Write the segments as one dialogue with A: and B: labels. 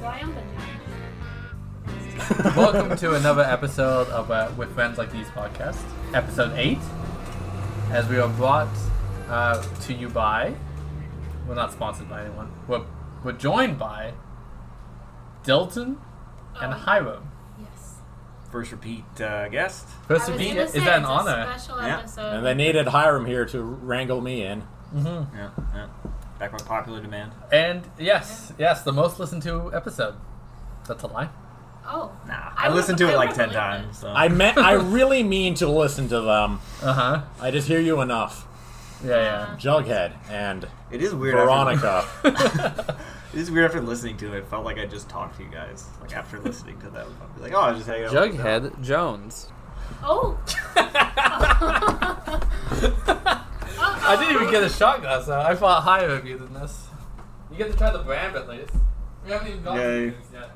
A: Why am I
B: Welcome to another episode of uh, With Friends Like These podcast, episode 8. As we are brought uh, to you by, we're not sponsored by anyone, we're, we're joined by Dilton and
A: Um,
B: Hiram.
A: Yes.
C: First repeat uh, guest.
B: First
A: I
B: of
A: was
B: all,
A: gonna
B: is
A: say,
B: that an
A: it's a
B: honor?
A: Special
C: Yeah.
A: episode.
D: And they needed Hiram here to wrangle me in.
B: hmm
C: Yeah, yeah. Back by popular demand.
B: And yes, yes, the most listened to episode. That's a lie.
A: oh,
C: Nah,
A: I
C: I, listened
A: would-
C: to it
A: I
C: like
A: would
C: ten
A: believe it.
C: times. So.
D: I meant I really mean to listen to them.
B: Uh huh.
D: I just hear you enough.
B: Yeah,
D: Jughead and
C: it is weird.
D: Veronica.
A: Uh-huh.
B: yeah.
C: After, it is weird after listening to it. It felt like I just talked to you guys. Like after listening to them, I'd be like, oh, I was just hanging out. with them.
E: Jughead Jones.
A: Oh.
B: I didn't even get a shot glass out. I fought higher of you than this. You get to try the brand at least. We haven't even gotten
C: Yay.
B: to these yet.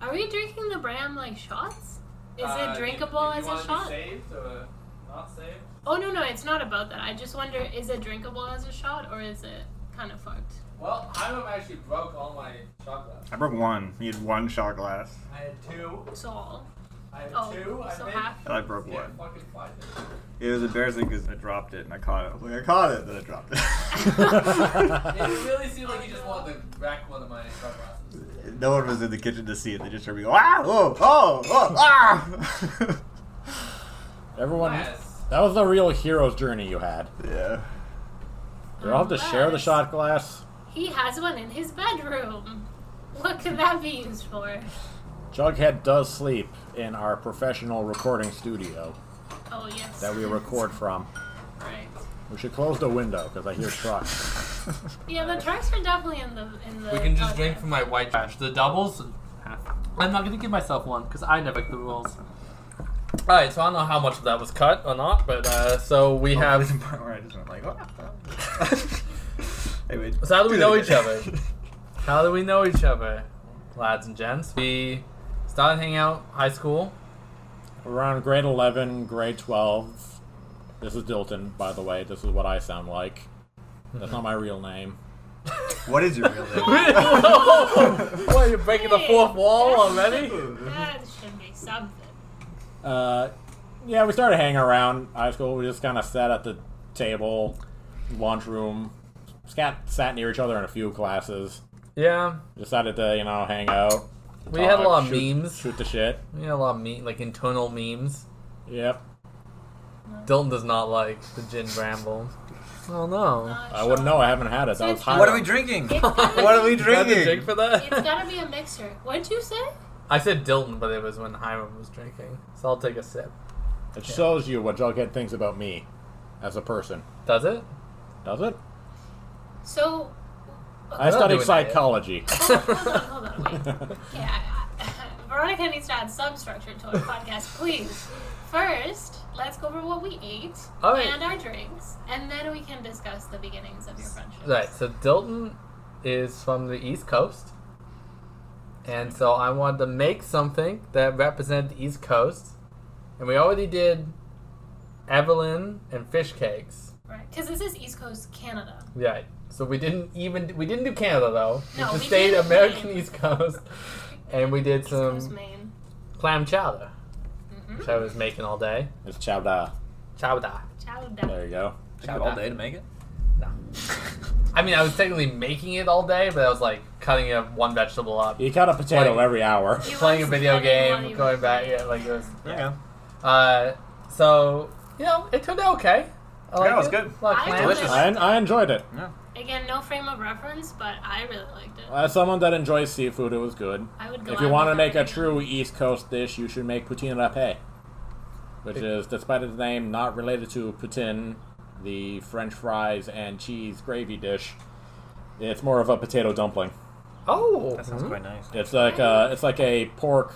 A: Are we drinking the bram like shots? Is
B: Uh,
A: it
B: do-
A: drinkable
B: do you
A: as
B: wanna
A: a
B: be
A: shot?
B: saved or not saved?
A: Oh no no, it's not about that. I just wonder, is it drinkable as a shot or is it kind of fucked?
B: Well, Hiram actually broke all my shot glasses.
C: I broke one. He had one shot glass,
B: I had two.
A: So all.
B: I had
A: Oh,
B: two. I
A: so
B: think.
A: half.
C: and I broke
B: Can't
C: one.
B: fucking find it.
C: It was embarrassing because I dropped it and I caught it. I was like, I caught it, then I dropped
B: It
C: it.
B: really seemed like you just wanted to rack one of my shot glasses.
C: no one was in the kitchen to see it. They just heard me go, ah, oh, oh, oh, ah.
D: Everyone.
B: Yes.
D: That was the real hero's journey you had.
C: yeah.
D: You all have to share the
A: Unless
D: shot glass.
A: He has one in his bedroom. What could that be used for?
D: Jughead does sleep in our professional recording studio
A: Oh yes.
D: that we record from.
A: Right.
D: We should close the window because I hear trucks.
A: Yeah, the trucks are definitely in the in the.
B: We can just
A: podcast.
B: drink from my white trash. The doubles. I'm not gonna give myself one because I never the rules. All right, so I don't know how much of that was cut or not, but uh, so we
C: There's a
B: have.
C: part Oh. where I just went like, "Ah." anyway,
B: So how do we know
C: that
B: each
C: again.
B: other? How do we know each other, lads and gents? We started hanging out high school.
D: Around grade 11, grade 12. This is Dilton, by the way. This is what I sound like. That's
B: Mm-hmm.
D: not my real name.
C: what is your real
B: Whoa! what, you're breaking the fourth wall already?
C: name?
A: That should be something.
D: Uh, yeah, we started hanging around high school. We just kind of sat at the table, lunchroom. Scat sat near each other in a few classes.
B: Yeah,
D: Decided to you know hang out.
B: we had a
D: talk,
B: lot of
D: shoot-
B: memes.
D: Shoot the shit.
B: We had a lot of meme, like internal memes.
D: Yep.
B: Dalton does not like the gin bramble. Oh no.
A: Uh,
D: I wouldn't know. I haven't had it. That was
A: Since-
D: high.
C: What are we drinking?
A: It's gotta
C: What are we
A: be-
B: You had the
C: drinking?
B: drink for
A: It's
B: that?
A: gotta be a mixer. What'd you say?
B: I said Dilton, but it was when Hiram was drinking. So I'll take a sip.
D: It shows you what Jughead thinks about me, as a person.
B: Does it?
D: Does it?
A: So,
D: I
B: not doing
D: studied
B: that yet.
D: psychology.
A: hold on, hold on, hold on, wait. Okay, I, I, Veronica needs to add some structure to our podcast, please. First, let's go over what we ate
B: All right.
A: and our drinks, and then we can discuss the beginnings of your friendship.
B: Right, so Dilton is from the East Coast. And so I wanted to make something that represented the East Coast. And we already did Evelyn and fish cakes.
A: Right. Because this is East Coast Canada.
B: Right. So we didn't even we didn't do Canada though. We
A: No,
B: just
A: we
B: stayed
A: did
B: American
A: Maine.
B: East Coast. And we did
A: East Coast,
B: some
A: Maine.
B: clam chowder,
A: Mm-hmm.
B: which I was making all day.
D: It's chowder.
B: Chowder.
A: Ciao,
D: There you go.
C: all day to make it.
B: I mean, I was technically making it all day, but I was like cutting up one vegetable up,
D: You cut a potato
B: Like-
D: every hour.
A: You
B: playing a
A: lost
B: video
A: money while you
B: game,
A: were
B: going back.
A: playing.
B: Yeah, like it was.
C: Yeah.
B: Uh, so you know, it turned out okay. I
C: Yeah, it was good.
B: A lot of
A: I
B: clams.
A: really
C: Delicious.
D: I, I enjoyed it.
A: Again, no frame of reference, but I really liked it.
D: As someone that enjoys seafood, it was good.
A: I would.
D: If
A: gladly
D: you want to
A: have
D: make
A: it
D: a
A: again.
D: true East Coast dish, you should make poutine râpée, which is, despite its name, not related to poutine, the French fries and cheese gravy dish. It's more of a potato dumpling.
B: Oh,
C: That sounds quite nice.
D: It's like a, it's like a pork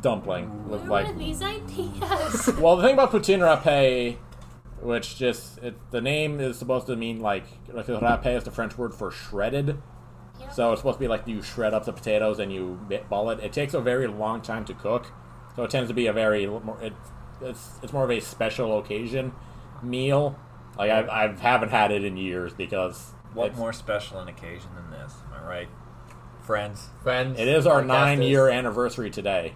D: dumpling with
A: Where
D: like.
A: were these ideas?
D: Well, the thing about poutine râpée, which just it, the name is supposed to mean like like râpé is the French word for shredded.
A: Yeah.
D: So it's supposed to be like you shred up the potatoes and you ball it. It takes a very long time to cook, so it tends to be a very it it's it's more of a special occasion meal. Like I I haven't had it in years because
C: What
D: it's-
C: more special an occasion than this? Am I right, friends?
B: Friends.
D: It is our
B: podcast
D: nine year anniversary today.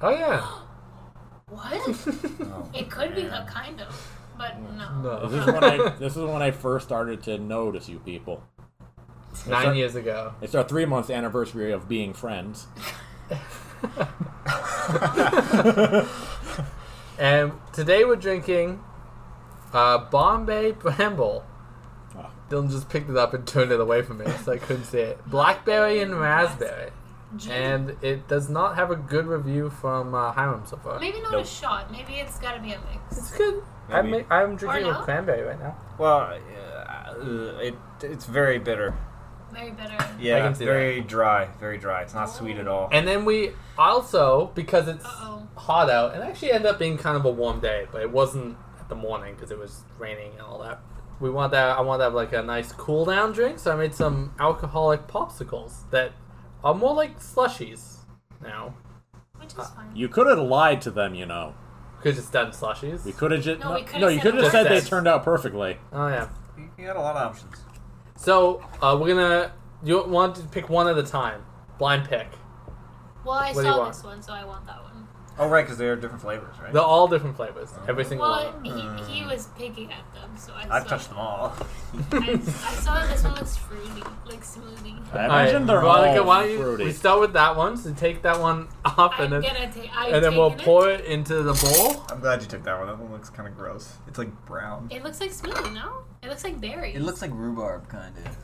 B: Oh yeah.
A: What?
C: Oh,
A: It could be
C: man.
A: a kind of, but no.
B: No.
D: This is when I this is when I first started to notice you people.
B: Nine years ago.
D: It's our three month anniversary of being friends.
B: And today we're drinking uh, Bombay Bramble.
D: Oh.
B: Dylan just picked it up and turned it away from me, so I couldn't see it. Blackberry and raspberry.
A: Gin.
B: And it does not have a good review from uh, Hiram so far.
A: Maybe not
C: Nope.
A: a shot. Maybe it's got to be a mix.
B: It's good. I'm,
C: Maybe.
B: ma- I'm drinking
A: Or
B: with
A: not.
B: cranberry right now.
C: Well, uh, it it's very bitter.
A: Very bitter.
C: Yeah,
B: I can see
C: very dry, very dry. It's not sweet at all.
B: And then we also, because it's
A: Uh-oh.
B: hot out, and actually ended up being kind of a warm day, but it wasn't at the morning because it was raining and all that. We want that. I want to have like a nice cool down drink, so I made some alcoholic popsicles that are more like slushies now.
A: Which
B: Uh,
A: is fine.
D: You could have lied to them, you know.
B: Could just done slushies.
D: We could have just
A: No,
D: no,
A: we coulda
D: no, you
A: said
D: could have just
B: it
D: said they
B: was-
D: turned out perfectly.
B: Oh yeah.
C: You you got a lot of options.
B: So uh, we're gonna. You want to pick one at a time. Blind pick.
A: well, I
B: what do you
A: saw
B: want?
A: this one, so I want that one.
C: Oh right, because they are different flavors, right?
B: They're all different flavors. Every single
A: Well,
B: one. Mm.
A: he, he was picking at them, so I
C: I've
A: saw.
C: touched them all.
A: I, I saw this one looks fruity, like smoothie.
D: I
B: All right,
D: imagine they're
B: Veronica,
D: all
B: why don't you-
D: fruity.
B: we start with that one? So take that one off
A: I'm
B: and then
A: gonna take.
B: and then we'll pour it into the bowl.
F: I'm glad you took that one. That one looks kind of gross. It's like brown.
A: It. it looks like smoothie, no? It looks like berries.
C: like rhubarb, kind of.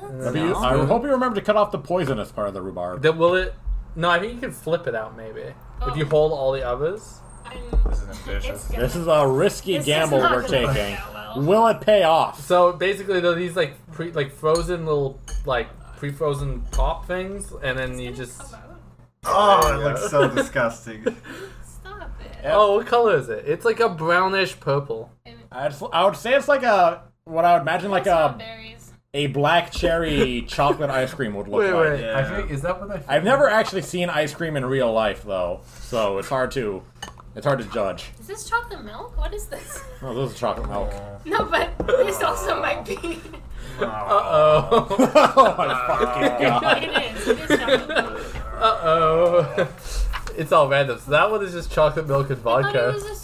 A: What?
B: That'd be
D: I
B: useful.
D: hope you remember to cut off the poisonous part of the rhubarb.
B: Then will it? No, I think you can flip it out maybe if you
A: Oh.
B: hold all the others.
A: I'm,
F: This is ambitious.
A: it's gonna-
D: This is a risky
A: this is
D: gamble
A: not
D: we're
A: gonna work
D: taking.
A: out well.
D: Will it pay off?
B: So basically, they're these like pre like frozen little like pre-frozen pop things, and then you
A: It's gonna
B: just.
A: come out.
F: Oh, it looks so disgusting.
A: Stop it.
D: Yeah.
B: Oh, what color is it? It's like a brownish purple.
A: And-
D: I'd, I would say it's like a what I would imagine like
A: it's
D: uh,
A: not
D: a
A: berries.
D: a black cherry chocolate ice cream would look
B: Wait,
D: like.
B: wait. I
F: Yeah.
B: think is that what I?
D: I've never actually seen ice cream in real life though, so it's hard to it's hard to judge.
A: Is this chocolate milk? What is this?
D: Oh, those are chocolate milk.
A: No, but this also might be.
B: Uh oh.
D: oh my fucking god!
A: it is. It is chocolate milk.
B: uh oh. It's all random. So that one is just chocolate milk and
A: I thought it was
B: vodka.
A: a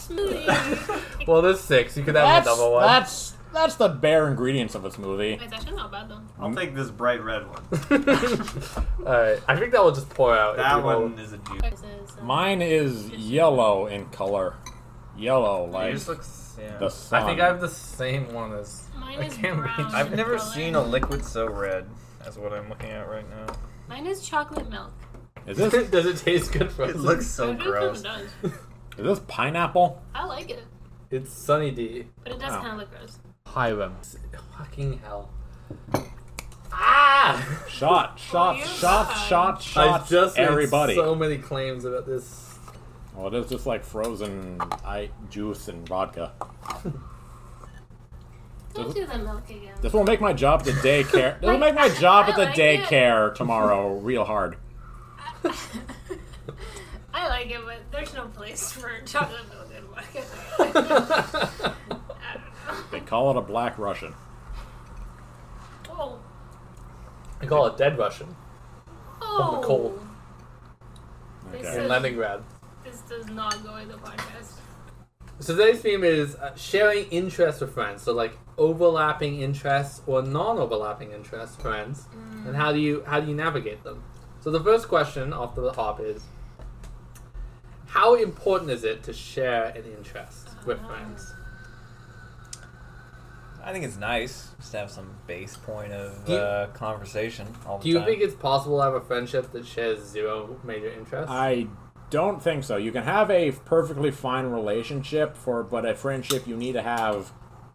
A: smoothie.
B: Well, there's six. You could have
D: That's
B: another one.
D: that's that's the bare ingredients of this movie.
A: it's actually not bad though.
F: I'll take this bright red one.
B: all right. I think that will just pour out. if
F: That
B: we hold-
F: one is a juice.
A: This is, uh,
D: Mine is yellow in color, yellow like
C: Yours looks. Yeah.
D: the sun.
B: I think I have the same one as.
A: Mine
B: I
A: is
B: can't reach.
A: brown.
C: I've never
A: Color.
C: seen a liquid so red as what I'm looking at right now.
A: Mine is chocolate milk.
D: Is
B: Does
D: this is
B: it, does it taste good for
F: It looks so
A: It really kinda
F: gross.
A: does.
D: this pineapple?
A: I like it,
B: It's Sunny D.
A: but it does
D: Wow.
A: kind of look gross.
B: Hiram. Fucking hell. Ah!
D: Shot, shot,
A: Oh, you're
D: shot,
A: fine.
D: shot, shot.
B: I just made
D: everybody.
B: so many claims about this.
D: Well, it is just like frozen I- juice and vodka.
A: Don't do the milk again.
D: This will make my job at the daycare. This will make
A: Like,
D: my job at
A: I
D: the
A: like it.
D: daycare tomorrow real hard.
A: I like it, but there's no place for chocolate milk in vodka. I don't know.
D: They call it a black Russian.
A: Oh,
B: I call it Dead Russian
A: oh,
B: cold.
A: This,
D: Okay.
B: in
A: is-
B: Leningrad.
A: this does not go in the podcast.
B: So today's theme is uh, sharing interests with friends. So like overlapping interests or non-overlapping interests, friends, and how do you how do you navigate them? So the first question off the hop is, how important is it to share an interest with friends?
C: I think it's nice just to have some base point of
B: Do you-
C: uh, conversation all the
B: Do you
C: time.
B: think it's possible to have a friendship that shares zero major interests?
D: I don't think so. You can have a perfectly fine relationship for, but a friendship you need to have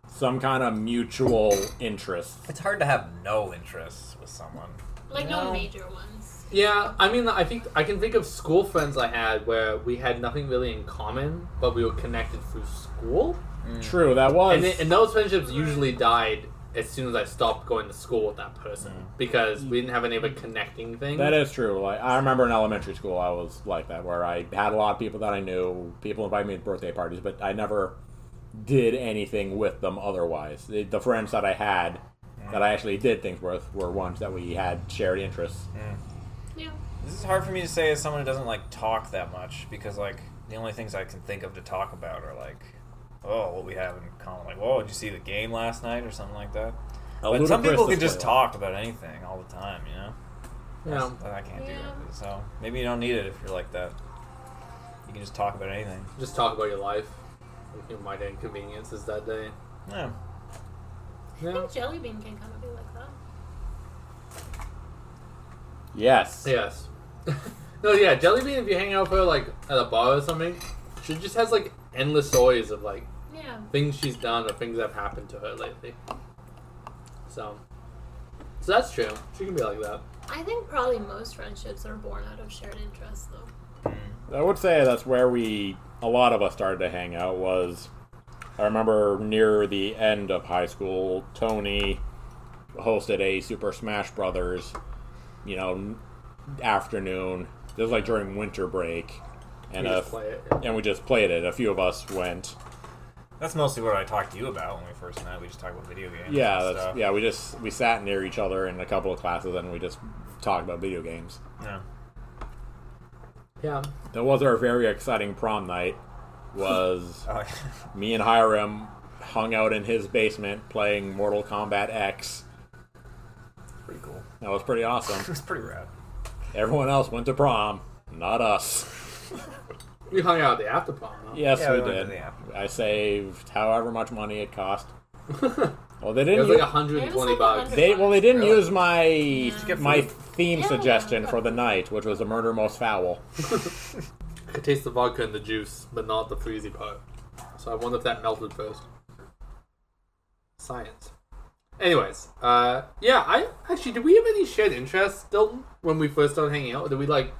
D: some kind of mutual interest.
C: it's hard to have no interests with someone.
A: Like no,
B: No.
A: major ones.
B: Yeah, I mean, I think I can think of school friends I had where we had nothing really in common, but we were connected through school,
D: True, that was.
B: and, then- and those friendships usually died as soon as I stopped going to school with that person
A: Mm.
B: because we didn't have any of a connecting thing.
D: Mm. That is true. Like I remember in elementary school, I was like that, where I had a lot of people that I knew. People invited me to birthday parties, but I never did anything with them otherwise. The, the friends that I had, that I actually did things with, were ones that we had shared interests.
A: Yeah.
C: This is hard for me to say as someone who doesn't like talk that much because like the only things I can think of to talk about are like, oh, what we have in common. Like, whoa, did you see the game last night or something like that?
D: A
C: but some
D: ludicrous
C: people can just
D: display.
C: talk about anything all the time, you know.
B: Yeah.
C: That's- I can't
A: Yeah.
C: do it. So maybe you don't need it if you're like that. You can just talk about anything.
B: Just talk about your life, you know, my inconveniences that day.
C: Yeah.
A: I
B: Yeah.
A: think Jelly Bean can kind of be like that.
D: Yes.
B: Yes. no, yeah, Jellybean, if you hang out with her, like, at a bar or something, she just has, like, endless stories of, like,
A: Yeah.
B: things she's done or things that have happened to her lately. So. So that's true. She can be like that.
A: I think probably most friendships are born out of shared interests, though.
D: I would say that's where we a lot of us started to hang out was I remember near the end of high school Tony hosted a Super Smash Brothers you know n- afternoon this was like during winter break and
B: You
D: a,
B: just play it. yeah.
D: and we just played it a few of us went
C: That's mostly what I talked to you about when we first met. We just talked about video games.
D: yeah
C: and
D: that's,
C: stuff.
D: yeah we just we sat near each other in a couple of classes and we just talked about video games
C: Yeah.
B: Yeah.
D: that was our very exciting prom night was
C: Oh,
D: me and Hiram hung out in his basement playing Mortal Kombat X.
C: pretty cool.
D: That was pretty
C: It
D: awesome.
C: was pretty rad.
D: Everyone else went to prom, not us.
B: We hung out at the after prom, huh?
D: Yes,
C: Yeah,
D: we,
C: we went to
D: did.
C: the after.
D: I saved however much money it cost. Well, they
B: It
D: didn't.
B: was like
D: u-
B: 120
A: It was like
B: bucks.
A: 100.
D: they well, they didn't
B: Really?
D: use my
A: get
D: my theme
A: Yeah.
D: suggestion for the night, which was the murder most foul.
B: I could taste the vodka and the juice, but not the freezy part. So I wonder if that melted first. Science. Anyways, uh, yeah, I actually, did we have any shared interests, Dilton, when we first started hanging out? Or did we, like,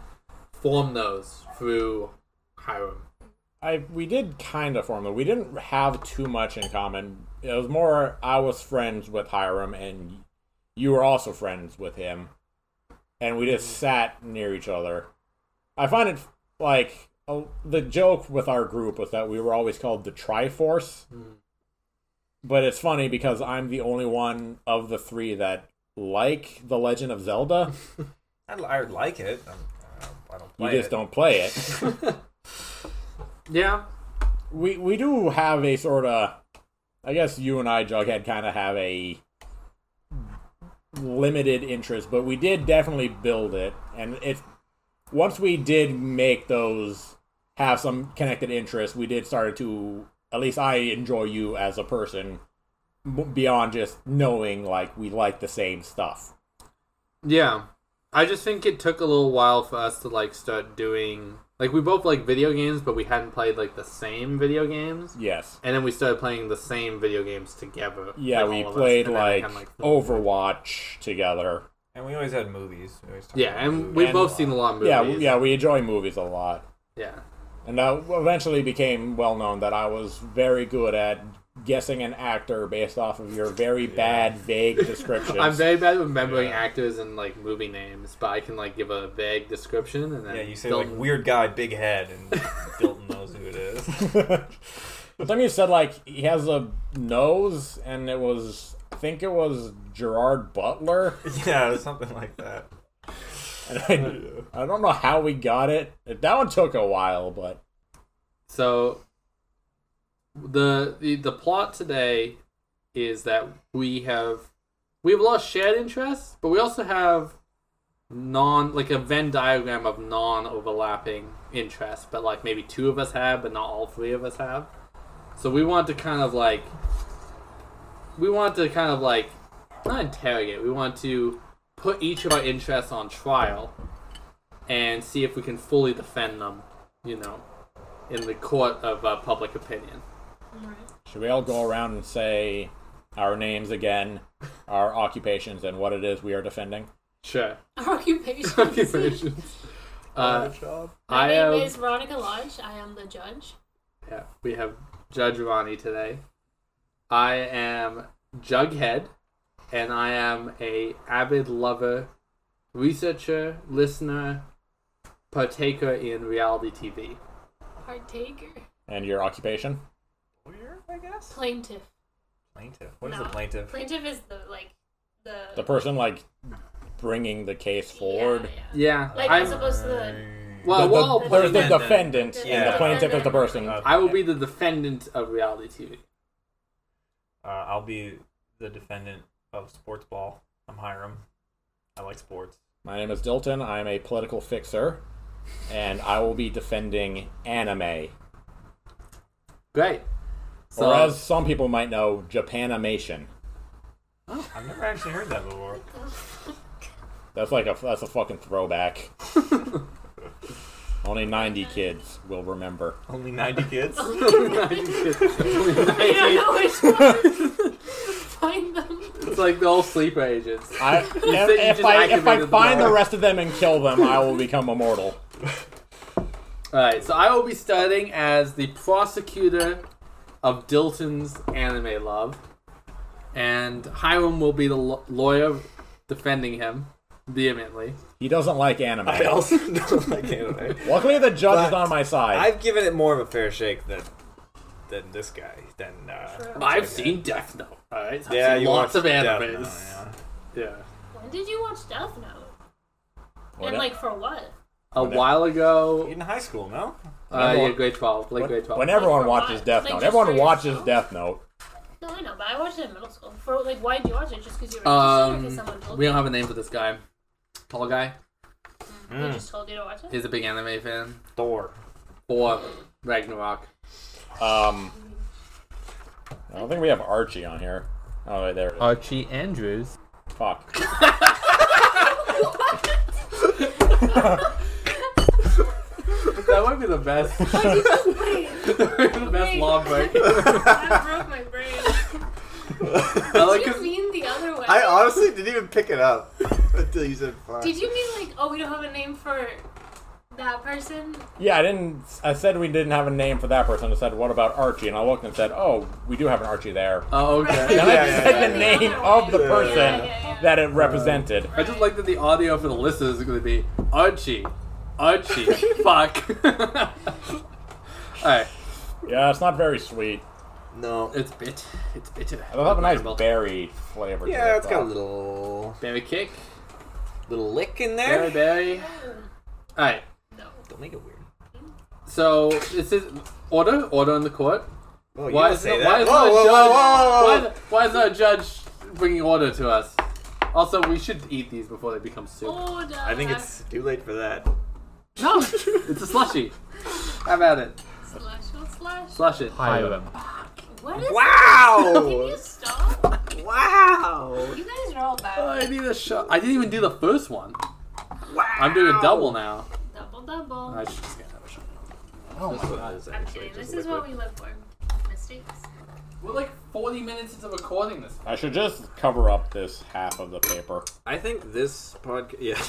B: form those through Hiram?
D: I we did kind of form though. We didn't have too much in common. It was more I was friends with Hiram and you were also friends with him, and we just sat near each other. I find it like oh, the joke with our group was that we were always called the Triforce,
C: Hmm.
D: but it's funny because I'm the only one of the three that like the Legend of Zelda.
C: I, I like it. I'm, I don't- I don't
D: You
C: play
D: just
C: it.
D: don't play it.
B: Yeah.
D: we we do have a sort of i guess you and i jughead kind of have a limited interest but we did definitely build it and it once we did make those have some connected interest we did start to at least i enjoy you as a person m- beyond just knowing like we like the same stuff
B: Yeah. I just think it took a little while for us to, like, start doing. Like, we both like video games, but we hadn't played, like, the same video games.
D: yes
B: And then we started playing the same video games together.
D: yeah
B: like,
D: we
B: all of us,
D: played
B: and then we
D: like,
B: had, the-
D: overwatch together
C: And we always had movies. We always talked
B: Yeah,
C: about
B: and
C: movies.
B: we've both seen a lot of movies.
D: yeah w- yeah we enjoy movies a lot
B: Yeah.
D: And I eventually became well known that I was very good at guessing an actor based off of your very bad, vague descriptions.
B: I'm very bad at remembering
C: Yeah.
B: actors and like movie names, but I can like give a vague description and then
C: Yeah, you say
B: Dalton-
C: like weird guy, big head, and Dilton knows who it is.
D: but then you said like he has a nose, and it was I think it was Gerard Butler,
C: yeah, it was something like that.
D: and I, I don't know how we got it. That one took a while, but
B: So the, the the plot today is that we have we have a lot of shared interests, but we also have non like a Venn diagram of non overlapping interests, but like maybe two of us have, but not all three of us have. So we want to kind of like we want to kind of like not interrogate, we want to put each of our interests on trial and see if we can fully defend them, you know in the court of uh, public opinion.
A: Right.
D: should we all go around and say our names again, our occupations, and what it is we are defending?
B: Sure.
A: Our occupation.
B: Occupations. Uh,
A: My
B: I
A: name
B: am.
A: is Veronica Lodge. I am the judge.
B: Yeah, we have Judge Ronnie today. I am Jughead, and I am a avid lover, researcher, listener, partaker in reality TV.
A: Partaker.
D: And your occupation?
C: Lawyer, I guess.
A: Plaintiff.
C: Plaintiff. What is
A: No.
C: the plaintiff?
A: Plaintiff is the, like, the.
D: The person like bringing the case
A: Yeah,
D: forward.
A: yeah.
B: Yeah,
A: Like,
B: I'm.
A: as opposed to the.
B: well,
D: The- the-
B: well,
A: the-
D: there's the
A: defendant.
D: defendant,
A: The
D: and the
C: defendant.
D: plaintiff is the person.
C: Uh,
B: I will be the defendant of reality TV.
C: Uh, I'll be the defendant of sports ball. I'm Hiram. I like sports.
D: My name is Dilton. I'm a political fixer, and I will be defending anime,
B: Great. So,
D: or as some people might know, Japanimation.
C: I've never actually heard that before.
D: That's like a that's a fucking throwback. Only ninety kids will remember.
C: Only 90 kids.
A: I don't know which one. Find them.
B: it's like the old sleeper agents.
D: I,
B: said you
D: if,
B: just
D: if I if I
B: activated the
D: find the
B: bar.
D: rest of them and kill them, I will become immortal.
B: Alright, so I will be starting as the prosecutor of Dilton's anime love, and Hiram will be the l- lawyer defending him vehemently.
D: He doesn't like anime.
C: I also don't like anime.
D: Luckily, the judge is
C: But
D: on my side.
C: I've given it more of a fair shake than than this guy. Than uh,
B: I've seen Death Note, alright? I've
C: yeah,
B: seen
C: you
B: lots
C: watched
B: of
C: Death
B: animes.
C: Note,
B: yeah.
A: When did you watch Death Note?
D: What
A: and,
D: a-
A: like, for what?
B: A while
C: yeah.
B: ago,
C: In high school, no?
B: uh,
D: Everyone-
B: yeah, grade 12, late grade 12.
D: when everyone
A: Like,
D: watches
A: why?
D: Death
A: Like,
D: Note,
A: just for
D: everyone watches
A: yourself?
D: Death Note.
A: No, I know, but I watched it in middle school. For, like, why did you watch it? Just because you were interested
B: Um,
A: or because someone told
B: we
A: you?
B: don't have a name for this guy. Tall guy Mm.
A: They just told you to watch it?
B: is a big anime fan.
C: Thor.
B: Or Ragnarok.
D: Um, I don't think we have Archie on here. Oh, wait, there. it is.
B: Archie Andrews.
D: Fuck.
B: That might be the best. the best law break.
A: that broke my brain.
B: I like
A: Did you
B: 'cause-
A: mean the other way?
G: I honestly didn't even pick it up until you said fuck.
A: Did you mean like, oh, we don't have a name for that person?
D: Yeah, I didn't. I said we didn't have a name for that person. I said, "What about Archie?" And I looked and said, "Oh, we do have an Archie there."
B: Oh, okay.
D: And I
G: Yeah,
D: just
G: yeah,
D: said
G: yeah.
D: the name of the
G: Yeah.
D: person
A: Yeah, yeah, yeah.
D: that it represented.
B: I just like that the audio for the listeners is going to be Archie, Archie, fuck. Alright,
D: Yeah, it's not very sweet.
G: No.
B: it's bit, it's bitter.
D: It'll have a nice berry flavor. to
C: Yeah,
D: it,
C: it's got a
D: though.
C: little
B: Berry kick,
C: little lick in
B: berry
C: there.
B: berry. Alright,
A: No.
C: Don't make it weird.
B: so this is order, order in the court.
G: Oh, you
B: Why
G: don't
B: is,
G: say
B: no,
G: that.
B: why is
G: whoa,
B: not a
G: whoa,
B: judge?
G: whoa, whoa,
B: Why,
G: whoa.
B: is- why is not a judge bringing order to us? Also, we should eat these before they become soup.
A: Order.
G: I think it's too late for that.
B: No, it's a slushy. How about it?
A: Slash, what slash?
B: Slush it.
H: Hiram.
A: What is Can
G: Wow!
A: you Oh stop?
G: wow!
A: You guys are all bad.
B: I need a shot. I didn't even do the first one. I'm doing a double now.
A: Double, double.
B: I should just get another shot.
D: Oh my
B: That
D: god.
B: is
A: I'm
B: actually
A: kidding. This
B: just
A: is
B: liquid.
A: what we live for. Mistakes.
B: We're like 40 minutes into recording this.
D: I should just cover up this half of the paper.
C: I think this podcast, yeah,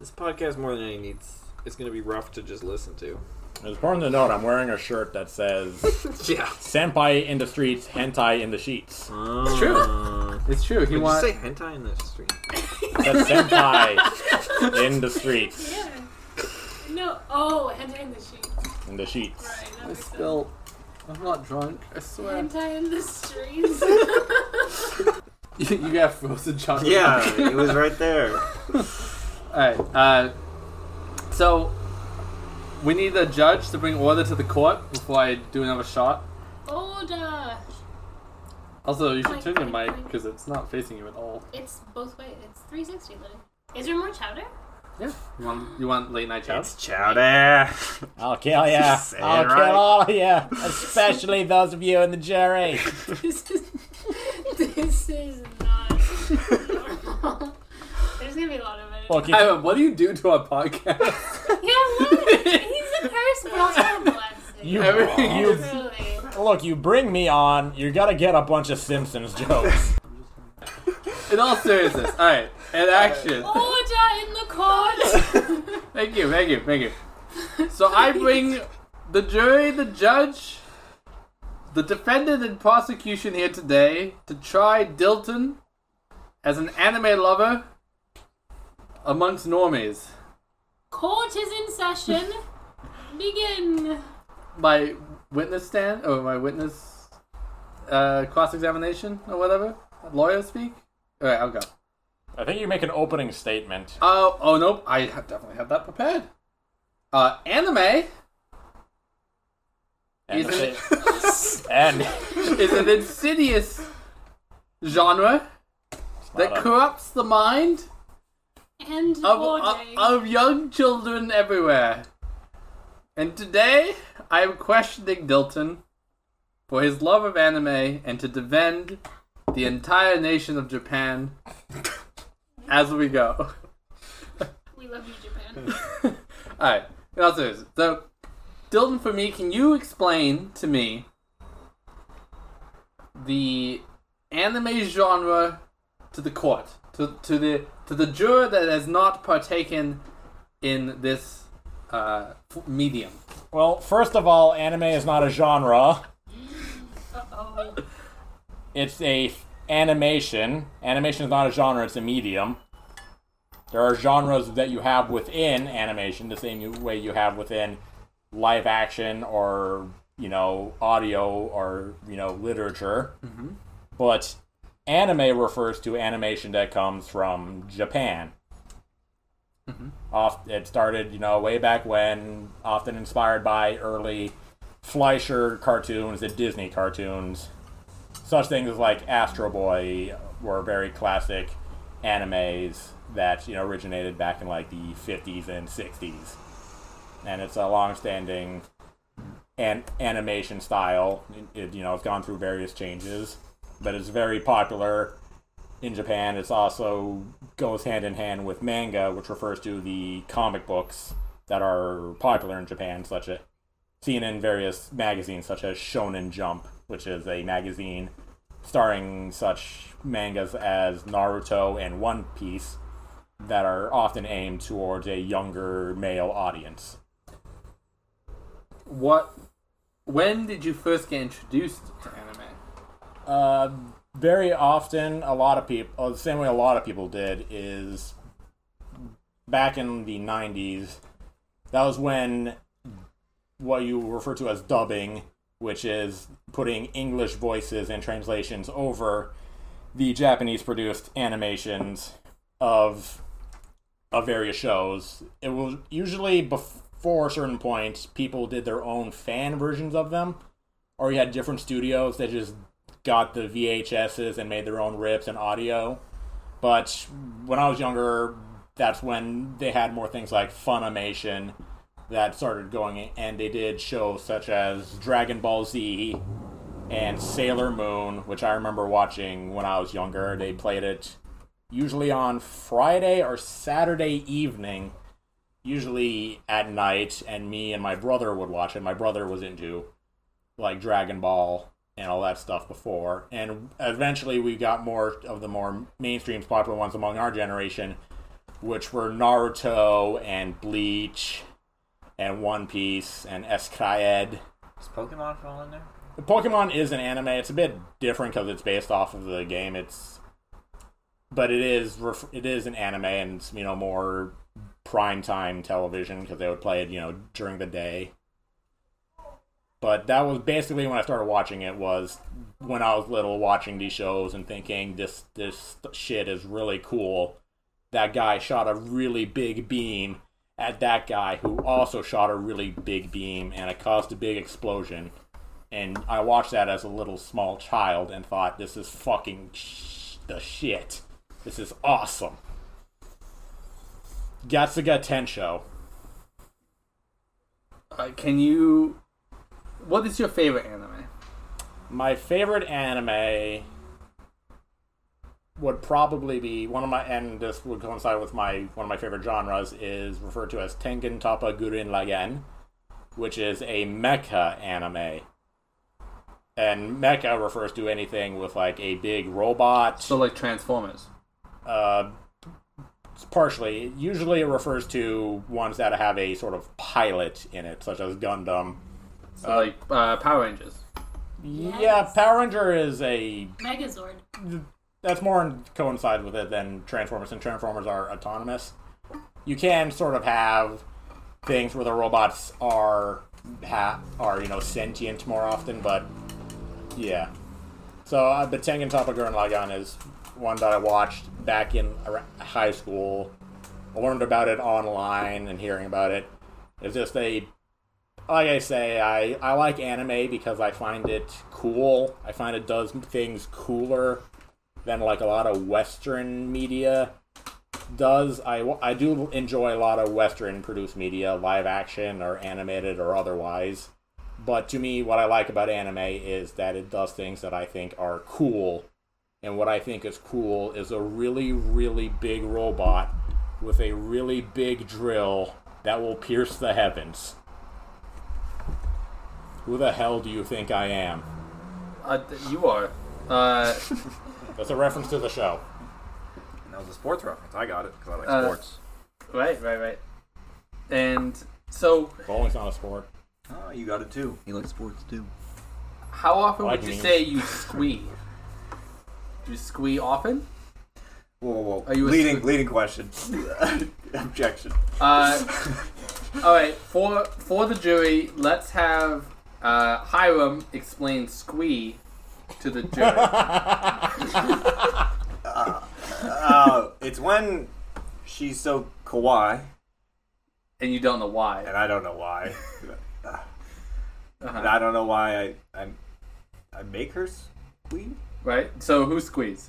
C: this podcast more than any needs, it's going to be rough to just listen to.
D: It's important to note I'm wearing a shirt that says
C: Yeah.
D: "Senpai in the streets, hentai in the sheets."
C: It's
B: true. It's true. He
C: Did Uh, you
B: wants.
C: say hentai in the street?
D: That's senpai in the streets,
A: Yeah. No. Oh, hentai in the sheet.
D: in the sheets.
A: Right. That
B: I
A: makes sense.
B: spilled. I'm not drunk. I swear.
A: Hentai in the streets.
B: you you got frozen chocolate.
G: Yeah, it was right there.
B: Alright, uh, so we need a judge to bring order to the court before I do another shot.
A: Order.
B: Also, you should turn your mic because it's not facing you at all.
A: It's both ways. It's 360, literally. Is there more chowder?
B: Yeah. You want, you want late night chat?
G: It's chowder.
D: I'll kill ya.
G: Say it
D: I'll
G: right.
D: kill all of ya, especially those of you in the jury.
A: This is this is not normal. There's gonna be a lot of it.
D: Look, if,
B: Ivan, what do you do to our podcast?
A: Yeah, what? He's a curse, but also a blessing.
D: you,
B: Everything
D: you,
B: is-
A: Truly.
D: look, you bring me on, you gotta get a bunch of Simpsons jokes.
B: In all seriousness, alright, and action.
A: Order in the court.
B: Thank you, thank you, thank you. So I bring the jury, the judge, the defendant, and prosecution here today to try Dilton as an anime lover amongst normies
A: Court is in session. Begin.
B: my witness stand or my witness uh, cross examination or whatever lawyer speak. All right, I'll go.
D: I think you make an opening statement.
B: Oh, oh nope, I ha definitely have that prepared. Uh, anime
D: And,
B: is an,
D: and
B: is an insidious genre that
D: Not a-
B: corrupts the mind
A: End
B: of,
A: your
B: of,
A: day.
B: of young children everywhere. And today, I am questioning Dilton for his love of anime and to defend the entire nation of Japan as we go.
A: we love you, Japan.
B: Alright, now seriously. So, Dilton, for me, can you explain to me the anime genre to the court, to, to the to the juror that has not partaken in this uh, f- medium?
D: well, first of all, anime is not a genre.
A: Uh-oh.
D: It's a f- animation. Animation is not a genre. It's a medium. There are genres that you have within animation, the same you- way you have within live action or you know audio or you know literature. But anime refers to animation that comes from Japan. Off, it started, you know, way back when, often inspired by early Fleischer cartoons, the Disney cartoons. Such things as like Astro Boy were very classic animes that you know originated back in like the 50s and 60s, and it's a long-standing an- animation style. It, it, you know, it's gone through various changes, but it's very popular in Japan. It's also goes hand in hand with manga, which refers to the comic books that are popular in Japan, such as seen in various magazines such as Shonen Jump, which is a magazine starring such mangas as Naruto and One Piece that are often aimed towards a younger male audience.
B: What? When did you first get introduced to anime?
D: Uh, very often, a lot of people, oh, the same way a lot of people did, is back in the 90s, that was when what you refer to as dubbing, which is putting English voices and translations over the Japanese produced animations of of various shows. It was usually before a certain point, people did their own fan versions of them, or you had different studios that just got the VHSs and made their own rips and audio. But when I was younger, that's when they had more things like Funimation that started going, and they did shows such as Dragon Ball Z and Sailor Moon, which I remember watching when I was younger. They played it usually on Friday or Saturday evening, usually at night, and me and my brother would watch it. My brother was into like Dragon Ball and all that stuff before. And eventually we got more of the more mainstream popular ones among our generation, which were Naruto and Bleach and One Piece and Escayed.
C: Does Pokemon fall in there?
D: Pokemon is an anime. It's a bit different because it's based off of the game. It's, but it is ref- it is an anime, and it's you know more prime time television because they would play it you know during the day. But that was basically when I started watching it. Was when I was little watching these shows and thinking this this shit is really cool. That guy shot a really big beam at that guy who also shot a really big beam, and it caused a big explosion and I watched that as a little small child and thought, "This is fucking sh- the shit. This is awesome." Gatsuga Tensho.
B: Uh, can you? What is your favorite anime?
D: My favorite anime would probably be one of my, and this would coincide with my one of my favorite genres is referred to as Tengen Toppa Gurren Lagann, which is a mecha anime. And mecha refers to anything with like a big robot.
B: So like Transformers.
D: uh, partially. Usually, it refers to ones that have a sort of pilot in it, such as Gundam.
B: So like uh, Power Rangers.
D: Yeah,
A: Yes.
D: Power Ranger is a
A: Megazord.
D: that's more in coincide with it than Transformers, and Transformers are autonomous. You can sort of have things where the robots are ha- are you know sentient more often, but yeah. So uh, the Tengen Toppager and Lagan is one that I watched back in ar- high school. I learned about it online and hearing about it. It's just a like I say, I, I like anime because I find it cool. I find it does things cooler than like a lot of Western media does. I, wa- I do enjoy a lot of Western produced media, live action or animated or otherwise. But to me, what I like about anime is that it does things that I think are cool. And what I think is cool is a really, really big robot with a really big drill that will pierce the heavens. Who the hell do you think I am?
B: Uh, th- you are. Uh,
D: That's a reference to the show.
I: And that was a sports reference. I got it because I like
B: Uh,
I: sports.
B: right, right, right. And so,
D: Bowling's not a sport.
C: Oh, you got it too.
I: You like sports too.
B: how often
D: Like
B: would you
D: memes.
B: say you squee? Do you squee often?
C: Whoa, whoa, whoa.
B: Are you a
C: leading,
B: squid?
C: leading question. Objection.
B: Uh, all right, for for the jury, let's have uh, Hiram explain squee to the jury.
C: Uh, it's when she's so kawaii,
B: and you don't know why.
C: and I don't know why. And
B: Uh-huh.
C: I don't know why I I, I make her squeak.
B: Right? So who squeeze?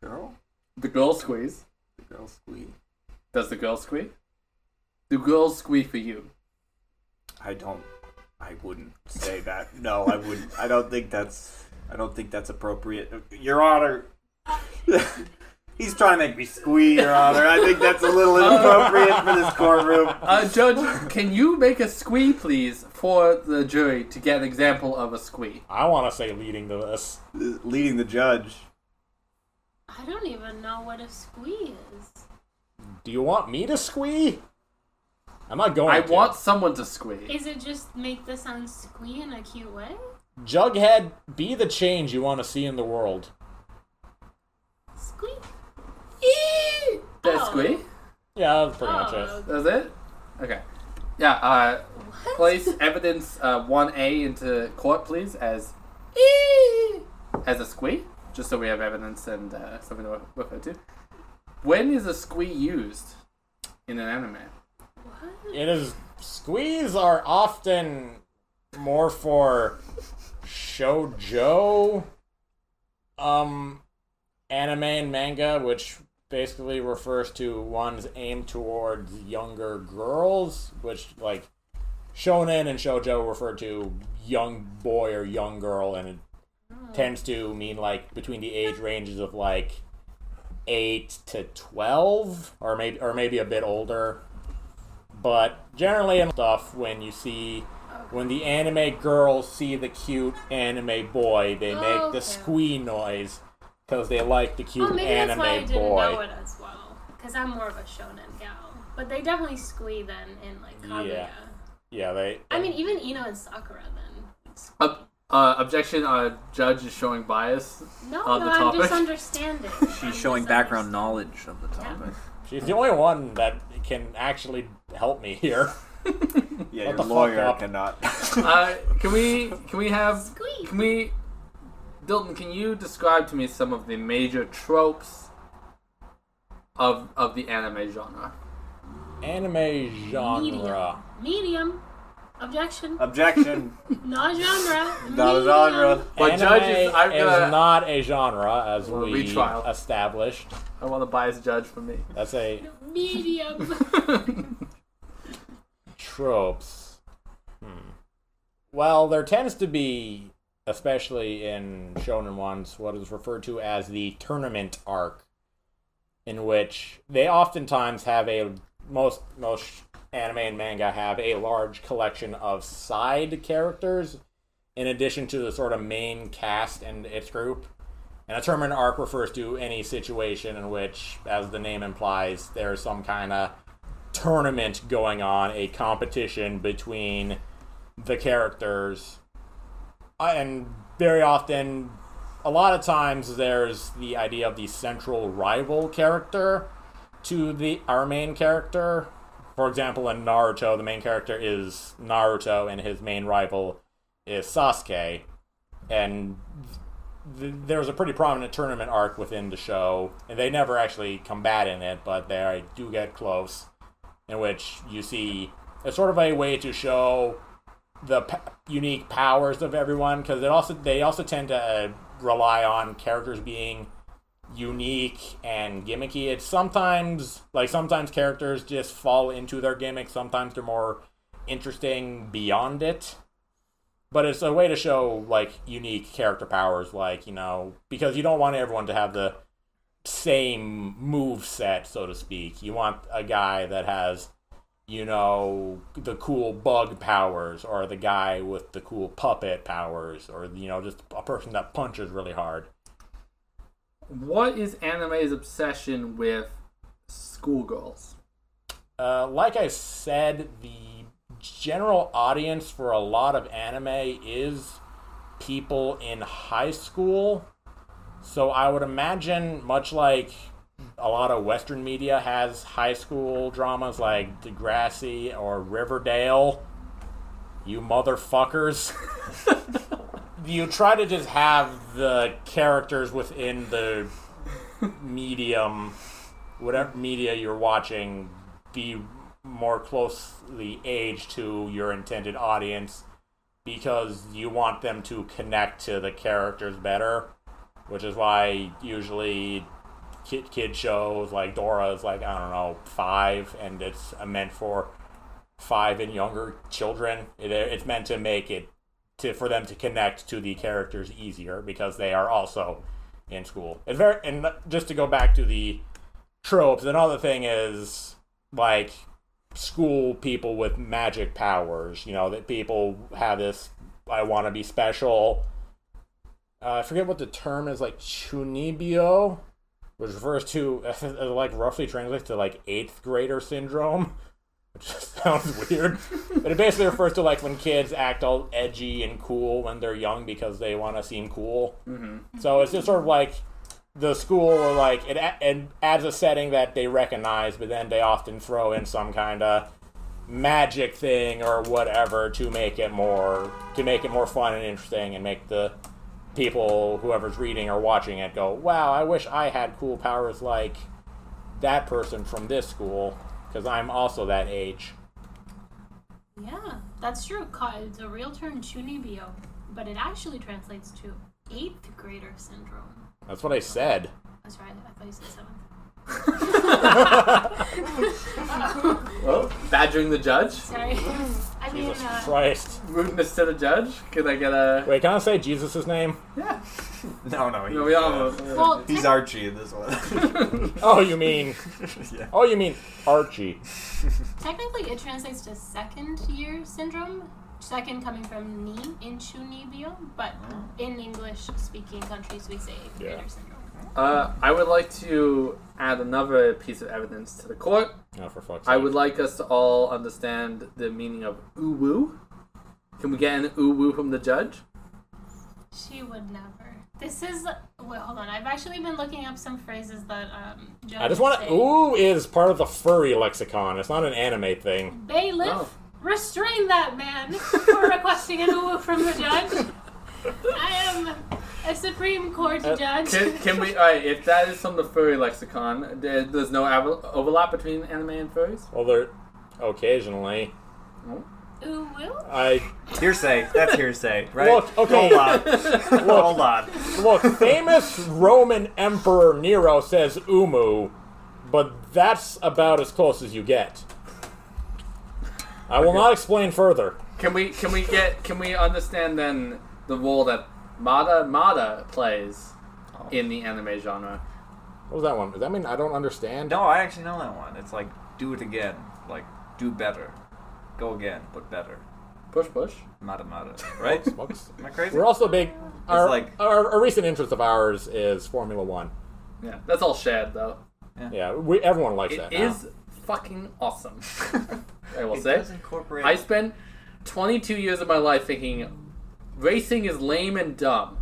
C: Girl,
B: The girl squeeze.
C: the girl squeak.
B: Does the girl squee? The girl squee for you.
C: I don't. I wouldn't say that. No, I wouldn't. I don't think that's. I don't think that's appropriate, Your Honor. He's trying to make me squee, Your Honor. I think that's a little inappropriate for this courtroom.
B: Uh, Judge, can you make a squee, please, for the jury to get an example of a squee?
D: I want to say leading to this.
C: Leading the judge.
A: I don't even know what a squee is.
D: Do you want me to squee? I'm not going.
B: I
D: to.
B: want someone to squee.
A: Is it just make the sound squee in a cute way?
D: Jughead. Be the change you want to see in the world.
A: Squeak.
B: That
A: Oh.
B: squee?
D: Yeah, that's pretty much
A: Oh,
D: it.
B: That's it? Okay. Yeah, uh,
A: what?
B: place evidence uh, 1A into court, please, as as a squee, just so we have evidence and uh, something to refer to. When is a squee used in an anime?
A: What?
D: It is squeeze are often more for shoujo, um, anime and manga, which basically refers to one's aim towards younger girls, which like shonen and shoujo refer to young boy or young girl, and it
A: Hmm.
D: tends to mean like between the age ranges of like eight to twelve, or maybe or maybe a bit older. But generally, in stuff when you see when the anime girls see the cute anime boy, they make
A: Oh,
D: the
A: okay.
D: squee noise because they like the cute
A: Well, Oh, maybe that's
D: anime
A: why I didn't know
D: boy.
A: it as well. Because I'm more of a shonen gal. But they definitely squee then in like Kaguya.
D: Yeah. Yeah, they.
A: I mean, even Ino and Sakura then.
B: Ob- uh, objection, uh, judge is showing bias.
A: No,
B: On
A: no,
B: the
A: I'm
B: topic.
A: just understanding.
I: She's showing background knowledge of the topic.
D: she's the only one that can actually help me here.
C: Yeah,
D: What
C: your
D: the fuck
C: lawyer
D: up?
C: cannot.
B: Uh, can we can we have
A: Squee.
B: can we Dilton? Can you describe to me some of the major tropes of of the anime genre?
D: Anime genre.
A: Medium. Medium. Objection.
C: Objection.
A: Not genre.
C: Uh, Not a
A: Medium.
C: genre.
B: But
D: Anime
B: judges, I'm
D: is
B: gonna-
D: not a genre, as we
B: retrial.
D: established.
B: I want a biased judge for me.
D: That's a
A: Medium.
D: tropes. Hmm. Well, there tends to be, especially in shonen ones, what is referred to as the tournament arc, in which they oftentimes have a most most anime and manga have a large collection of side characters in addition to the sort of main cast and its group. And a tournament arc refers to any situation in which, as the name implies, there's some kind of tournament going on, a competition between the characters. Uh, And very often, a lot of times there's the idea of the central rival character to the our main character. For example, in Naruto, the main character is Naruto, and his main rival is Sasuke. And th- there was a pretty prominent tournament arc within the show, and they never actually combat in it, but they do get close, in which you see it's sort of a way to show the p- unique powers of everyone because it also they also tend to uh, rely on characters being unique and gimmicky. It's sometimes like sometimes characters just fall into their gimmick. Sometimes they're more interesting beyond it. But it's a way to show like unique character powers, like you know, because you don't want everyone to have the same move set, so to speak. You want a guy that has you know the cool bug powers or the guy with the cool puppet powers or you know just a person that punches really hard
J: What is anime's obsession with schoolgirls?
D: uh, like i said the general audience for a lot of anime is people in high school so i would imagine much like a lot of western media has high school dramas like degrassi or riverdale you motherfuckers you try to just have the characters within the medium, whatever media you're watching, be more closely aged to your intended audience because you want them to connect to the characters better, which is why usually kid kid shows like Dora is like I don't know five, and it's uh, meant for five and younger children. It, it's meant to make it to for them to connect to the characters easier because they are also in school. It's very and just to go back to the tropes. Another thing is like school people with magic powers. You know that people have this. I want to be special. Uh, I forget what the term is like chunibyo, which refers to uh, like roughly translates to like eighth grader syndrome which sounds weird. but it basically refers to like when kids act all edgy and cool when they're young because they want to seem cool. Mm-hmm. So it's just sort of like the school, or like it, a- it adds a setting that they recognize, but then they often throw in some kind of magic thing or whatever to make it more to make it more fun and interesting and make the people whoever's reading or watching it go wow i wish i had cool powers like that person from this school because i'm also that age
A: Yeah, that's true. Ca- It's a real term, chunibyo, but it actually translates to eighth grader syndrome.
D: that's what i said
A: That's right. I thought you said seventh.
J: Oh, badgering the judge?
A: Sorry. I mean,
D: jesus
A: uh,
D: christ
J: Rudeness to the judge? Can I get a.
D: wait can i say jesus' name
J: Yeah.
K: No, no, he,
J: No, we all know.
A: well,
K: he's Archie in this one.
D: oh you mean
K: yeah.
D: oh you mean archie
A: Technically, it translates to second year syndrome. Second coming from ni in Chunibyo, but in English speaking countries we say eighth
D: Oh. Yeah.
A: grader syndrome.
J: Uh, I would like to add another piece of evidence to the court.
D: no Oh, for fuck's sake
J: I would like us to all understand the meaning of uwu. Can we get an uwu from the judge?
A: She would never. This is wait, hold on. I've actually been looking up some phrases that um.
D: I just want to. Ooh is part of the furry lexicon. It's not an anime thing.
A: Bailiff,
J: Oh.
A: restrain that man for requesting an uwu from the judge. I am a Supreme Court
C: Uh,
A: judge.
J: Can, can we? All right. If that is from the furry lexicon, there, there's no av- overlap between anime and furries.
D: Well, they're occasionally.
A: uwu?
D: I
E: Hearsay. That's hearsay, right?
D: Look, okay.
E: Hold on. Hold on.
D: look. Famous Roman Emperor Nero says "umu," but that's about as close as you get. I will not explain further.
J: Can we? Can we get? Can we understand then the role that Mada Mada plays in the anime genre?
D: What was that one? Does that mean I don't understand?
C: No, I actually know that one. It's like do it again, like do better, go again, but better.
J: Push push.
C: Mata mata, right? Am
D: Folks,
C: I crazy?
D: We're also big. Our,
C: like-
D: our, a recent interest of ours is Formula One.
J: Yeah, that's all shared though.
D: Yeah, we, everyone likes
J: It
D: that. now.
J: is fucking awesome. I will
E: It
J: say.
E: does incorporate.
J: I spent 22 years of my life thinking racing is lame and dumb.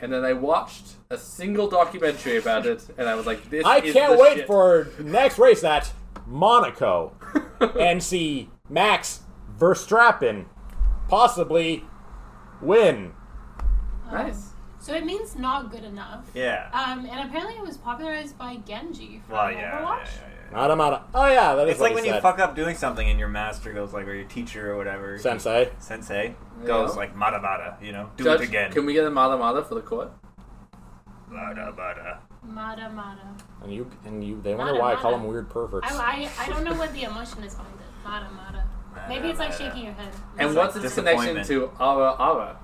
B: and then I watched a single documentary about it, and I was like, "This."
D: I
B: is
D: can't
B: the
D: wait
B: shit.
D: for next race at Monaco and see Max Verstappen possibly win.
B: nice.
A: um, So it means not good enough.
C: Yeah.
A: Um, and apparently it was popularized by Genji from
C: well,
A: Overwatch.
C: yeah, yeah, yeah, yeah.
D: Nada nada. Oh yeah, that is
C: It's like
D: what
C: when
D: he
C: you
D: said.
C: fuck up doing something and your master goes like, or your teacher or whatever,
D: Sensei.
C: sensei goes
B: Yeah.
C: like, mada mada, you know, do
B: Judge,
C: it again.
B: Can we get a mala mala for the court?
C: Mada mada.
A: Mada Mada.
D: And you and you they
A: Nada,
D: wonder why I call
A: nada.
D: them weird perverts.
A: I, I, I don't know what the emotion is behind it. Mada Mada. Maybe it's like shaking your head.
B: And
C: It's
B: what's
C: like
B: its connection to ara ara?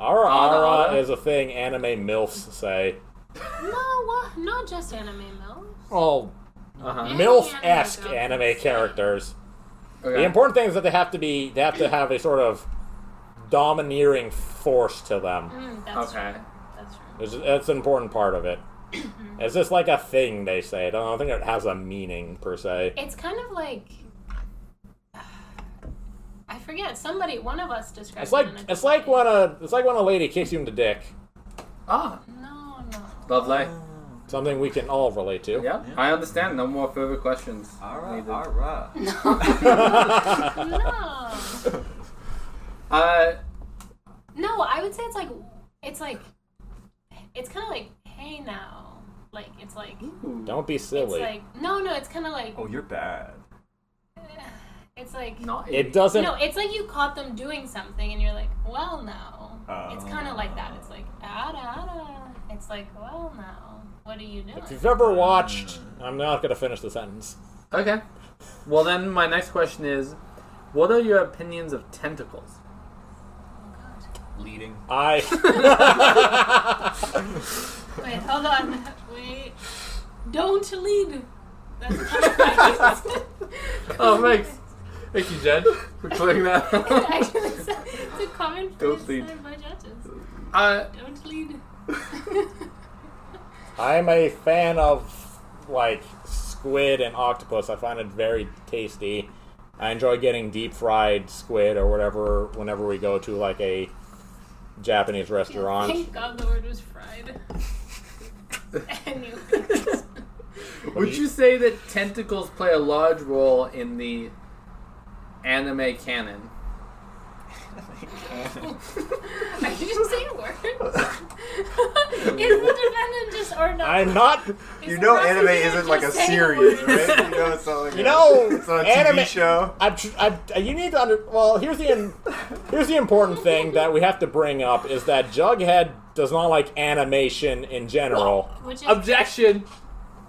D: Ara
B: Ara,
D: ara
B: ara.
D: is a thing anime MILFs say.
A: No, what? Not just anime mills.
D: Oh
B: Uh-huh.
D: MILF esque
A: Anime girls.
D: anime characters. The
B: Okay.
D: important thing is that they have to be they have to have a sort of domineering force to them.
A: Mm, that's
B: okay.
A: true. That's true.
D: It's, that's an important part of it.
A: Mm-hmm.
D: Is this like a thing they say? I don't think it has a meaning per se.
A: It's kind of like. I forget. Somebody, one of us described
D: It's like
A: it. in a
D: it's
A: different
D: like
A: way.
D: when a it's like when a lady kicks you in the dick.
B: Ah,
A: No, no.
B: lovely.
D: Something we can all relate to.
B: Yeah, I understand. No more further questions.
C: Ara,
B: needed.
C: ara.
A: No.
B: Uh,
A: No, I would say it's like. It's like. It's kind of like, hey now. Like, it's like.
D: Don't be
A: It's
D: silly.
A: like. No, no, it's kind of like.
C: Oh, you're bad.
A: It's like.
B: not
D: it doesn't.
A: No, it's like you caught them doing something and you're like, well, now. it's kind
C: Oh.
A: of like that. It's like, ada, ada. It's like, well, now. What are you doing? Oh,
D: If you've ever watched, I'm not gonna finish the sentence.
B: Okay. Well, then my next question is, what are your opinions of tentacles?
L: Leading.
D: I
A: Wait, hold on. Wait. Don't lead. That's kind of
B: Oh, thanks. Thank you, Jed, for clearing that. up.
A: Actually, it's a, it's a common
B: Don't
A: phrase
B: lead.
A: said by judges.
B: uh,
A: Don't lead.
D: I'm a fan of like squid and octopus. I find it very tasty. I enjoy getting deep fried squid or whatever whenever we go to like a Japanese restaurant.
A: Thank God the word was fried. anyway.
B: Uh, would you say that tentacles play a large role in the anime canon?
A: Are you just saying words? Is the defendant just or not?
D: I'm not.
A: Is
C: You
A: the
C: know, anime
A: prosecutor
C: isn't
A: just
C: like a
A: saying
C: series,
A: words?
C: right? You know, it's not like
D: You
C: a-
D: know,
C: it's not a
D: anime-
C: TV show.
D: I, tr- I, you need to under. Well, here's the in, here's the important thing that we have to bring up is that Jughead does not like animation in general.
A: Which is
B: Objection.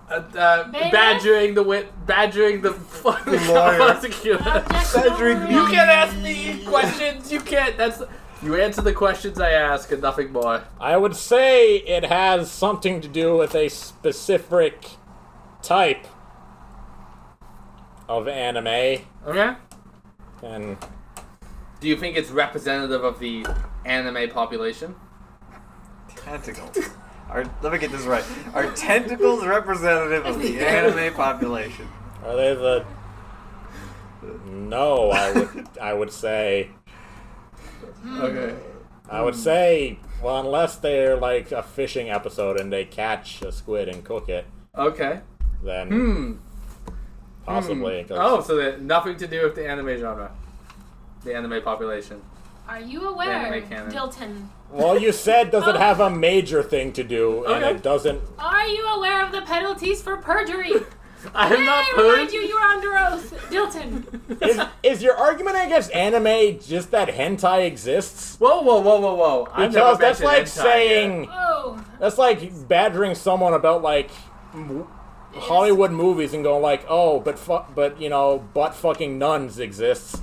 B: Uh, uh,
A: Bailiff?
B: badgering the wit, badgering the fucking
C: Lawyer.
B: prosecutor.
A: objection.
B: You can't ask me questions. You can't. That's you answer the questions I ask and nothing more.
D: I would say it has something to do with a specific type of anime,
B: Okay.
D: and
B: Do you think it's representative of the anime population?
C: Tentacles. Are, let me get this right. Are tentacles representative of the anime population?
D: are they the? No, I would I would say
B: Okay.
D: I
B: Hmm.
D: would say well unless they're like a fishing episode and they catch a squid and cook it,
B: Okay.
D: then
B: Hmm.
D: possibly. 'cause-
B: Oh, so that nothing to do with the anime genre, the anime population.
A: Are you aware,
B: Anime canon.
A: Dilton?
D: Well, you said does it have a major thing to do, and
B: Oh. Okay.
D: it doesn't.
A: Are you aware of the penalties for perjury?
B: I have not
A: I
B: heard.
A: remind you, you are under oath, Dilton.
D: Is, is your argument against anime just that hentai exists?
B: Whoa, whoa, whoa, whoa, whoa! I've never
D: Because that's
B: mentioned
D: like
B: hentai
D: saying
A: Oh,
D: that's like badgering someone about like m- Hollywood movies and going like, oh, but fu- but you know, butt fucking nuns exists.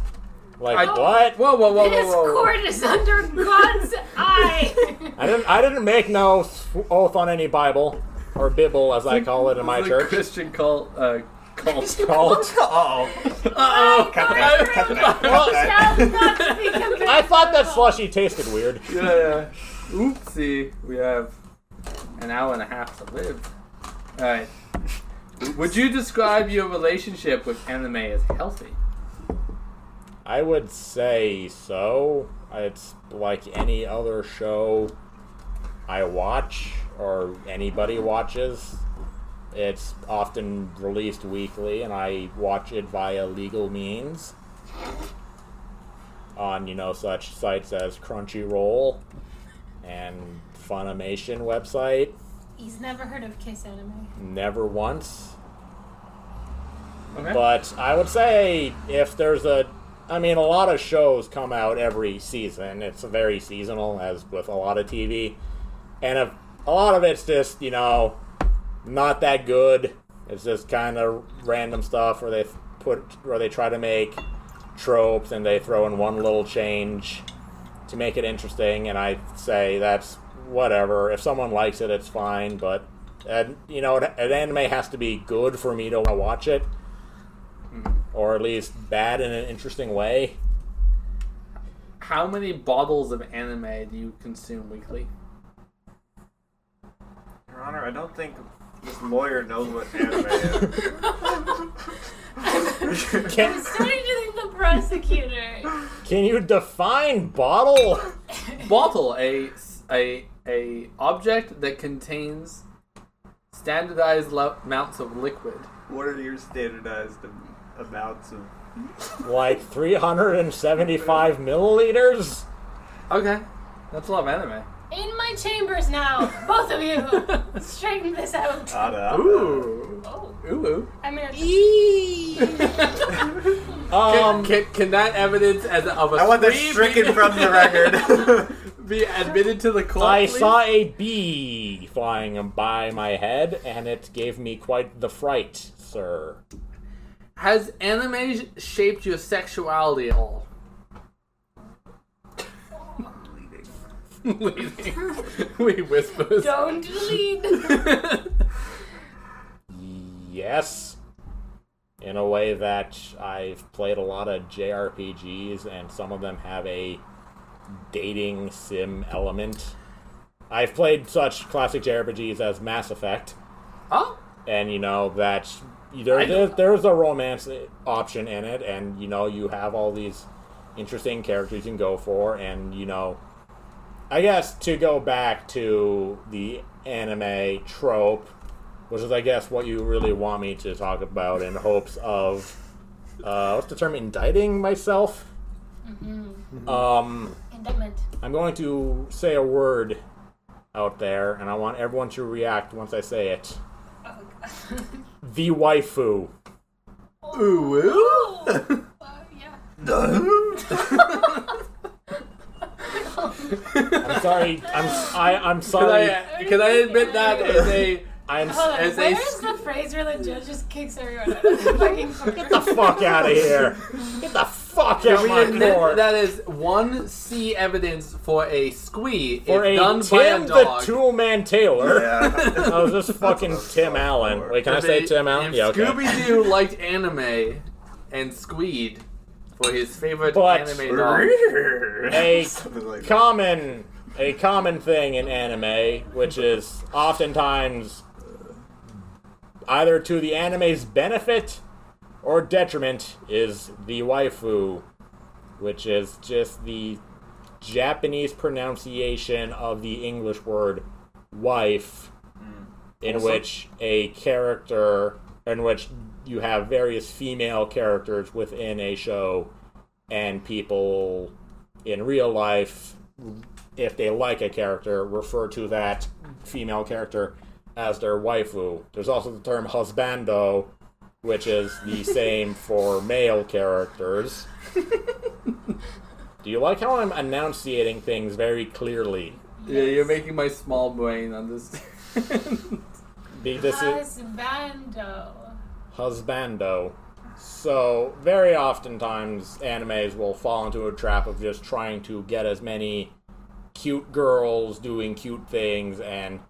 D: Like
B: I-
D: what?
B: yet. Whoa, whoa, whoa,
A: this
B: whoa, whoa!
A: court is under God's eye.
D: I didn't I didn't make no s- oath on any Bible or Bible as I call it in my
B: the
D: church.
B: Christian cult. Uh, cult.
D: Cult.
C: Uh oh.
B: Uh
A: Cut
B: oh.
A: that,
C: cut that,
D: Well,
A: Shall not be compared
D: I thought that
A: to God.
D: slushy tasted weird.
B: yeah, yeah. Oopsie. We have an hour and a half to live. Alright. Would you describe your relationship with anime as healthy?
D: I would say so. It's like any other show I watch or anybody watches. It's often released weekly, and I watch it via legal means on you know such sites as Crunchyroll and Funimation website.
A: He's never heard of Kiss Anime.
D: Never once
J: Okay.
D: but I would say if there's a, I mean, a lot of shows come out every season. It's very seasonal, as with a lot of TV, and if, a lot of it's just you know, not that good. It's just kind of random stuff where they put where they try to make tropes and they throw in one little change to make it interesting. And I say that's whatever. If someone likes it, it's fine. But and you know, an an anime has to be good for me to want to watch it or at least bad in an interesting way.
B: How many bottles of anime do you consume weekly?
K: Your Honor, I don't think this lawyer knows what anime is.
A: I'm starting to think the prosecutor.
D: Can you define bottle?
B: Bottle, a a a object that contains standardized lo- amounts of liquid.
K: What are your standardized am- amounts of?
D: Like 375 milliliters?
B: Okay, that's a lot of anime.
A: In my chambers now, both of you. Straighten this out.
B: Ooh,
A: Oh,
B: ooh.
A: I mean,
D: Um,
B: can, can, can that evidence as of a
K: I want that
B: three
K: stricken
B: be,
K: from the record.
B: be admitted to the court?
D: I
B: please?
D: saw a bee flying by my head, and it gave me quite the fright, sir.
B: Has anime sh- shaped your sexuality at all? Leading. we whispers.
A: don't lead.
D: Yes. In a way that I've played a lot of JRPGs, and some of them have a dating sim element. I've played such classic JRPGs as Mass Effect,
B: oh,
D: and you know that there,
B: I know.
D: there's, there's a romance option in it, and you know you have all these interesting characters you can go for, and you know, I guess to go back to the anime trope, which is I guess what you really want me to talk about in hopes of uh, what's the term indicting myself. Um.
A: Indictment.
D: I'm going to say a word out there, and I want everyone to react once I say it.
A: Oh,
D: The waifu.
A: God. Ooh, Uh, yeah.
D: I'm sorry. I'm I, I'm
B: can uh,
D: sorry.
B: I, can I admit that as a
D: I'm
A: Hold on.
D: s-
B: As a
A: Where's
B: s-
A: the phrase where the judge just kicks everyone out of the fucking
D: get the
A: court?
D: fuck out of here. Get the fuck out of
B: we
D: my
B: admit
D: court.
B: that is one C evidence for a squee
D: For
B: if
D: a
B: done by
D: Tim
B: a
D: the
B: dog.
D: Tool Man
C: Oh,
D: Taylor.
K: yeah.
D: I was just fucking Tim Allen. Wait, can I say Tim Allen? Yeah, okay.
B: Scooby Doo liked anime and squeed for his favorite
D: But-
B: anime dog.
D: A
K: Something like that.
D: common a common thing in anime, which is oftentimes either to the anime's benefit or detriment, is the waifu, which is just the Japanese pronunciation of the English word wife, in which a character, in which you have various female characters within a show, and people in real life, if they like a character, refer to that female character as their waifu. There's also the term husbando, which is the same for male characters. Do you like how I'm enunciating things very clearly?
B: Yeah, you're making my small brain understand.
D: The- This is
A: Husbando.
D: husbando. So very oftentimes animes will fall into a trap of just trying to get as many cute girls doing cute things and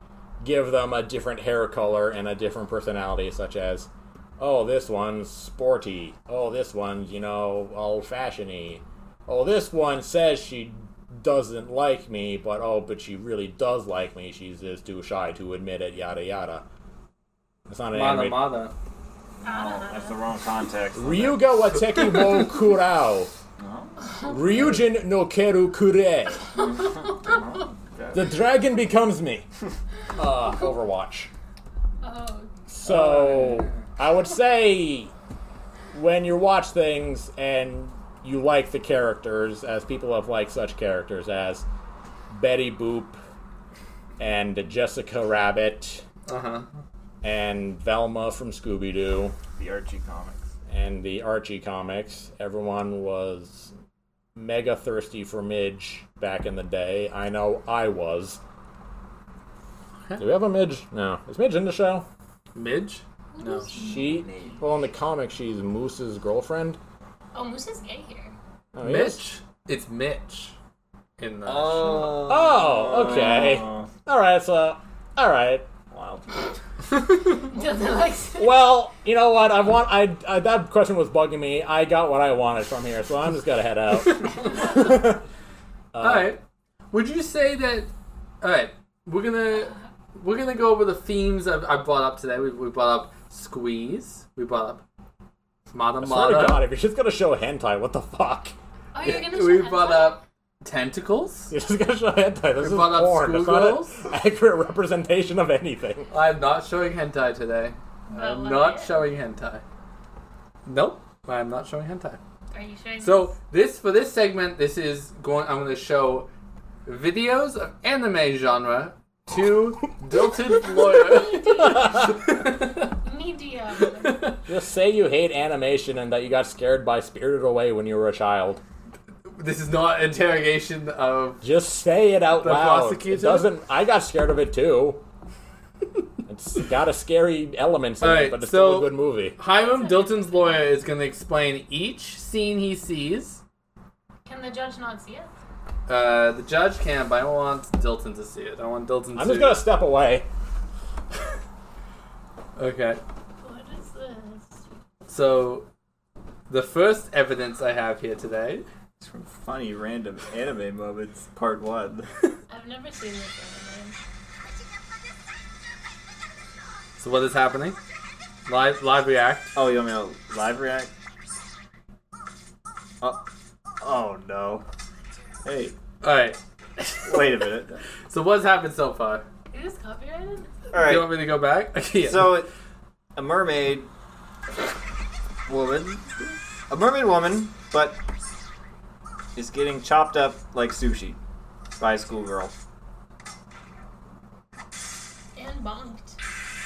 D: give them a different hair color and a different personality, such as, oh, this one's sporty. Oh, this one's, you know, old fashioned Oh, this one says she doesn't like me, but oh, but she really does like me. She's just too shy to admit it, yada yada. It's not an
B: Mana
D: anime
B: mana.
A: Ah.
K: That's the wrong context.
D: Ryuga Wateki wo Kurao. Ryujin no Keru Kure. The dragon becomes me. Uh, Overwatch.
A: Oh,
D: So I would say when you watch things and you like the characters, as people have liked such characters as Betty Boop and Jessica Rabbit
B: Uh
D: Uh-huh.
B: huh.
D: and Velma from Scooby Doo
C: The Archie comics.
D: and the Archie comics, everyone was mega thirsty for Midge back in the day. I know I was. Do we have a Midge? No. Is Midge in the show?
B: Midge? No.
D: She well in the comic she's Moose's girlfriend.
A: oh, Moose is gay here.
D: Oh, yes?
B: Mitch? It's Mitch. In the
D: Oh, okay. All right, so all right.
C: Wild.
A: Doesn't like.
D: Well, you know what? I want I, I that question was bugging me. I got what I wanted from here, so I'm just gonna head out.
B: all right. Uh, Would you say that? All right, we're gonna we're gonna go over the themes I've, I brought up today. We, we brought up squeeze. We brought up mata
D: Swear to God,
B: mata.
D: if you're just gonna show hentai, what the fuck?
A: Oh, you're gonna.
B: We
A: shut
B: brought
A: us
B: up tentacles.
D: You're just gonna show hentai. This is
B: brought up
D: porn. It's not an
B: schoolgirls?
D: accurate representation of anything.
B: I'm not showing hentai today. I'm
A: Well,
B: not
A: I-
B: showing hentai. Nope, I'm not showing hentai.
A: Are you sure?
B: So this for this segment, this is going. I'm going to show videos of anime genre to Dilton Lawyer.
A: media.
D: Just say you hate animation and that you got scared by Spirited Away when you were a child.
B: this is not interrogation of.
D: Just say it out
B: The
D: loud.
B: prosecutor?
D: It doesn't. I got scared of it too. It's got a scary element in
B: Alright,
D: it, but it's
B: so-
D: still a good movie.
B: Hiram Dilton's lawyer is going to explain each scene he sees.
A: Can the judge not see it?
B: Uh, the judge can, but I don't want Dilton to see it. I want Dilton
D: I'm
B: to.
D: just gonna step away.
B: Okay.
A: What is this?
B: So, the first evidence I have here today.
C: It's from funny random anime moments, part one.
A: I've never seen this anime.
B: So what is happening? Live, live react.
C: oh, you want me to live react? Oh, oh no. Hey,
B: All right.
C: wait a minute.
B: So what's happened so far?
A: Is this copyrighted?
B: Do
C: All right.
B: you want me to go back? Okay, yeah.
C: So, a mermaid woman, a mermaid woman, but is getting chopped up like sushi by a schoolgirl.
A: And bonked.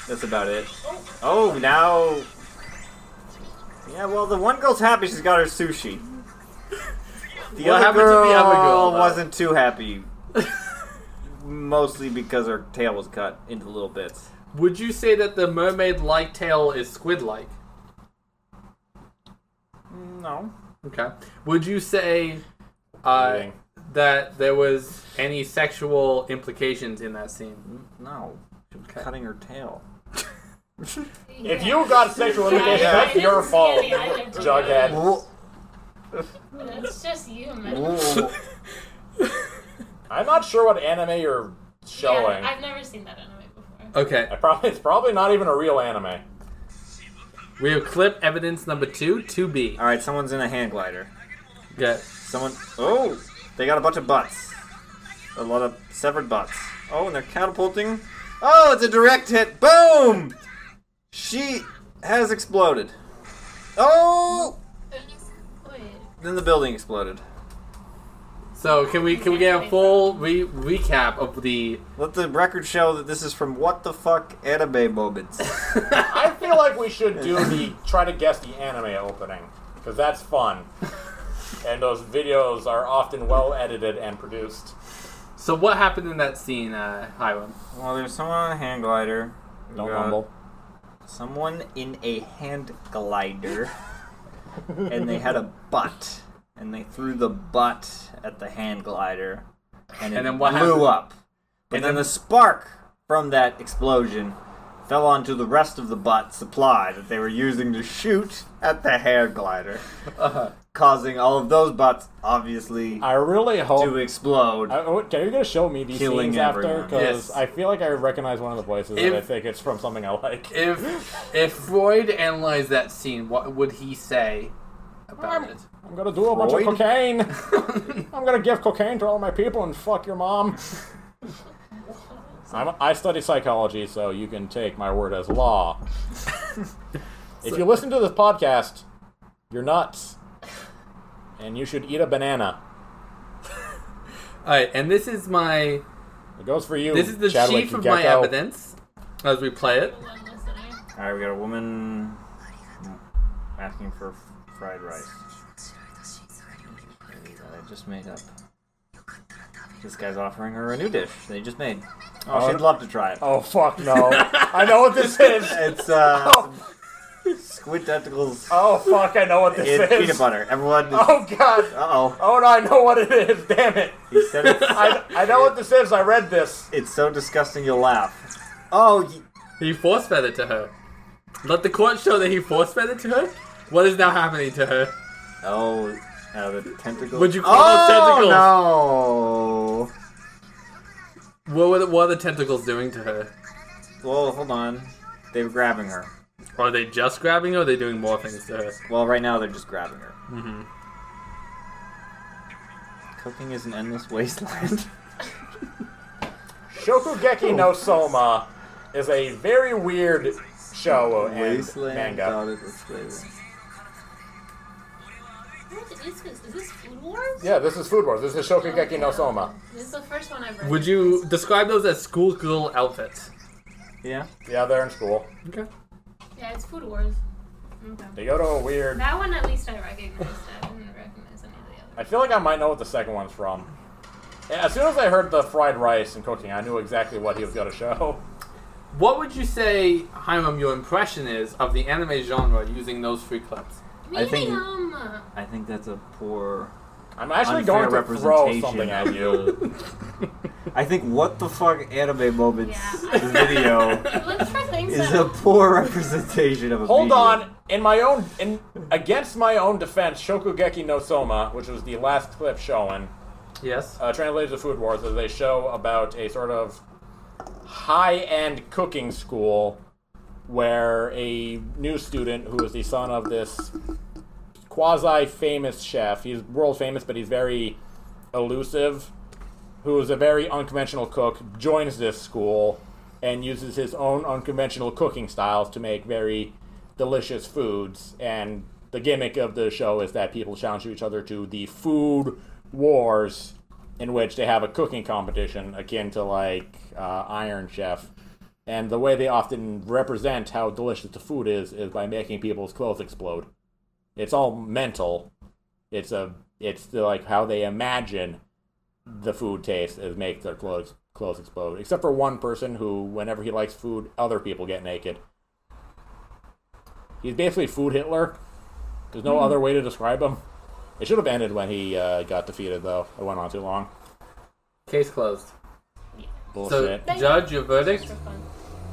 C: That's about it.
A: Oh,
C: Oh, now. Yeah, well, the one girl's happy she's got her sushi. The
B: What
C: other
B: happened to the
C: girl,
B: other girl, though?
C: wasn't too happy, mostly because her tail was cut into little bits.
B: would you say that the mermaid-like tail is squid-like?
C: No.
B: Okay. Would you say uh,
D: Eating.
B: that there was any sexual implications in that scene?
C: No. Cutting her tail.
A: yeah.
D: If you got sexual
A: Yeah,
D: indication,
A: I
D: that's
A: didn't
D: your
A: see
D: fault,
A: any either, to be
D: Jughead.
C: Whoa.
A: honest. That's just you, man.
C: Whoa.
D: I'm not sure what anime you're showing. Oh.
A: Yeah, I've never seen that anime before.
B: Okay.
D: I probably it's probably not even a real anime.
B: We have clip evidence number two, two B.
C: All right, someone's in a hand glider.
B: Okay.
C: Someone. Oh, they got a bunch of butts. A lot of severed butts. Oh, and they're catapulting. Oh, it's a direct hit. Boom! She has exploded. Oh!
A: Wait.
C: Then the building exploded.
B: So can we can we get a full re- recap of the?
C: Let the record show that this is from what the fuck anime moments.
D: I feel like we should do the try to guess the anime opening because that's fun, and those videos are often well edited and produced.
B: So what happened in that scene, uh, Hiram?
C: well, there's someone on a hand glider. We
D: Don't
C: got
D: mumble.
C: Someone in a hand glider. and they had a butt. And they threw the butt at the hand glider. And it
B: And then what
C: blew
B: happened?
C: up. But
B: And
C: then,
B: then-
C: the spark from that explosion fell onto the rest of the butt supply that they were using to shoot at the hand glider. Causing all of those butts, obviously,
D: I really hope
C: to explode.
D: I- oh, Are you going to show me these
C: Killing
D: scenes after?
C: everyone.
D: Because
B: Yes.
D: I feel like I recognize one of the voices,
B: If-
D: and I think it's from something I like.
B: If if Freud analyzed that scene, what would he say about it?
D: I'm going to do a bunch of
C: Freud?
D: cocaine. I'm going to give cocaine to all my people and fuck your mom. I'm, I study psychology, so you can take my word as law. if you listen to this podcast, you're nuts, and you should eat a banana.
B: All right, and this is my
D: It goes for you.
B: this is the
D: Chadwick
B: chief of my
D: Gecko.
B: evidence as we play it.
A: One listener.
M: All right, we got a woman asking for f- fried rice. That I uh, just made up. This guy's offering her a new dish that he just made. Oh,
D: Oh,
M: she'd love to try it.
D: Oh fuck no! I know what this is.
M: It's uh,
D: Oh.
M: some squid tentacles
D: Oh fuck! I know what this
M: in
D: is.
M: peanut butter. Everyone, is,
D: Oh god!
M: uh oh,
D: Oh no! I know what it is. Damn it!
M: he said it's,
D: I, I know what this is. I read this.
M: it's so disgusting you'll laugh. Oh, y-
B: He force fed it to her. Let the court show that he force fed it to her. What is now happening to her?
M: oh, uh, the tentacles.
B: Would you call
M: oh,
B: those tentacles?
M: no.
B: What were the, what are the tentacles doing to her?
M: Well, hold on. They were grabbing her.
B: Are they just grabbing her? Or are they doing more things to her?
M: Well, right now they're just grabbing her. Mm-hmm. Cooking is an endless wasteland.
D: Shokugeki no Soma is a very weird show and
M: wasteland
D: manga.
M: dotted with flavor.
A: What is this? Is this Food Wars?
D: Yeah, this is Food Wars. This is Shokugeki no Soma.
A: This is the first one I've read.
B: Would you describe those as schoolgirl outfits?
M: Yeah.
D: Yeah, they're in school.
B: Okay.
A: Yeah, it's Food Wars. Okay.
D: They go to a weird.
A: That one at least I recognized. I didn't recognize any of the
D: I
A: others.
D: feel like I might know what the second one's from. Yeah, As soon as I heard the fried rice and cooking, I knew exactly what he was going to show.
B: What would you say, Hiram, your impression is of the anime genre using those three clips?
A: Medium.
M: think- I think that's a poor.
D: I'm actually going
M: Unfair
D: to throw
M: representation
D: something at
M: of
D: you.
M: I think what the fuck anime moments
A: Yeah.
M: video
A: Look for things
M: is
A: that
M: a poor representation of a.
D: Hold
M: medium.
D: on. In my own, in against my own defense, Shokugeki no Soma, which was the last clip shown,
B: Yes.
D: uh, translated to Food Wars is a show about a sort of high-end cooking school where a new student who is the son of this quasi-famous chef, he's world famous, but he's very elusive, who is a very unconventional cook, joins this school and uses his own unconventional cooking styles to make very delicious foods. And the gimmick of the show is that people challenge each other to the food wars, in which they have a cooking competition akin to like uh, Iron Chef. And the way they often represent how delicious the food is is by making people's clothes explode. It's all mental. It's a it's the, like how they imagine the food taste is make their clothes clothes explode. Except for one person who, whenever he likes food, other people get naked. He's basically food Hitler. There's no other way to describe him. It should have ended when he uh, got defeated, though. It went on too long.
B: Case closed.
D: Bullshit.
B: So, judge your verdict.
A: for fun.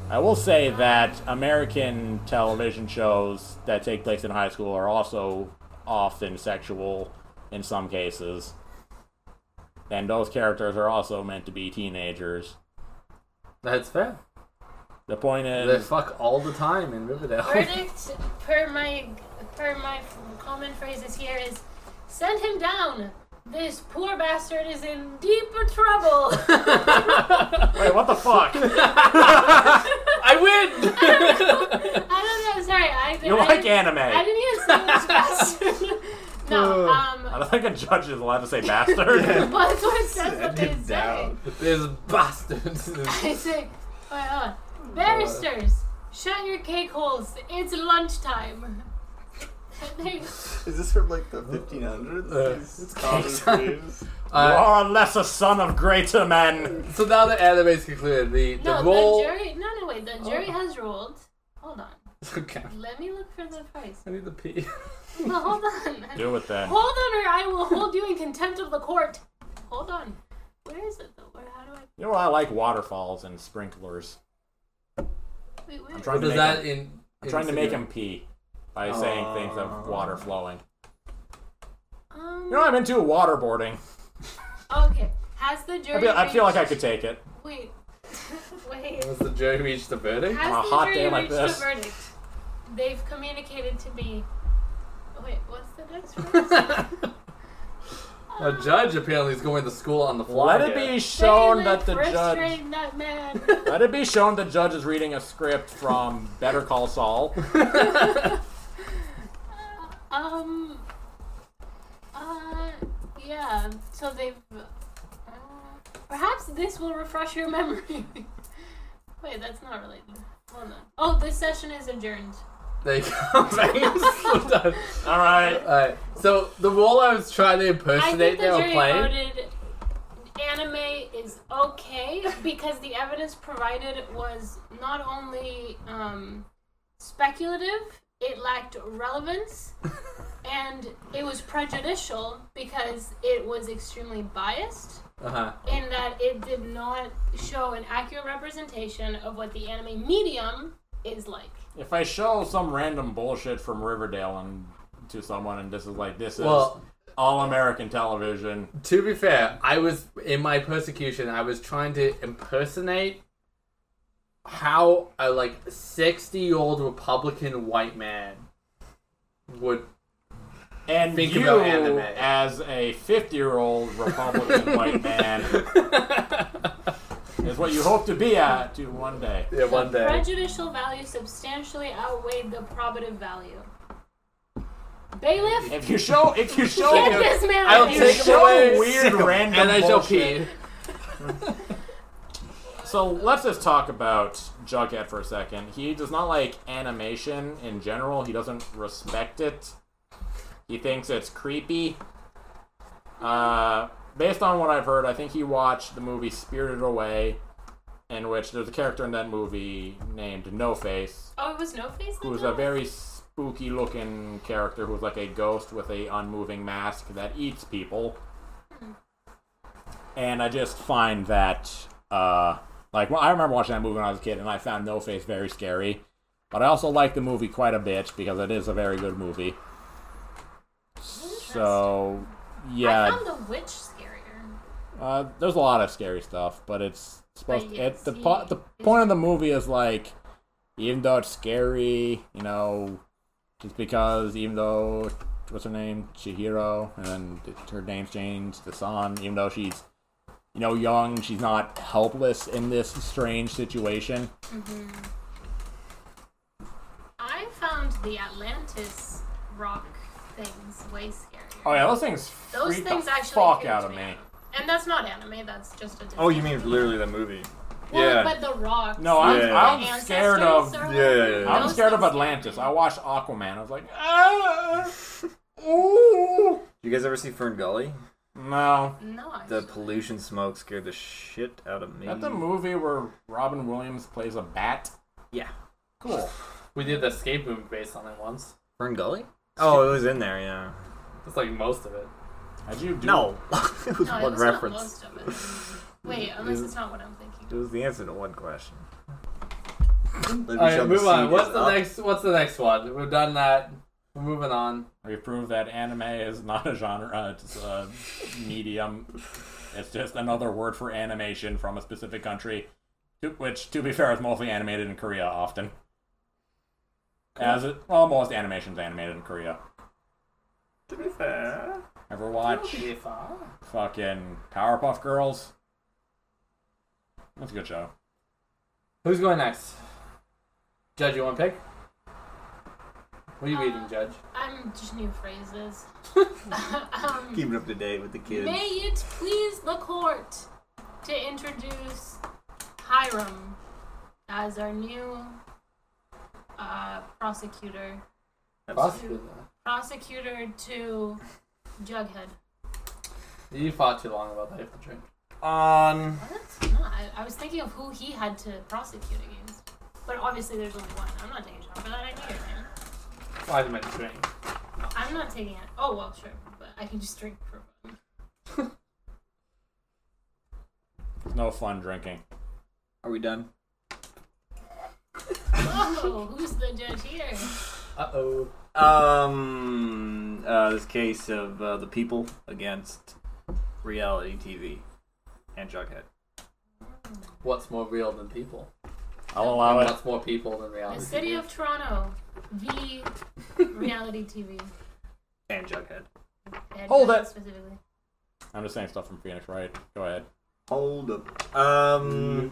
D: I will say that American television shows that take place in high school are also often sexual in some cases. And those characters are also meant to be teenagers.
B: That's fair.
D: The point
B: They
D: is,
B: fuck all the time in Riverdale.
A: Verdict per my per my common phrases here is send him down. This poor bastard is in deeper trouble.
D: wait, what the fuck?
B: I win.
A: I don't know. Sorry, I didn't.
D: You
A: I
D: like
A: didn't, I
D: anime?
A: didn't even say it was bastard. no,
D: I
A: um,
D: don't think a judge is allowed to say bastard.
A: well, that's what it says. What they
M: him
A: say.
M: down.
B: There's bastards.
A: I say, wait, hold on. uh, barristers, shut your cake holes. It's lunchtime. They-
M: Is this from like the 1500s? it's
D: you
B: Uh,
D: are unless a son of greater men.
B: so now the anime's concluded. The the
A: no,
B: role.
A: the jury. No, no, wait. The
D: Oh.
A: jury has ruled. Hold on.
B: okay.
A: Let me look for the price.
B: I need the pee.
A: Well, hold on.
D: Do it then.
A: Hold on, or I will hold you in contempt of the court. Hold on. Where is it though? Where? How do I?
D: You know what I like? Waterfalls and sprinklers.
A: Wait, where?
D: I'm
B: What
D: trying
B: does
D: to make
B: that
D: him,
B: in?
D: I'm trying to make him
B: insinuate?
D: pee by saying things of water flowing.
A: Um.
D: You know I'm into waterboarding.
A: Okay. Has the jury?
D: I feel, I feel like I
A: reached-
D: could take it.
A: Wait. wait.
B: Has the jury reached the verdict?
A: Has
D: on a
A: the
D: hot
A: jury
D: day like
A: reached
D: this.
A: a verdict? They've communicated to me. Wait, what's the next verdict?
B: A judge apparently is going to school on the fly.
D: Let it
B: here.
D: be shown
A: Daily
D: that the judge.
A: frustrating That man.
D: Let it be shown the judge is reading a script from Better Call Saul.
A: Uh, um. Uh. Yeah. So they've. Uh, perhaps this will refresh your memory. Wait, that's not related. Hold on. Oh, this session is adjourned.
B: There you go. Thanks. Done.
D: All right.
B: Alright, so the role I was trying to
A: I think
B: impersonate
A: the
B: they were
A: jury
B: playing.
A: voted anime is okay because the evidence provided was not only um, speculative, it lacked relevance, and it was prejudicial because it was extremely biased
B: Uh huh.
A: in that it did not show an accurate representation of what the anime medium is like.
D: If I show some random bullshit from Riverdale and to someone, and this is like this is
B: Well-
D: all American television.
B: To be fair, I was in my persecution. I was trying to impersonate how a like sixty-year-old Republican white man would.
D: And
B: Think
D: you,
B: about anime.
D: as a 50 year old Republican white man, is what you hope to be at to one day.
B: yeah, uh, one day.
A: Prejudicial value substantially outweighed the probative value. Bailiff,
D: If you show, if you show,
A: get this man
B: I'll
A: out of
B: take
A: here.
B: him away.
D: weird random
B: And I shall
D: bullshit.
B: pee.
D: So let's just talk about Jughead for a second. He does not like animation in general. He doesn't respect it. He thinks it's creepy. Uh, based on what I've heard, I think he watched the movie Spirited Away, in which there's a character in that movie named No Face,
A: Oh, it was no face. that
D: who is
A: did
D: a
A: it?
D: very spooky looking character who's like a ghost with a unmoving mask that eats people. And I just find that uh like well I remember watching that movie when I was a kid and I found No Face very scary. But I also like the movie quite a bit because it is a very good movie. So
A: I
D: yeah,
A: found the witch scarier.
D: uh, there's a lot of scary stuff, but it's supposed.
A: But
D: it,
A: yes,
D: the
A: he
D: po- the
A: is-
D: point of the movie is like, even though it's scary, you know, just because even though what's her name Chihiro, and then th- her name's changed to San, even though she's you know young, she's not helpless in this strange situation.
A: I found the Atlantis rock things way scarier.
D: Oh yeah, those things
A: Those
D: freak
A: things
D: the
A: actually
D: fuck
A: creeped
D: out of me.
A: And that's not anime. That's just a. Disney.
E: Oh, you mean literally the movie?
A: Well,
E: yeah.
A: But the rocks.
D: No, I'm
E: Yeah.
D: I'm scared of.
A: Yeah,
E: Yeah, yeah, yeah.
D: I'm
E: Those
D: scared of Atlantis. I watched Aquaman. I was like, ah, ooh.
E: You guys ever see Fern Gully?
D: No,
A: No, I
E: The pollution smoke scared the shit out of me.
D: Is that the movie where Robin Williams plays a bat?
E: Yeah.
D: Cool.
B: We did the escape movie based on it once.
E: Fern Gully? Oh, it was in there, yeah.
B: That's like most of it.
D: How'd you do?
E: No, it was
A: no, it
E: one
A: was
E: reference.
A: Not most of it. Wait, unless it's not what I'm
E: It
A: thinking.
E: was the answer to one question. Let me
B: All right,
E: shove the
B: move on.
E: seed
B: What's
E: in
B: the
E: up.
B: next? What's the next one? We've done that. We're moving on.
D: We proved that anime is not a genre, uh, it's a medium. It's just another word for animation from a specific country, to- which, to be fair, is mostly animated in Korea often. As it, well, most animation's animated in Korea.
K: To be fair,
D: Ever watch fucking Powerpuff Girls? That's a good show.
B: Who's going next? Judge, you want to pick? What are you reading, Judge?
A: I'm just new phrases. um,
E: Keep it up to date with the kids.
A: May it please the court to introduce Hiram as our new uh, prosecutor.
B: Prosecutor.
A: Prosecutor to Jughead.
B: You fought too long about that. You have to drink.
C: On
A: What? No, I, I was thinking of who he had to prosecute against. But obviously there's only one. I'm not taking a shot for that. I knew it, man.
B: Why did I drink?
A: I'm not taking it. Oh, well, sure. But I can just drink for fun.
D: It's no fun drinking.
E: Are we done?
A: Oh, who's the judge here?
B: Uh oh.
E: Um, uh, this case of uh, the people against reality TV and Jughead.
B: What's more real than people?
D: I'll allow it.
B: What's more people than reality?
A: The city of Toronto. The reality TV.
E: And Jughead.
A: And
D: Hold it.
A: Specifically.
D: I'm just saying stuff from Phoenix, right? Go ahead.
C: Hold up. Um.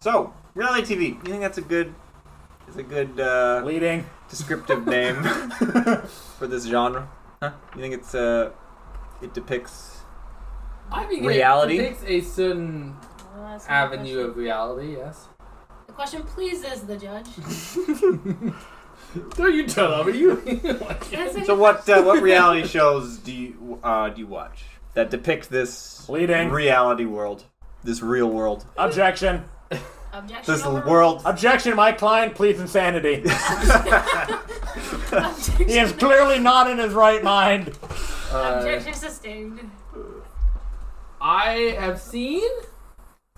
C: So, reality TV. You think that's a good? Is a good uh,
D: Leading.
C: descriptive name for this genre? Huh? You think it's uh, it depicts
B: I mean,
C: Reality?
B: It takes a certain
A: Well, Oh, that's my
B: avenue
A: question.
B: of reality. Yes.
A: The question pleases the judge.
B: Don't you tell over you.
A: That's it.
C: So what uh, what reality shows do you uh, do you watch that depict this
D: Leading.
C: reality world, this real world,
D: Objection.
A: Objection.
C: this
A: overruled.
C: world?
D: Objection, my client pleads insanity.
A: Objection.
D: He is clearly not in his right mind.
B: Uh,
A: Objection sustained.
B: I have seen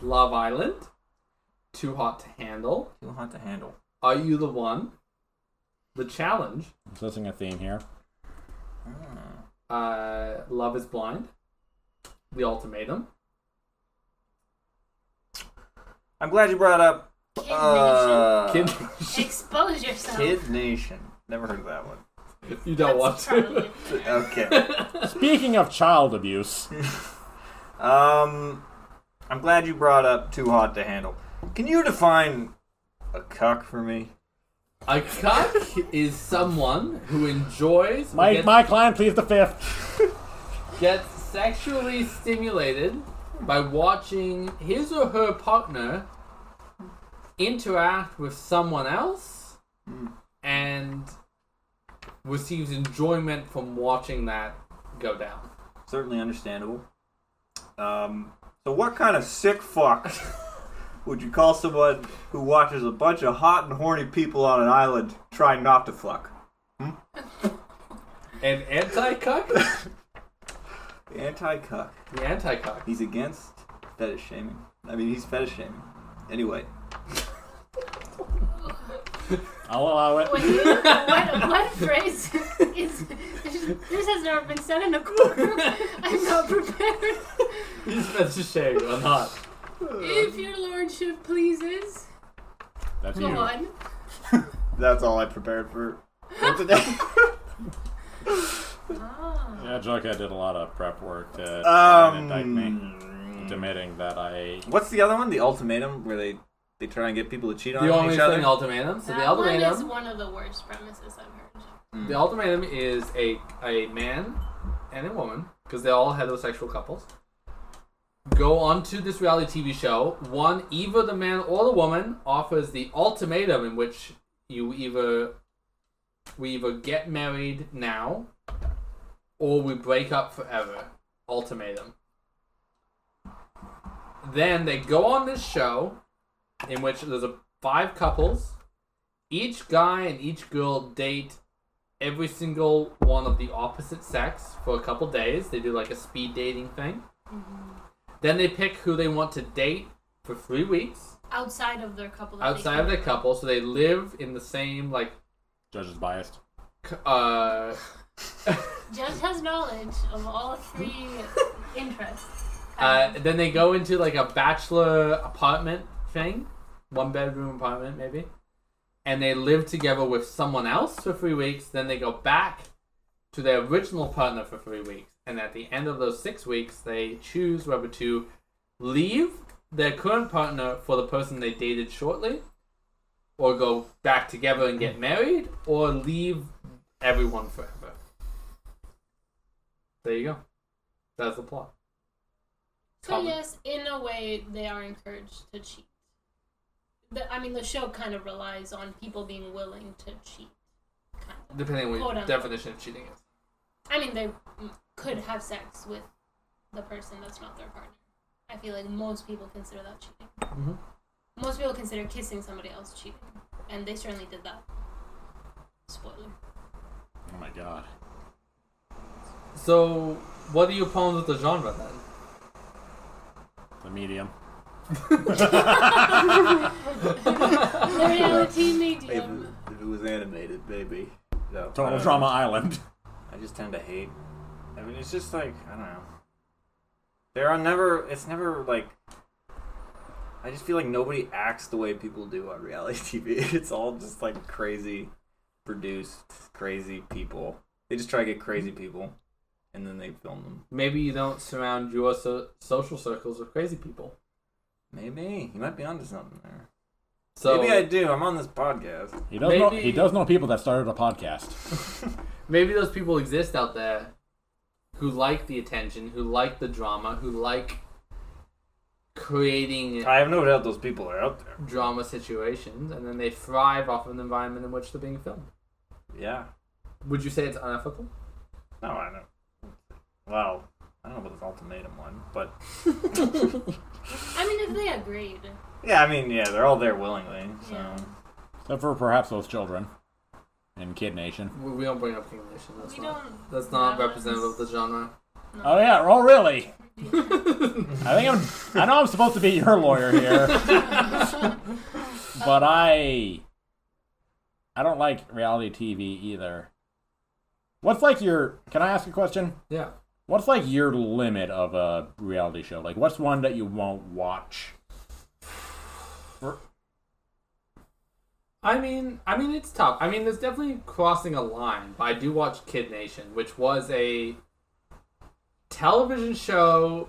B: Love Island, Too Hot to Handle,
N: Too hot to handle.
B: Are You the One, The Challenge,
D: Noticing a theme here.
B: uh, Love is Blind, The Ultimatum.
C: I'm glad you brought up
A: Kid
C: uh,
B: Kid,
A: Nation. Expose yourself.
C: Kid Nation. Never heard of that one.
B: you don't want
A: That's
B: to.
A: probably it.
C: Okay.
D: Speaking of child abuse,
C: um, I'm glad you brought up Too Hot to Handle. Can you define a cuck for me?
B: A cuck is someone who enjoys or
D: my,
B: gets,
D: my client pleads the fifth.
B: gets sexually stimulated by watching his or her partner interact with someone else and receives enjoyment from watching that go down.
C: Certainly understandable. Um, so what kind of sick fuck would you call someone who watches a bunch of hot and horny people on an island trying not to fuck?
B: An anti cuck?
C: Anti-cuck.
B: the anti cuck.
C: He's against fetish shaming. I mean, he's fetish shaming. Anyway,
D: I'll allow it.
A: What, do you- what, what phrase is this has never been said in a courtroom? I'm not prepared.
B: That's a shame. I'm not.
A: If your lordship pleases,
D: That's
A: go
D: you.
A: on.
C: that's all I prepared for, for today.
A: Ah.
D: Yeah, Jughead did a lot of prep work to try and
C: um,
D: indict me, admitting that I.
C: what's the other one? The ultimatum, where they they try and get people to cheat on
B: The only
C: each
B: thing
C: other.
B: ultimatum. So
A: That
B: the
A: one
B: ultimatum.
A: is one of the worst premises I've heard.
B: The ultimatum is a a man and a woman because they're all heterosexual couples. Go on to this reality TV show. One, either the man or the woman offers the ultimatum in which you either we either get married now or we break up forever. Ultimatum. Then they go on this show in which there's a five couples. Each guy and each girl date every single one of the opposite sex for a couple days. They do like a speed dating thing. Then they pick who they want to date for three weeks
A: Outside of their couple. that they
B: outside of
A: know.
B: their couple, so they live in the same like
D: Judge is biased.
B: c- uh
A: Judge has knowledge of all three interests.
B: Uh, then they go into like a bachelor apartment thing, one bedroom apartment maybe, and they live together with someone else for three weeks. Then they go back to their original partner for three weeks, and at the end of those six weeks, they choose whether to leave their current partner for the person they dated shortly, or go back together and get married, or leave everyone forever. There you go. That's the plot.
A: so yes, in a way, they are encouraged to cheat. The, I mean, the show kind of relies on people being willing to cheat. Kind of.
B: depending on what
A: Hold
B: your
A: on.
B: definition of cheating is.
A: I mean, they mm, could have sex with the person that's not their partner. I feel like most people consider that cheating.
B: Mhm.
A: Most people consider kissing somebody else cheating, and they certainly did that. Spoiler.
D: Oh my god.
B: So, what are your problems with the genre then?
D: The medium.
A: The reality medium.
C: If it was animated, maybe. No, I
D: Total
C: don't
D: Drama Island.
C: know. I just tend to hate. I mean, it's just like I don't know. There are never. It's never like. I just feel like nobody acts the way people do on reality TV. It's all just like Mm-hmm. crazy, produced, crazy people. They just try to get crazy people, and
E: and then they film them.
B: Maybe you don't surround your so- social circles with crazy people.
E: Maybe you might be onto something there.
B: So
E: Maybe I do. I'm on this podcast.
D: He does know
B: Maybe-
D: he does know people that started a podcast.
B: maybe those people exist out there who like the attention, who like the drama, who like creating
E: I have no doubt those people are out there.
B: drama situations, and then they thrive off of the environment in which they're being filmed.
E: Yeah.
B: Would you say it's unethical?
E: No, I don't. Well, I don't know about this ultimatum one, but
A: I mean, if they agreed.
E: yeah, I mean, yeah, they're all there willingly. So
A: Yeah.
D: Except for perhaps those children. In Kid Nation.
B: We we don't bring up King Nation. That's
A: we
B: not.
A: don't.
B: That's not
A: No,
B: representative of the genre.
D: Oh yeah, oh really? I think I'm I know I'm supposed to be your lawyer here. but I I don't like reality TV either. What's like your can I ask a question?
B: Yeah.
D: What's like your limit of a reality show? Like what's one that you won't watch?
B: I mean, I mean, it's tough. I mean, there's definitely crossing a line. But I do watch Kid Nation, which was a television show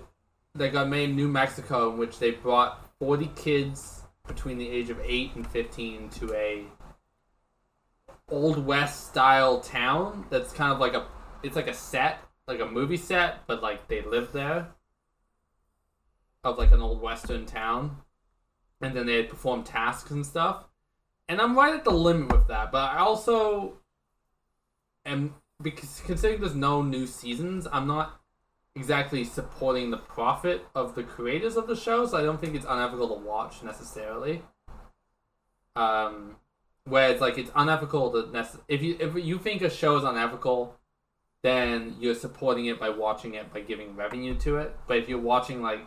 B: that got made in New Mexico, in which they brought 40 kids between the age of eight and 15 to a old west style town that's kind of like a it's like a set like a movie set but like they live there of like an old western town and then they perform tasks and stuff and I'm right at the limit with that. But I also am because considering there's no new seasons, I'm not exactly supporting the profit of the creators of the show, so I don't think it's unethical to watch necessarily. Um, where it's like it's unethical to nece- if you if you think a show is unethical, then you're supporting it by watching it by giving revenue to it. But if you're watching like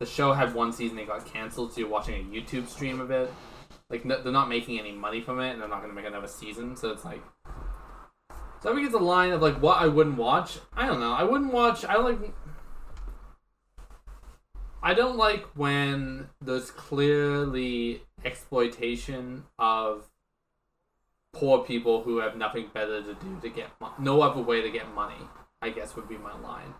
B: the show had one season, it got canceled, so you're watching a YouTube stream of it like no, they're not making any money from it and they're not going to make another season so it's like so i think it's a line of like what i wouldn't watch i don't know i wouldn't watch i don't like i don't like when there's clearly exploitation of poor people who have nothing better to do to get mo- no other way to get money i guess would be my line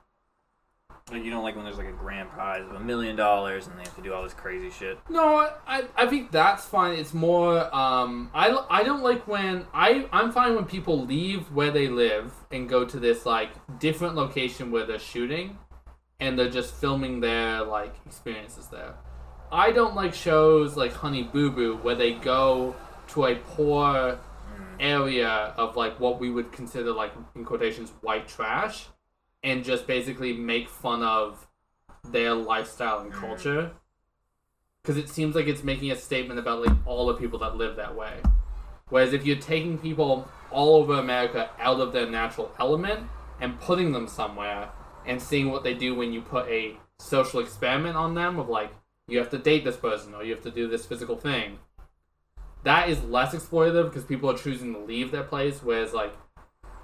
E: you don't like when there's like a grand prize of a million dollars and they have to do all this crazy shit.
B: No, I, I think that's fine. It's more um I, I don't like when I I'm fine when people leave where they live and go to this like different location where they're shooting and they're just filming their like experiences there. I don't like shows like Honey Boo Boo where they go to a poor area of like what we would consider like in quotations white trash and just basically make fun of their lifestyle and culture because it seems like it's making a statement about like all the people that live that way. Whereas if you're taking people all over America out of their natural element and putting them somewhere and seeing what they do when you put a social experiment on them of like you have to date this person or you have to do this physical thing, that is less exploitative because people are choosing to leave their place. Whereas like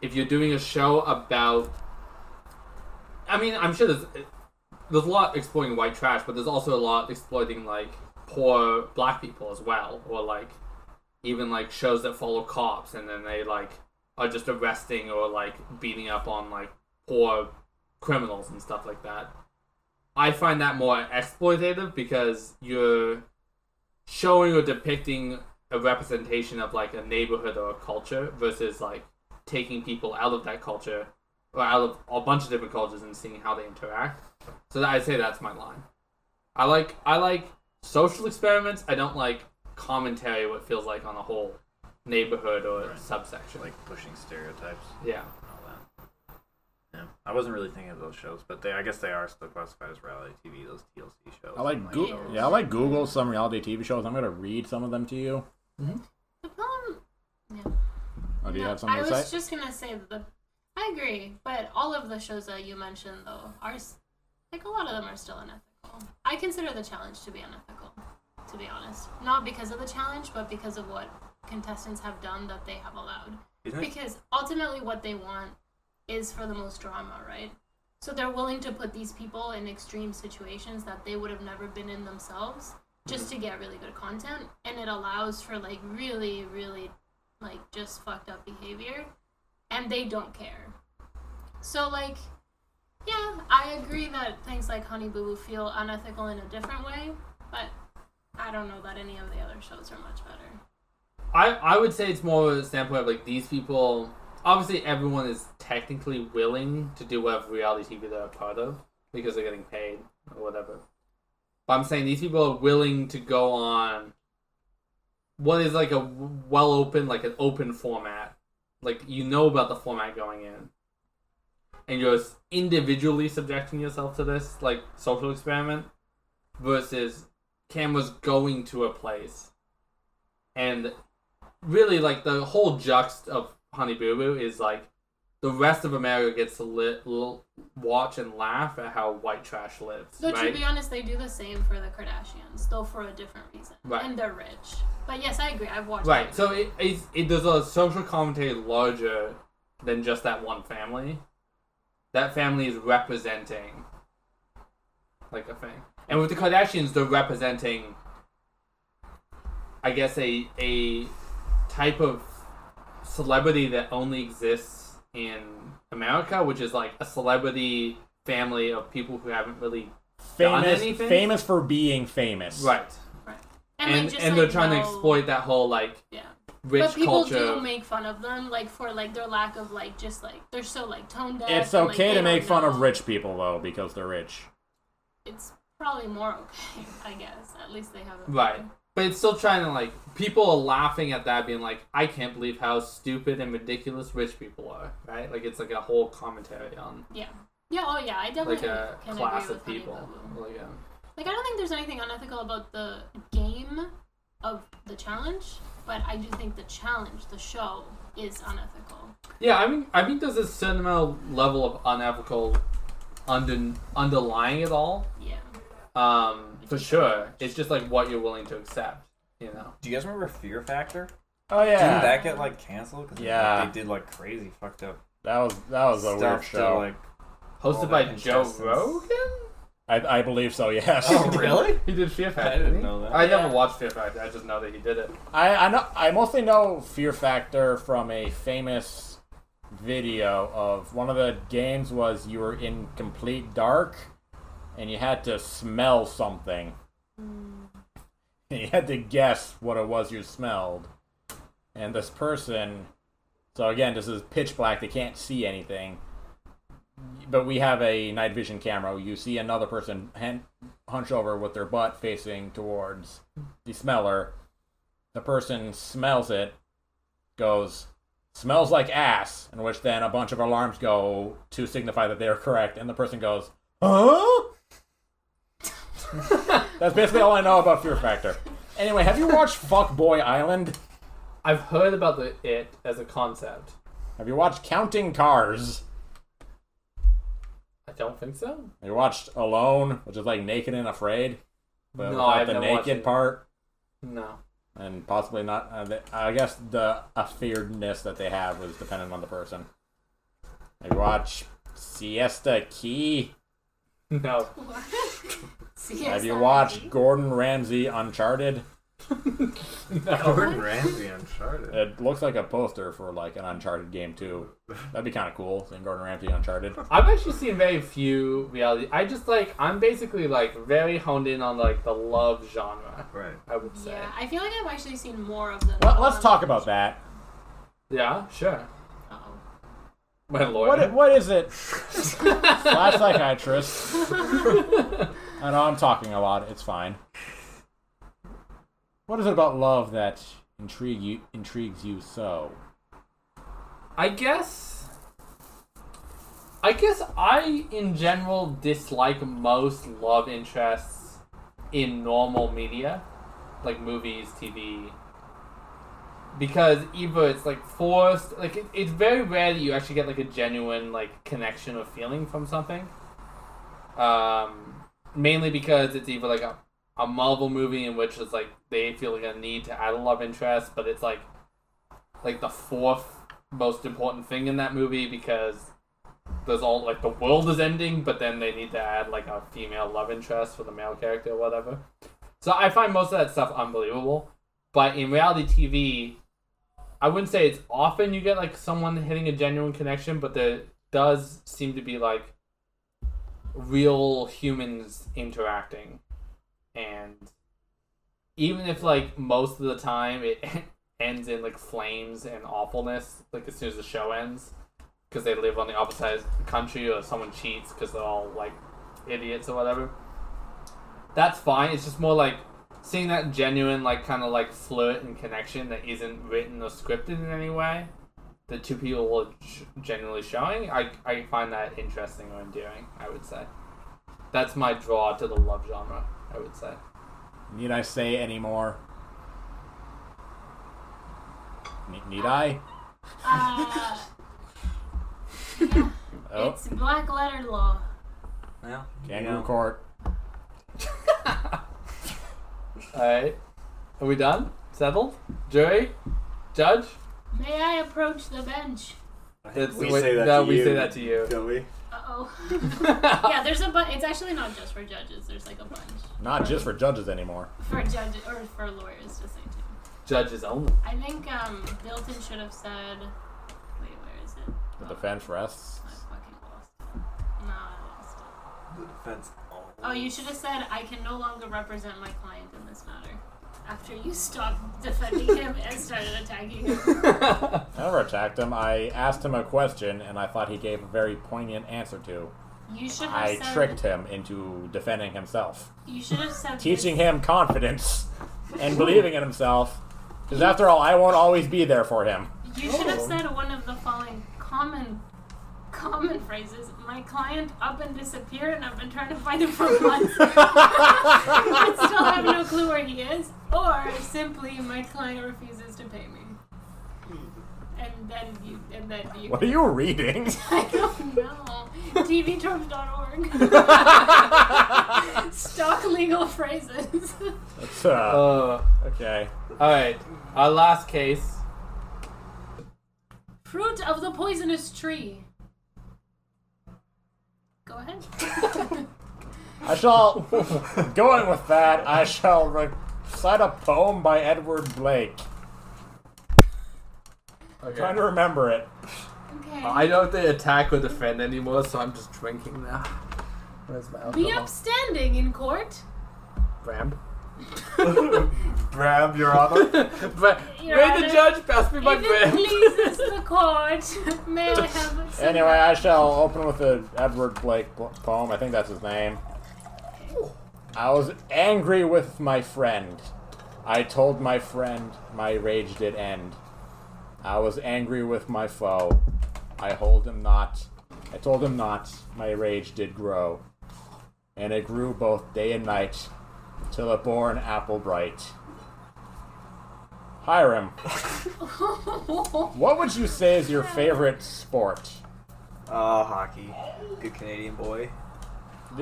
B: if you're doing a show about, I mean, I'm sure there's there's a lot exploiting white trash, but there's also a lot exploiting like poor black people as well, or like even like shows that follow cops and then they like are just arresting or like beating up on like poor criminals and stuff like that. I find that more exploitative because you're showing or depicting a representation of like a neighborhood or a culture versus like taking people out of that culture or out of a bunch of different cultures and seeing how they interact. So I say that's my line. I like I like social experiments. I don't like commentary. What feels like on a whole neighborhood or subsection.
E: Like pushing stereotypes
B: yeah,
E: and all that. Yeah. I wasn't really thinking of those shows, but they I guess they are still classified as reality TV, those TLC shows.
D: I like Google.
E: those.
D: Yeah, I like Google some reality TV shows. I'm gonna read some of them to you.
A: The problem
D: Oh, do you
A: Um, No,
D: have something
A: I
D: to
A: was
D: say?
A: just gonna say that the, I agree, but all of the shows that you mentioned though are s- like a lot of them are still unethical. I consider the challenge to be unethical, to be honest. Not because of the challenge, but because of what contestants have done that they have allowed.
E: Isn't it?
A: Because ultimately, what they want is for the most drama, right? So they're willing to put these people in extreme situations that they would have never been in themselves just to get really good content. And it allows for like really, really like just fucked up behavior. And they don't care. So like, yeah, I agree that things like Honey Boo Boo feel unethical in a different way, but I don't know that any of the other shows are much better.
B: I, I would say it's more of a standpoint of like these people. Obviously, everyone is technically willing to do whatever reality TV they're a part of because they're getting paid or whatever. But I'm saying these people are willing to go on what is like a w- well open, like an open format. Like you know about the format going in, and you're s- individually subjecting yourself to this like social experiment versus cameras going to a place and really like the whole juxt of Honey Boo Boo is like the rest of America gets to li- l- watch and laugh at how white trash lives,
A: Though
B: right?
A: to be honest, they do the same for the Kardashians, though for a different reason,
B: Right.
A: and they're rich. But yes, I agree. I've watched.
B: right.
A: it.
B: So it, it's, it there's a social commentary larger than just that one family. That family is representing like a thing, and with the Kardashians, they're representing, I guess, a a type of celebrity that only exists in America, which is like a celebrity family of people who haven't really Done
D: Famous,
B: anything?
D: famous for being famous.
B: right,
A: and,
B: and
A: they
B: and,
A: just,
B: they're
A: like,
B: trying to
A: know-
B: exploit that whole like
A: Yeah.
B: rich
A: but people
B: culture.
A: do make fun of them, like for like their lack of like just like they're so like tone deaf.
D: It's
A: and, like,
D: okay
A: they
D: to
A: don't
D: make fun
A: know.
D: of rich people though because they're rich.
A: It's probably more okay, I guess. At least they have it.
B: Right. But it's still trying to like people are laughing at that, being like, I can't believe how stupid and ridiculous rich people are. Right? Like it's like a whole commentary on
A: Yeah. Oh yeah. I definitely
B: like a
A: can
B: class
A: agree
B: of
A: with Honey
B: people.
A: Boo Boo.
B: Like, um,
A: Like I don't think there's anything unethical about the game of the challenge, but I do think the challenge, the show, is unethical.
B: yeah, I mean, I think there's a certain amount of level of unethical under underlying it all.
A: Yeah.
B: Um, for sure, it's just like what you're willing to accept. You know,
C: Do you guys remember Fear Factor?
D: Oh yeah,
C: Didn't that get like canceled? Cause
D: Yeah.
C: They, they did like crazy fucked up
D: That was that was a
C: stuff
D: weird
C: to,
D: show.
C: like,
B: hosted
C: All
B: by
C: the
B: Joe
C: contestants.
B: Rogan.
D: I, I believe so. Yes.
C: Oh,
B: He did Fear Factor.
C: I didn't
B: didn't he?
C: know that.
B: I never
D: Yeah.
B: watched Fear Factor. I just know that he did it.
D: I I know I mostly know Fear Factor from a famous video of one of the games was you were in complete dark and you had to smell something. And you had to guess what it was you smelled. And this person so again this is pitch black, they can't see anything. But we have a night vision camera. You see another person hen- hunch over with their butt facing towards the smeller the person smells it, goes, smells like ass, in which then a bunch of alarms go to signify that they are correct, and the person goes, huh? That's basically all I know about Fear Factor. Anyway, have you watched Fuck Boy Island?
B: I've heard about the it as a concept.
D: Have you watched Counting Cars?
B: I don't think so.
D: Have you watched Alone, which is like Naked and Afraid, but
B: No,
D: without
B: I've
D: the
B: not watched
D: naked
B: it.
D: part,
B: No.
D: and possibly not. Uh, the, I guess the afeardness that they have was dependent on the person. Like watch Siesta Key.
B: No.
A: See,
D: Have you watched Gordon Ramsay Uncharted?
B: no.
E: Ramsay Uncharted.
D: It looks like a poster for like an Uncharted game too. That'd be kind of cool. Seeing Gordon Ramsay Uncharted.
B: I've actually seen very few reality. I just like I'm basically like very honed in on like the love genre.
E: Right.
B: I would say.
A: Yeah, I feel like I've actually seen more of them.
D: Well, let's talk about that.
B: Yeah, sure.
A: Uh-oh.
B: My lawyer.
D: What i- what is it? Slash psychiatrist. I know I'm talking a lot. It's fine. What is it about love that intrigue you intrigues you so?
B: I guess. I guess I, in general, dislike most love interests in normal media, like movies, TV, because either it's like forced, like it, it's very rare that you actually get like a genuine like connection or feeling from something. Um, mainly because it's either like a, a Marvel movie in which it's like they feel like a need to add a love interest, but it's like like the fourth most important thing in that movie because there's all like the world is ending, but then they need to add like a female love interest for the male character or whatever. So I find most of that stuff unbelievable. But in reality TV, I wouldn't say it's often you get like someone hitting a genuine connection, but the does seem to be like real humans interacting, and even if like most of the time it ends in like flames and awfulness, like as soon as the show ends, because they live on the opposite side of the country or someone cheats because they're all like idiots or whatever. That's fine. It's just more like seeing that genuine like kind of like flirt and connection that isn't written or scripted in any way the two people are sh- generally showing I, I find that interesting or endearing i would say that's my draw to the love genre i would say
D: Need I say any more? Ne- Need I?
A: Uh,
D: Oh,
A: It's black letter law.
C: Yeah.
D: kangaroo
E: yeah.
D: court.
B: all right are we done settled jury judge
A: May I approach the bench?
B: that's
K: we
B: the way-
K: say that
B: no,
K: to
B: we
K: you.
B: say that to you
K: Don't we?
A: Uh oh. yeah, there's a bunch. It's actually not just for judges. There's like a bunch
D: Not just for judges anymore.
A: for judges or for lawyers to say too.
B: judges only
A: I think um, Milton should have said. Wait, where is it?
D: The defense rests.
A: I fucking lost it. No, I lost it.
E: The defense.
A: Oh, you should have said, I can no longer represent my client in this matter. After you stopped defending him and started attacking him.
D: I never attacked him. I asked him a question, and I thought he gave a very poignant answer to.
A: You should have
D: I
A: said,
D: tricked him into defending himself,
A: You should have said,
D: teaching
A: this-
D: him confidence and believing in himself. Because after all, I won't always be there for him.
A: You should
D: Oh.
A: have said one of the following common. Common phrases. My client up and disappeared, and I've been trying to find him for months. I still have no clue where he is. Or simply, my client refuses to pay me. And then you. And then you.
D: What are you reading?
A: I don't know. TVtropes.org.
D: That's,
A: Stock legal phrases.
D: uh,
B: uh,
D: okay.
B: all right our last case
A: Fruit of the poisonous tree. Go ahead.
D: I shall. going with that, I shall recite a poem by Edward Blake. Trying to
B: okay
D: remember it.
A: Okay.
B: i don't think attack or defend anymore so i'm just drinking now where's my alcohol
A: Be upstanding in court.
B: Bram.
K: Grab your honor.
B: Bra-
A: Your
B: may
A: Honor,
B: the judge pass me my
A: If it
B: Bram.
A: pleases the court, may I have some
D: Anyway, I shall open with an Edward Blake po- poem. I think that's his name. I was angry with my friend. I told my friend my rage did end. I was angry with my foe. I hold him not. I told him not. My rage did grow. And it grew both day and night till it bore an apple bright. Hiram, what would you say is your favorite sport?
E: Oh, hockey. Good Canadian boy.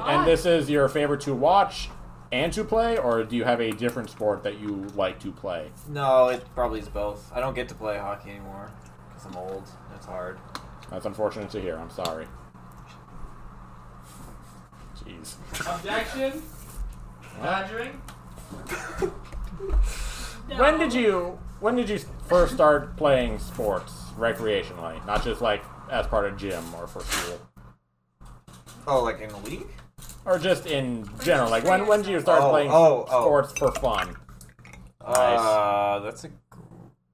D: And this is your favorite to watch and to play, or do you have a different sport that you like to play?
C: No, it probably is both. I don't get to play hockey anymore because I'm old. It's hard.
D: That's unfortunate to hear. I'm sorry. Jeez.
B: Objection. Badgering.
A: No.
D: When did you when did you first start playing sports recreationally, not just like as part of gym or for school,
C: Oh, like in the league?
D: or just in general? Like when when did you start
C: Oh,
D: playing
C: oh, oh.
D: sports for fun?
C: Uh, that's a gr-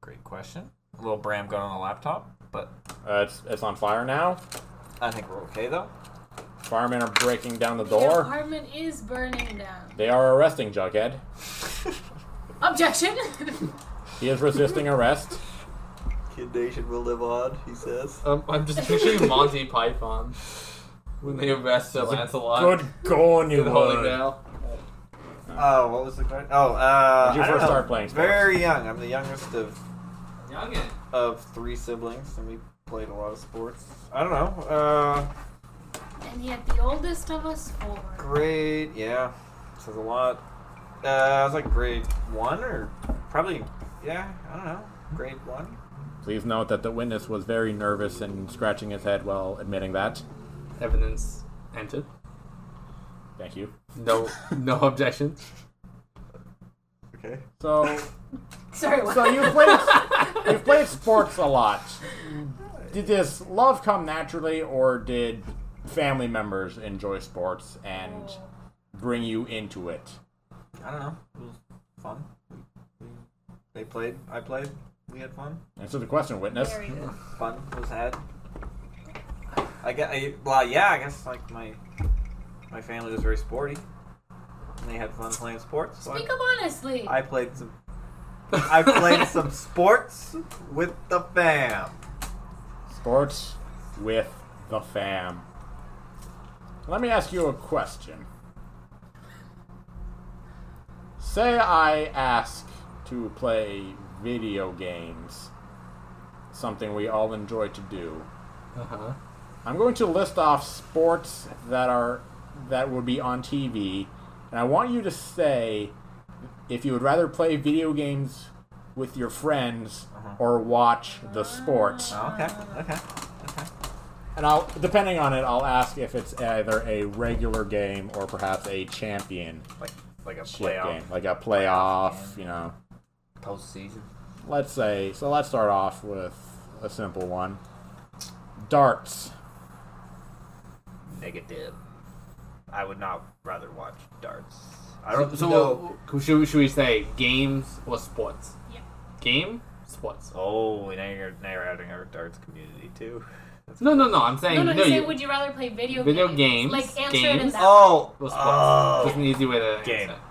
C: great question. A little Bram got on the laptop, but
D: Uh, it's it's on fire now.
C: I think we're okay though.
D: Firemen are breaking down the
A: The
D: door.
A: apartment is burning down.
D: They are arresting Jughead.
A: Objection.
D: He is resisting arrest.
E: Kid Nation will live on, he says.
B: Um, I'm just picturing Monty Python when they arrest Sir Lancelot.
D: Good going, you
B: in the Holy
D: would.
B: Grail.
E: Oh, what was the question? Oh, uh.
D: When did you
E: I don't
D: first
E: know.
D: start playing sports?
E: Very young. I'm the youngest of
B: Youngin.
E: of three siblings, and we played a lot of sports. I don't know. Uh,
A: and yet the oldest of us four.
E: grade, yeah, says a lot. Uh, I was like grade one or probably, yeah, I don't know, grade one.
D: Please note that the witness was very nervous and scratching his head while admitting that.
B: Evidence entered.
D: Thank you.
B: No, no objection.
E: Okay.
D: So,
A: Sorry, what?
D: so you played you played sports a lot. did this love come naturally, or did family members enjoy sports and bring you into it?
C: I don't know. It was fun. We, we, they played. I played. We had fun.
D: Answer the question, witness.
A: Very good.
C: Fun was had. I guess. I, well, yeah. I guess like my my family was very sporty. And they had fun playing sports. so I-
A: Speak up honestly.
C: I played some. I played some sports with the fam.
D: Sports with the fam. Let me ask you a question. Say I ask to play video games, something we all enjoy to do.
J: Uh
B: Uh-huh.
J: huh.
D: I'm going to list off sports that are that would be on TV, and I want you to say if you would rather play video games with your friends or watch the sports.
C: Oh, Okay.
A: Uh.
C: Okay.
D: And I'll depending on it, I'll ask if it's either a regular game or perhaps a champion
C: Like like a
D: game,
C: playoff
D: like a playoff. You know,
C: postseason.
D: let's say. So let's start off with a simple one: darts.
C: Negative. I would not rather watch darts.
K: I don't
B: So,
K: know.
B: uh, should, we- should we say games or sports?
A: Yeah.
B: Game, sports.
C: Oh, now you're now you're adding our darts community too.
B: No, no, no. I'm saying
A: no, no, you say,
B: you-
A: would you rather play video
B: Video
A: games?
B: games,
A: Like, answer it in
B: games.
A: that
C: Oh,
B: or sports.
C: oh,
B: Just an easy way to
C: Game.
B: answer.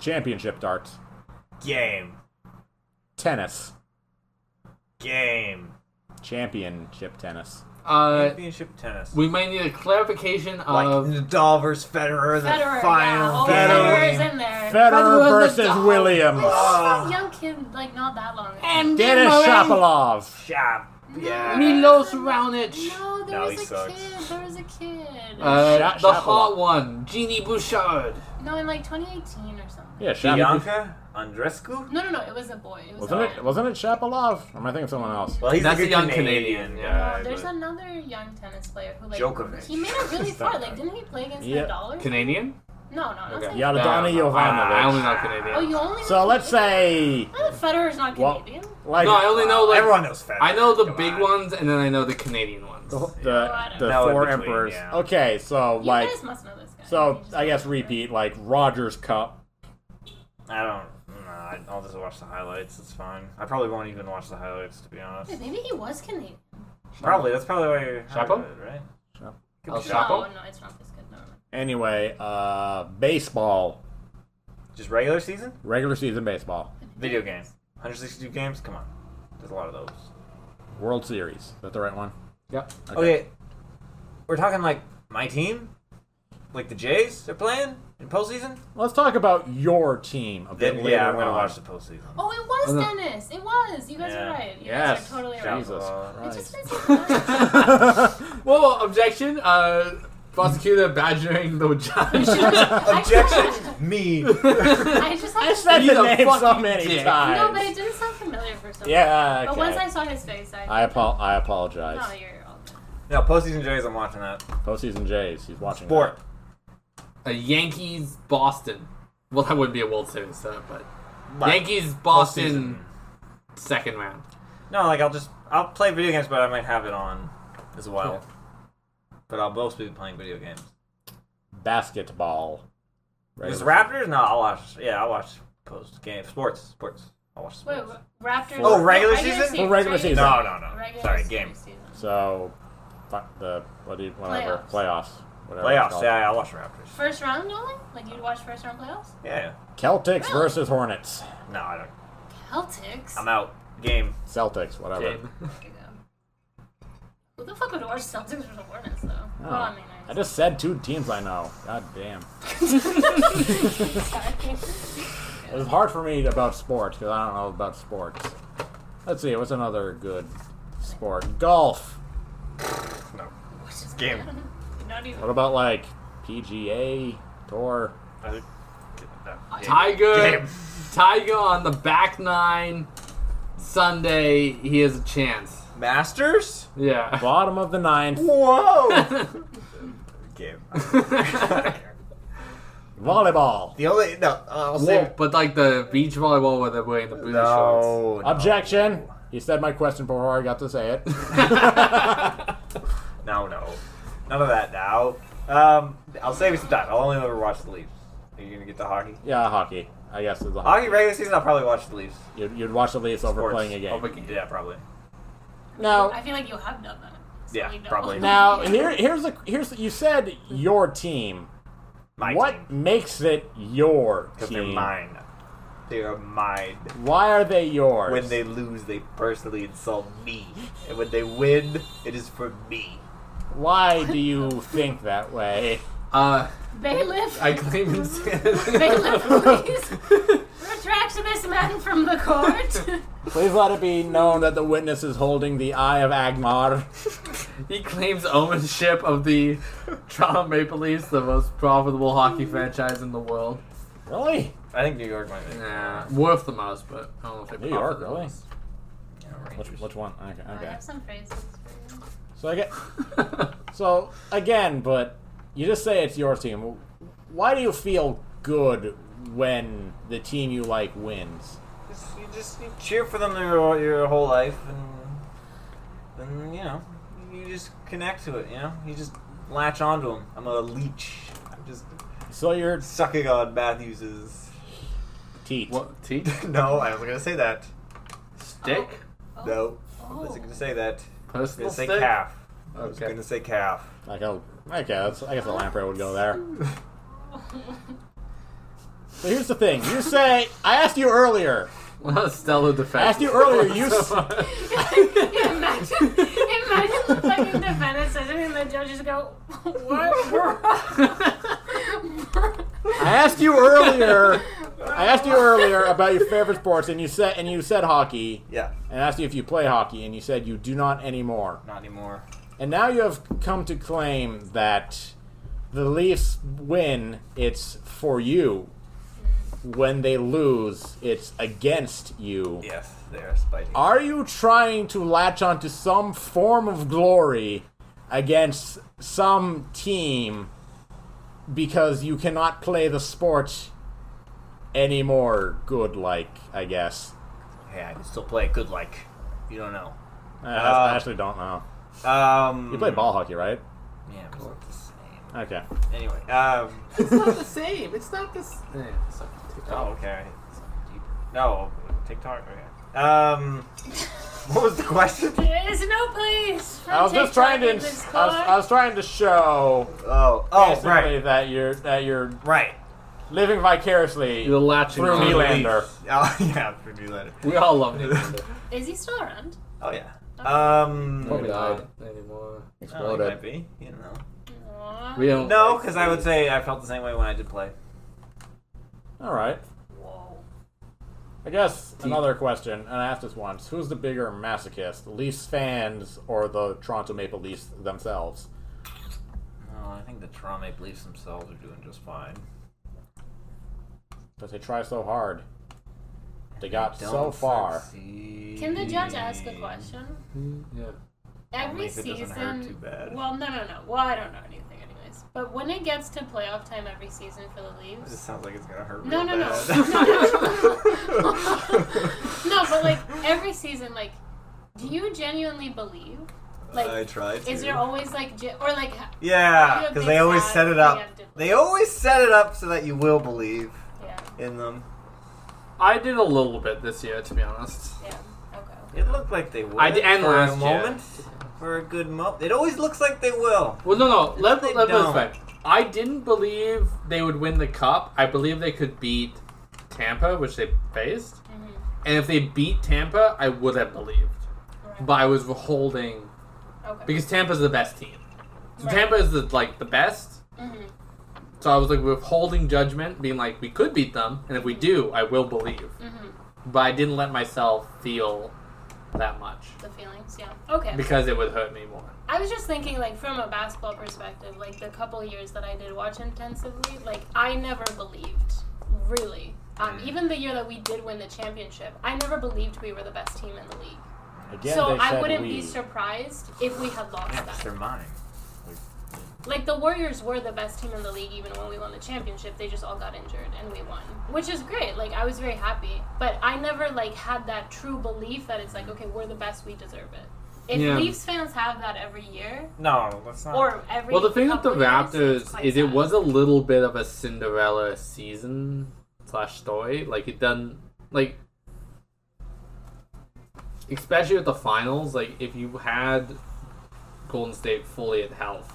D: Championship darts.
C: game,
D: Tennis.
C: game.
D: Championship tennis.
B: Uh,
C: Championship tennis.
B: we might need a clarification
C: like
B: of
C: Nadal versus Federer, the
A: Federer. yeah.
C: final
A: Oh,
C: game.
A: Federer's in there.
D: Federer
B: Federer
D: versus
B: Nadal.
D: Williams.
A: Oh, young kid, like not that long. ago.
D: Dennis Shapovalov.
C: Shop. Yeah.
B: Milos Raonic.
A: No, there
C: No,
A: was
C: he
A: a
C: sucks.
A: kid. There was a kid.
D: Sha-
B: Uh, the
D: Shapovalov.
B: hot one, Jeannie Bouchard.
A: no, in like 2018 or something.
D: Yeah, Shapovalov.
C: Bianca Andrescu.
A: No, no, no. It was a boy. It was
D: Wasn't
A: a
D: it? Wasn't it Shapovalov? Or am I thinking of someone else?
C: Well, he's
B: That's
C: a,
B: a
C: good
B: young
C: Canadian,
B: Canadian,
A: No,
C: guy.
A: there's
C: but-
A: another young tennis player who like
C: Djokovic.
A: he made it really far. Like, didn't he play against
D: Yeah.
A: Nadal? or something?
B: Canadian?
A: No, no, not
B: Okay.
A: saying-
D: Yaladana
B: No, I only
D: Jovanovic.
B: know
A: Oh,
B: Canadian.
A: you only.
D: So let's say,
A: Well, Federer's not
D: Well-
A: Canadian.
D: like,
B: No, I only know like
C: Everyone knows Federer.
B: I know the
C: come
B: big
C: on.
B: ones, and then I know the Canadian ones.
D: the,
A: Yeah.
D: the, the
C: No, in
D: four
C: between,
D: emperors.
C: yeah.
D: Okay, so
A: you
D: like,
A: guys must know this guy. You
D: so
A: just-
D: I guess repeat like Rogers Cup.
C: I don't. No, I- I'll just watch the highlights. It's fine. I probably won't even watch the highlights to be honest.
A: Wait, Maybe he was Canadian.
C: Probably that's probably why you're
J: Chapo?
C: highlighted, right?
D: Chapo.
C: Could
B: El
C: be
B: Chapo?
A: No, no, it's not this good. No, no.
D: Anyway, uh, baseball,
C: Just regular season,
D: regular season baseball,
C: video game, 162 games. Come on, there's a lot of those.
D: World Series. Is that the right one?
B: Yep.
C: Okay. We're talking like my team? Like the Jays they're playing in postseason?
D: Let's talk about your team a
C: Then
D: bit later
C: yeah, I'm gonna
D: on.
C: watch the postseason.
A: Oh, it was
B: Oh, no.
A: Dennis. It was. You guys
C: Yeah.
A: are right. You
D: Yes.
A: guys are totally right.
D: Jesus
C: Uh,
A: It just makes
D: Christ.
A: me laugh.
B: Well, objection. Uh, prosecutor badgering the judge.
C: Objection me.
A: I just
D: I
A: had to.
D: said
B: He's
D: the
B: a
D: name so
B: fucking
D: many
B: dick.
D: times.
A: No, but it didn't sound familiar for some. reason.
D: yeah.
A: But
D: okay.
A: once I Oh, saw his face, I.
D: I, apo- I apologize.
A: No, you're all good.
C: No, postseason Jays I'm watching that.
D: Postseason Jays. He's watching.
C: Sport.
B: a Yankees Boston. Well, that wouldn't be a World Series setup, but
C: Like,
B: Yankees
C: postseason.
B: Boston second round.
C: No, like I'll just I'll play video games but I might have it on as well. But I'll mostly be playing video games.
D: that. Basketball.
C: Is
D: Regular-
C: Raptors? No, I'll watch yeah, I'll watch post game sports. Sports. I'll watch
A: Wait,
C: sports.
A: wha- Raptors.
C: Oh, regular
A: no,
C: season?
D: Oh, regular season.
C: no, no, no.
A: Regular
C: Sorry,
A: season.
C: game.
D: So, fu- the what do you, whatever playoffs. whatever it's
C: Playoffs,
D: called.
C: yeah, I'll watch Raptors.
A: First round only? Like you'd watch first round playoffs?
C: Yeah.
D: Celtics versus Hornets.
C: No, I don't
A: Celtics.
C: I'm out. Game.
D: Celtics, whatever.
B: Game.
A: Okay, go. Who the fuck would watch Celtics versus Hornets though?
D: Oh.
A: Well, I mean,
D: I just said two teams I know. God damn.
A: sorry.
D: It was hard for me about sports because I don't know about sports. Let's see, what's another good sport? Golf.
A: Which is
C: Game.
A: Not even.
D: What about like PGA Tour?
C: I think- no,
D: Uh,
C: game.
B: Tiger,
C: Game.
B: Tiger on the back nine. Sunday, he has a chance.
C: Masters?
B: Yeah.
D: Bottom of the ninth.
C: Whoa! game.
D: Volleyball.
C: The only no, I'll
B: Well, but like the beach volleyball where they're wearing the booty shorts.
C: No,
D: Objection. He said my question before I got to say it.
E: No, no. None of that now. Um, I'll save you some time. I'll only ever watch the Leafs. Are you going to get to hockey?
D: yeah, hockey. I guess it's a hockey.
E: Hockey regular season, I'll probably watch the Leafs.
D: You'd, you'd watch the Leafs over
E: Sports.
D: playing a game.
J: Of a game.
E: Yeah, probably.
D: Now,
A: I feel like you have done that. So
E: Yeah,
A: we know.
E: probably.
D: now here, here's a here's you said your team.
E: My
D: what makes it your
E: Because they're
D: team?
E: mine. They're mine.
D: Why are they yours?
E: When they lose, they personally insult me. And when they win, it is for me.
D: Why do you think that way?
B: Uh,
A: Bailiff,
B: I claim
A: bailiff, please
B: insanity.
A: retract this man from the court.
D: Please let it be known that the witness is holding the Eye of Agmar.
J: He claims ownership of the Toronto Maple Leafs, the most profitable hockey franchise in the world.
D: Really?
C: I think New York might be.
B: nah, worth the most, but I don't know if it
D: New York, really?
C: Yeah, Rangers.
D: Which, which one? Okay,
A: I
D: okay.
A: have some phrases. for you.
D: So I get, so again, but you just say it's your team. Why do you feel good when the team you like wins?
C: Just- You just you cheer for them your, your whole life, and then you know you just connect to it. You know, you just latch onto them. I'm a leech. I'm just
D: So you're
C: sucking on Matthews's.
D: teat.
J: What teeth?
C: no, I was gonna say that.
J: Stick?
A: Oh,
C: No, I
A: Oh.
C: was gonna say that. I was
J: Personal
C: gonna say
J: stick? Oh,
C: calf. I was
J: Okay.
C: gonna say calf.
D: Like, oh, okay, that's, I guess the lamprey would go there.
A: Oh.
D: So here's the thing. You say I asked you earlier.
J: Well, stellar defense.
D: I asked you earlier. You s-
A: imagine, imagine the fucking defendant says it and the judges go, what?
D: I asked you earlier. I asked you earlier about your favorite sports, and you said and you said hockey,
C: Yeah,
D: and I asked you if you play hockey, and you said you do not anymore.
C: not anymore.
D: And now you have come to claim that the Leafs win, it's for you. When they lose, it's against you.
C: Yes, they're spiting.
D: Are you trying to latch onto some form of glory against some team because you cannot play the sport anymore good like, I guess?
C: Hey, I can still play good like. You don't know.
D: I,
C: Uh,
D: I actually don't know.
C: Um,
D: You play ball hockey, right?
C: Yeah, but it's not the same.
D: Okay.
C: Anyway, um,
J: It's not the same. It's not the same.
C: Oh, okay. No, TikTok. Okay. Um, what was the question?
A: there is no place for
D: I was just
A: TikTok
D: trying to
A: in this
D: I was, I
A: court.
D: was trying to show
C: Oh, oh,
D: basically
C: right,
D: that you're that you're
C: right.
D: living vicariously
J: You're latching
D: through
J: on.
D: Nylander.
C: Oh yeah, for Newlander.
J: We all love Nylander.
A: Is he still around?
C: Oh yeah. Um,
D: Oh,
J: Probably died.
B: anymore.
C: oh, he might
B: Exploded.
C: be. You know.
A: Aw.
B: We don't.
C: No, because I would say I felt the same way when I did play.
D: All right.
A: Whoa.
D: I guess another question, and I asked this once: Who's the bigger masochist, Leafs fans or the Toronto Maple Leafs themselves?
C: No, Oh, I think the Toronto Maple Leafs themselves are doing just fine.
D: Because they try so hard. They got so
C: Don't
D: far.
C: succeed.
A: Can the judge ask a question?
B: Yeah.
C: Only
A: Every
C: if it doesn't
A: season.
C: hurt too bad.
A: Well, no, no, no. Well, I don't know anything, anyways. But when it gets to playoff time every season for the
C: It
A: Leaves.
C: just sounds like it's gonna hurt.
A: No, no,
C: real
A: no.
C: bad.
A: no, no, no. no, but like every season, like, do you genuinely believe?
C: I
A: Like,
C: tried.
A: is
C: to.
A: there always like, ge- or like, ha-
C: Yeah,
A: you a
C: because
A: big
C: they always
A: sad
C: set it up.
A: preemptive-
C: They always set it up so that you will believe
A: yeah,
C: in them.
J: I did a little bit this year, to be honest.
A: yeah, okay.
C: It looked like they will.
J: I did, and
C: for
J: last
C: a
J: year.
C: moment, for a good moment. It always looks like they will.
J: Well, no, no. Let,
C: They
J: let me put it this
C: don't.
J: way. I didn't believe they would win the cup. I believe they could beat Tampa, which they faced.
A: Mm-hmm.
J: And if they beat Tampa, I would have believed.
A: Right.
J: But I was holding
A: Okay.
J: because Tampa's the best team. So
A: Right.
J: Tampa is the, like the best.
A: Mhm.
J: So I was like withholding judgment, being like, we could beat them, and if we do, I will believe.
A: Mhm.
J: But I didn't let myself feel that much
A: The feelings, yeah. Okay.
J: because it would hurt me more.
A: I was just thinking, like, from a basketball perspective, like, the couple years that I did watch intensively, like, I never believed, really. Um,
D: Mm.
A: even the year that we did win the championship, I never believed we were the best team in the league.
D: Again,
A: so
D: they
A: I
D: said
A: wouldn't
D: we.
A: be surprised if we had lost
C: Yeah, 'cause
A: that.
C: they're mine.
A: Like the Warriors were the best team in the league even when we won the championship. They just all got injured and we won. Which is great. Like I was very happy. But I never like had that true belief that it's like, okay, we're the best, we deserve it. If
B: Yeah.
A: Leafs fans have that every year
C: No, that's not.
A: or every
B: Um, Well, the thing with the
A: couple years, it's
B: Raptors
A: quite
B: is it
A: sad.
B: was a little bit of a Cinderella season slash story. Like it done like, especially with the finals. Like if you had Golden State fully at health,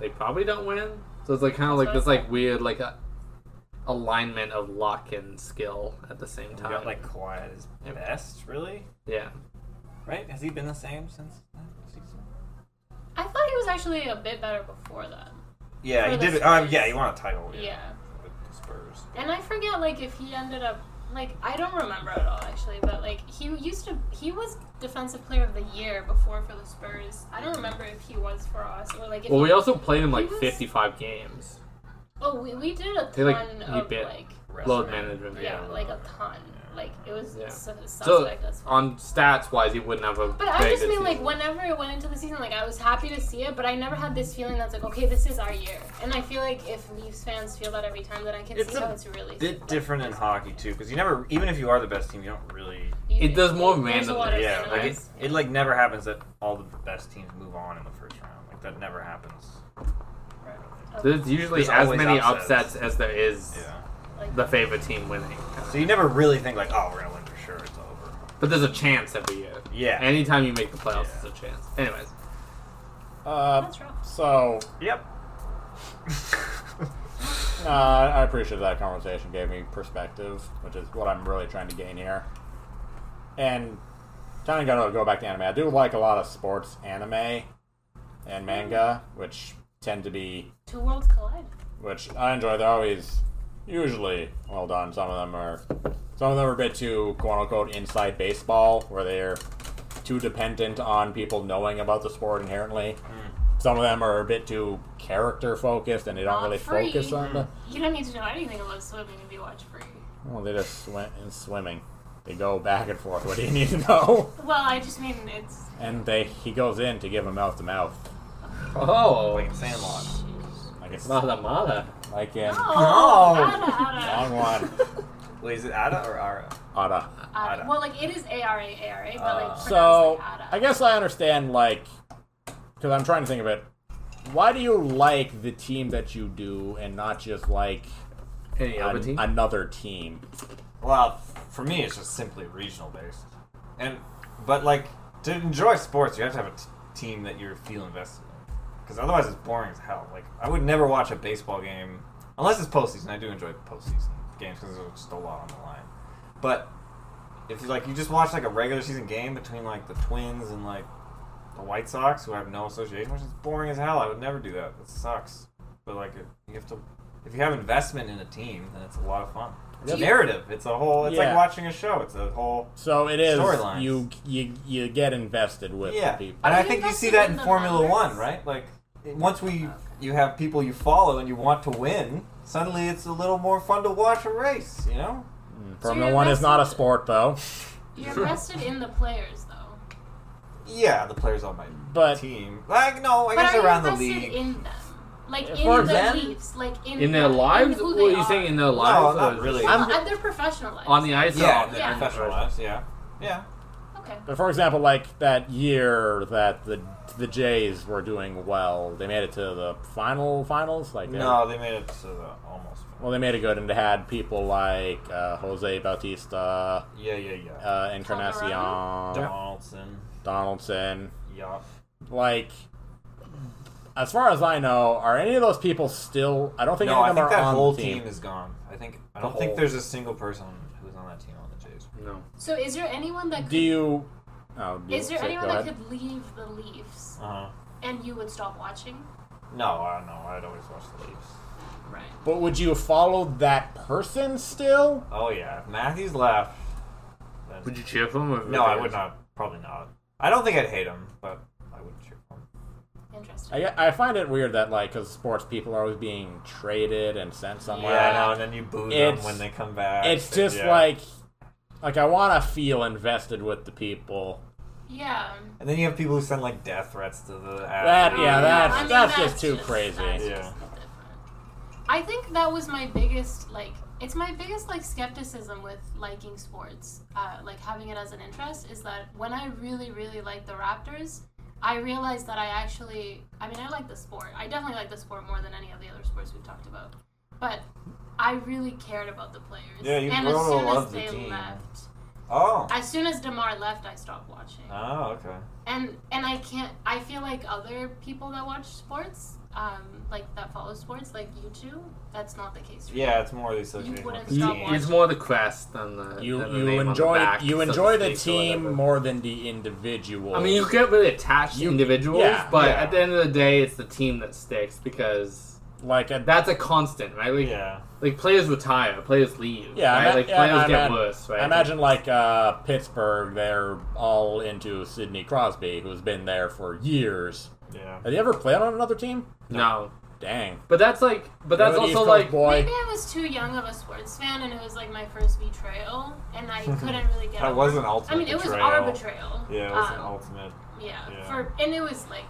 B: they probably don't win. So it's like kind of like this like weird like a alignment of luck and skill at the same
C: You
B: time.
C: got like Kawhi at his
B: Yep.
C: best, really?
B: yeah,
C: Right? Has he been the same since that season?
A: I thought he was actually a bit better before that.
C: Yeah,
A: For
C: he
A: the
C: did. Um,
A: Spurs.
C: yeah, he won a title. Yeah.
A: yeah.
C: With the Spurs.
A: And I forget like if he ended up like I don't remember at all actually, but like he used to he was defensive player of the year before for the Spurs. I don't remember if he was for us or like if
B: well,
A: he,
B: we also played in like
A: He was-
B: 55 games.
A: oh we, we did a
B: They,
A: ton
B: like, he
A: of
B: bit
A: like
B: Load management.
A: yeah, like a ton like it was
B: Yeah.
A: su-
B: So
A: suspect as fuck.
B: on stats wise, he wouldn't have a.
A: But I
B: very
A: just
B: good
A: mean like
B: season.
A: whenever it went into the season, like I was happy to see it, but I never had this feeling that's like okay, this is our year. And I feel like if Leafs fans feel that every time, then I can
C: It's
A: see
C: a
A: how it's really
C: Bit different in hockey too, because you never, even if you are the best team, you don't really.
B: It does more
A: There's a lot
B: randomly.
A: of
C: Yeah, like it,
A: randomness.
C: it like never happens that all the best teams move on in the first round. Like that never happens.
B: There's usually
C: There's
B: as
C: always
B: many upsets.
C: upsets.
B: as there is
A: Like-
B: the favorite team winning.
C: So you never really think like, oh, we're gonna win for sure. It's over.
B: But there's a chance every year.
C: Yeah.
B: Anytime you make the playoffs, there's a chance. Anyways,
D: Uh,
A: That's rough.
D: so
C: yep.
D: uh, I appreciate that conversation gave me perspective, which is what I'm really trying to gain here. And kind of gonna go back to anime. I do like a lot of sports anime and manga, which tend to be
A: Two worlds collide.
D: which I enjoy. They're always usually well done. Some of them are, some of them are a bit too "quote unquote" inside baseball, where they're too dependent on people knowing about the sport inherently. Some of them are a bit too character focused, and they don't
A: Not
D: really
A: free.
D: focus on the.
A: You don't need to know anything about swimming to be watch free.
D: Well, they just went in swimming. They go back and forth. What do you need to know?
A: Well, I just mean it's.
D: And they he goes in to give a mouth to mouth,
B: oh,
C: Like in Sandlot.
D: like it's
B: Mada Mada.
D: like in
A: Oh, Ada,
D: long
A: Ada.
D: one.
C: Wait, is it Ada or Ara?
D: Ada.
A: Ada.
C: Ada.
A: Well, like it is A R A A R A, but like
D: So
A: pronounced like "Ah, Ada.
D: I guess I understand, like, because I'm trying to think of it. Why do you like the team that you do, and not just like
B: Any
D: an-
B: other team?
D: another team?
C: Well, f- for me, it's just simply regional based, and but like to enjoy sports, you have to have a t- team that you feel invested in, because otherwise it's boring as hell. Like I would never watch a baseball game unless it's postseason. I do enjoy postseason games because there's just a lot on the line. But if like you just watch like a regular season game between like the Twins and like the White Sox, who I have no association, which is boring as hell. I would never do that. It sucks. But like it, you have to. If you have investment in a team, then it's a lot of fun. It's a narrative. It's a whole. It's
D: Yeah.
C: like watching a show. It's a whole.
D: So it is
C: Storylines.
D: you you you get invested with
C: Yeah,
D: the
C: and
D: people.
C: I
A: you
C: think you see
A: invested
C: that
A: in
C: in
A: the
C: Formula
A: numbers?
C: One, right? Like it- once we you have people you follow and you want to win, suddenly it's a little more fun to watch a race. You know?
D: Mm. Formula
A: you're
D: One is not a
A: invested.
D: sport though,
A: You're invested in the players, though.
C: Yeah, the players on my
D: but
C: team. Like no, I
A: but
C: guess
A: are you
C: around the
A: invested
C: league.
A: in them? Like
B: As
A: in
B: far
A: the
B: as them?
A: Leafs, like in
B: in their
A: them,
B: lives?
A: who
B: What
A: they
B: are you saying in their lives?
C: not
B: or-
C: really.
A: Well,
D: I'm-
A: at their professional lives.
B: on the ice. Oh, or
C: yeah,
B: on
C: the
B: the
A: Yeah.
C: professional lives. Yeah, yeah.
A: Okay.
D: but for example, like that year that the the Jays were doing well, they made it to the final finals. Like they-
C: No, they made it to the almost.
D: well, they made it good, and they had people like uh, Jose Bautista.
C: Yeah, yeah, yeah.
D: uh, Encarnacion,
C: Donaldson.
D: Donaldson.
C: Yup.
D: Like, as far as I know, are any of those people still? I don't think
C: No,
D: any
C: I
D: of them
C: think
D: are
C: that
D: on
C: whole
D: the
C: team.
D: team.
C: is gone. I think I
D: The
C: don't think
D: whole-
C: there's a single person who's on that team on the Jays.
B: No.
A: So is there anyone that
D: Do
A: could,
D: you? Oh, do
A: is
D: you,
A: there
D: so-
A: anyone
D: go
A: that
D: ahead.
A: could leave the Leafs
D: Uh-huh.
C: Uh huh.
A: and you would stop watching?
C: No, I don't know. I'd always watch the Leafs.
A: Right.
D: But would you follow that person still?
C: Oh yeah, if Matthews left. Then...
B: Would you cheer for him? Or
C: no, I would not. Probably not. I don't think I'd hate him, but I would cheer for him.
A: Interesting.
D: I, I find it weird that like because sports people are always being traded and sent somewhere.
C: Yeah, I know. And then you boo them
D: It's-
C: when they come back.
D: It's
C: and-
D: just
C: yeah.
D: like, like I want to feel invested with the people.
A: Yeah. um,
C: And then you have people who send like death threats to the
D: That
A: I
D: yeah,
A: don't
D: that's
A: know. Um, I mean,
D: that's, just too crazy.
A: that's
C: Yeah.
A: just different. I think that was my biggest like it's my biggest like skepticism with liking sports, uh, like having it as an interest, is that when I really really like the Raptors, I realized that I actually I mean I like the sport. I definitely like the sport more than any of the other sports we've talked about, but I really cared about the players.
C: Yeah, you
A: and as
C: grown to
A: soon as
C: love the
A: they
C: team.
A: left,
C: Oh.
A: as soon as Demar left, I stopped watching
C: Oh, okay.
A: and and I can't. I feel like other people that watch sports, um, like that follow sports, like you two, that's not the case. For
C: Yeah, it's more the association.
A: You wouldn't
C: with the
A: stop
C: team.
A: watching.
B: It's more the crest than the
D: You
B: than the
D: you
B: name on the
D: enjoy
B: back,
D: you
B: so to
D: enjoy the
B: speak, or
D: team
B: whatever.
D: more than the individual.
B: I mean, you get really attached to
D: You-
B: individuals,
D: yeah,
B: but
C: yeah.
B: at the end of the day, it's the team that sticks because
D: like at
B: that's a constant, right? Like,
C: Yeah.
B: like players retire, players leave,
D: Yeah,
B: right?
D: ima-
B: like
D: yeah,
B: players
D: I
B: get
D: imagine-
B: worse, right?
D: I imagine like uh, Pittsburgh, they're all into Sidney Crosby, who's been there for years.
C: Yeah.
D: Have you ever played on another team?
B: no,
D: Dang.
B: but that's like, but that's
D: Good East
B: also
D: Coast
B: like,
D: boy.
A: Maybe I was too young of a sports fan, and it was like my first betrayal, and I couldn't really get.
C: That
A: over
C: was an
A: it.
C: ultimate
A: I mean, it was
C: betrayal.
A: our betrayal.
C: Yeah, it was an
A: Um,
C: ultimate.
A: yeah,
C: yeah.
A: For and it was like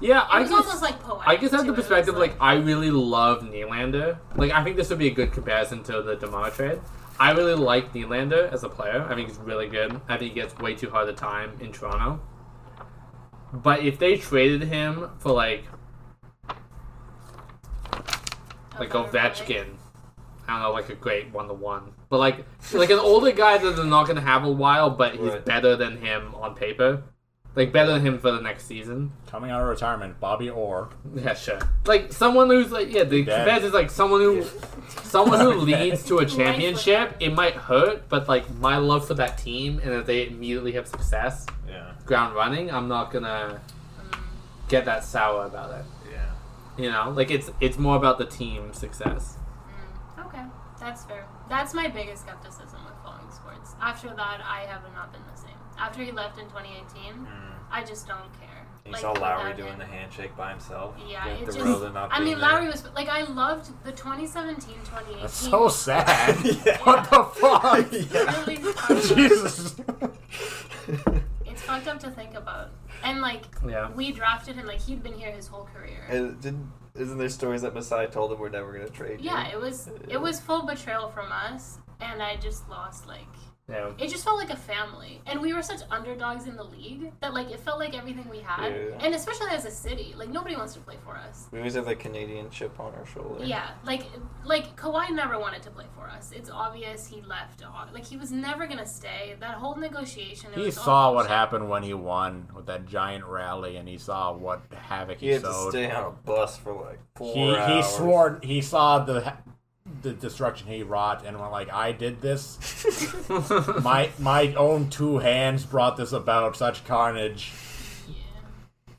A: it
B: yeah, I
A: was
B: guess,
A: almost like poetic.
B: I guess I have
A: too.
B: the
A: It was,
B: perspective like I really love Nylander. Like I think this would be a good comparison to the Demar trade. I really like Nylander as a player. I think he's really good. I think he gets way too hard a time in Toronto. But if they traded him for like
A: a
B: like
A: better way.
B: Ovechkin, I don't know, like a great one to one, but like like an older guy that they're not gonna have a while, but he's
C: Right.
B: better than him on paper, like better than him for the next season.
D: Coming out of retirement, Bobby Orr.
B: Yeah, sure. Like someone who's like yeah, the
D: Dead.
B: Quebec is like someone who someone who
D: Okay.
B: leads to a
A: Life with
B: championship, it might hurt, but like my love for that team and if they immediately have success,
C: Yeah.
B: ground running, I'm not gonna get that sour about it.
C: Yeah.
B: You know? Like it's it's more about the team success.
A: mm, Okay, that's fair. That's my biggest skepticism with following sports. After that, I have not been the same. After he left in 2018,
C: Hmm.
A: I just don't care.
C: You saw Lowry
A: without
C: doing
A: him.
C: the uh, handshake by himself.
A: Yeah,
C: with
A: it
C: the
A: just-
C: Rosen not
A: I
C: being
A: mean,
C: there.
A: Lowry was like I loved the 2017 2018.
D: That's so sad.
C: Yeah.
D: What the fuck?
A: Really fucked up.
D: Jesus.
A: It's fucked up to think about. And like
B: Yeah.
A: we drafted him, like he'd been here his whole career.
E: And didn't, isn't there stories that Masai told him we're never gonna trade? you?
A: yeah, it was it was full betrayal from us, and I just lost like
B: Yeah.
A: It just felt like a family. And we were such underdogs in the league that like it felt like everything we had.
E: Yeah.
A: And especially as a city, like nobody wants to play for us.
E: We always have that Canadian chip on our shoulder.
A: Yeah, like like Kawhi never wanted to play for us. It's obvious he left. Like he was never gonna stay. That whole negotiation. It
D: He
A: was all
D: saw what
A: bullshit.
D: happened when he won with that giant rally, and he saw what havoc
E: He
D: he
E: had to
D: sowed.
E: stay on a bus for like four
D: he he
E: hours.
D: swore he saw the the destruction he wrought and went like I did this. my my own two hands brought this about such carnage.
A: Yeah.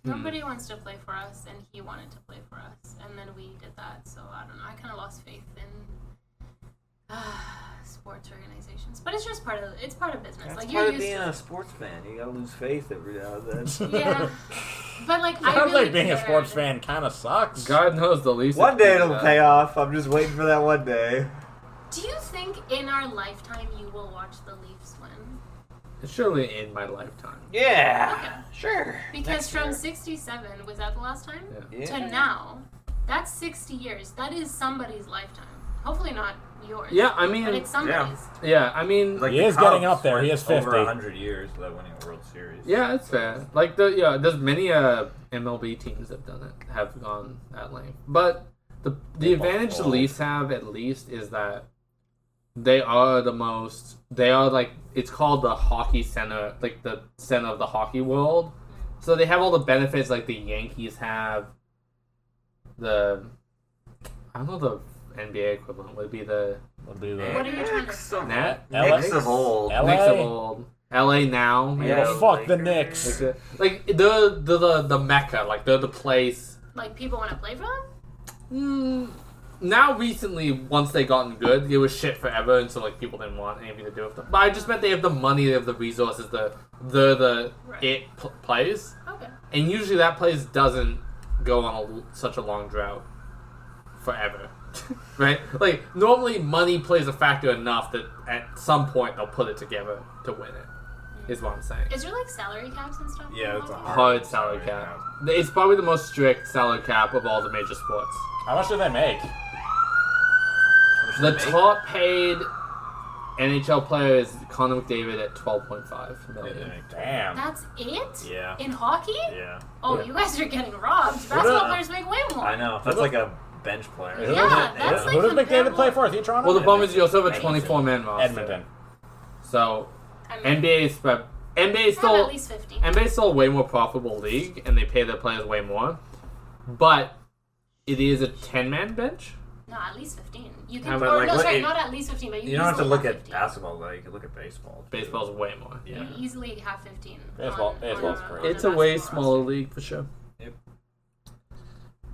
D: Hmm.
A: Nobody wants to play for us, and he wanted to play for us, and then we did that. So I don't know. I kind of lost faith in uh, sports organizations, but it's just part of it's part of business.
E: That's
A: like
E: part
A: you're
E: of
A: used
E: being
A: to.
E: a sports fan. You gotta lose faith every now and then.
A: it. Yeah, but like I
D: Sounds
A: really
D: like being a
A: cared.
D: sports fan kind of sucks.
B: God knows the least. uh,
E: one day it'll pay off. I'm just waiting for that one day.
A: Do you think in our lifetime you will watch the Leafs win?
B: Surely in my lifetime.
E: Yeah, sure.
A: Because from '67 was that the last time
E: Yeah.
A: to now, that's 60 years. That is somebody's lifetime. Hopefully not yours.
B: Yeah, I
A: but
B: mean
A: it's somebody's.
B: yeah, I mean
C: Like
D: He
C: the
D: is getting
C: Cubs
D: up there. He
C: went
D: is 50.
C: Over 100 years without winning a World Series.
B: Yeah, that's fair. Like the yeah, there's many uh MLB teams have done it, have gone that length. But the the advantage the Leafs have at least is that they are the most they are like it's called the hockey center, like the center of the hockey world. So they have all the benefits like the Yankees have. The I don't know the NBA equivalent would be the
D: Would be the-
A: What are you trying to say?
B: Nat
D: LA?
E: Knicks of old.
D: LA?
B: Knicks of old, LA now. you
D: Yeah,
B: know?
D: fuck the Knicks.
B: Like, like the the the, the mecca, like the the place.
A: Like people want to play for them?
B: Mm, now recently, once they gotten good, it was shit forever, and so like people didn't want anything to do with them. But I just meant they have the money, they have the resources, the the the
A: Right.
B: it pl- plays,
A: Okay.
B: and usually that place doesn't go on a l such a long drought forever. Right, like normally, money plays a factor enough that at some point they'll put it together to win it.
A: Mm.
B: is what I'm saying.
A: Is there like salary caps and stuff?
C: Yeah, it's a
A: hard.
B: Hard salary cap. It's probably the most strict salary cap of all the major sports.
D: How much do they make?
B: The top paid NHL player is Connor McDavid at 12.5 million.
D: Damn.
A: That's it?
C: Yeah.
A: In hockey?
C: Yeah.
A: Oh,
B: Yeah.
A: you guys are getting robbed. Basketball
D: uh,
A: players make way more.
C: I know. That's like a bench player.
A: Yeah, that's like
D: Who does McDavid
A: comparable-
D: play for? Is he Toronto?
B: Well, the problem is you also have a
C: Amazing.
B: 24 man roster.
D: Edmonton.
B: So
A: I mean,
B: NBA is spread. NBA is
A: they have
B: still
A: at least 50.
B: NBA is still a way more profitable league, and they pay their players way more. But it is a 10 man bench.
A: No, at least 15. You
C: Yeah,
A: can,
C: but,
A: or
C: like,
A: no,
C: look,
A: sorry,
C: it-
A: not at least 15, but you,
C: You don't have to
A: easily
C: look
A: have
C: at
A: 15.
C: baseball though. You can look at baseball. too.
B: Baseball's way more.
C: Yeah.
A: You easily have 15.
D: Baseball-
A: on- on
D: baseball's
A: a-
D: great.
A: on
B: It's a way
A: basketball
B: smaller
A: roster.
B: league for sure.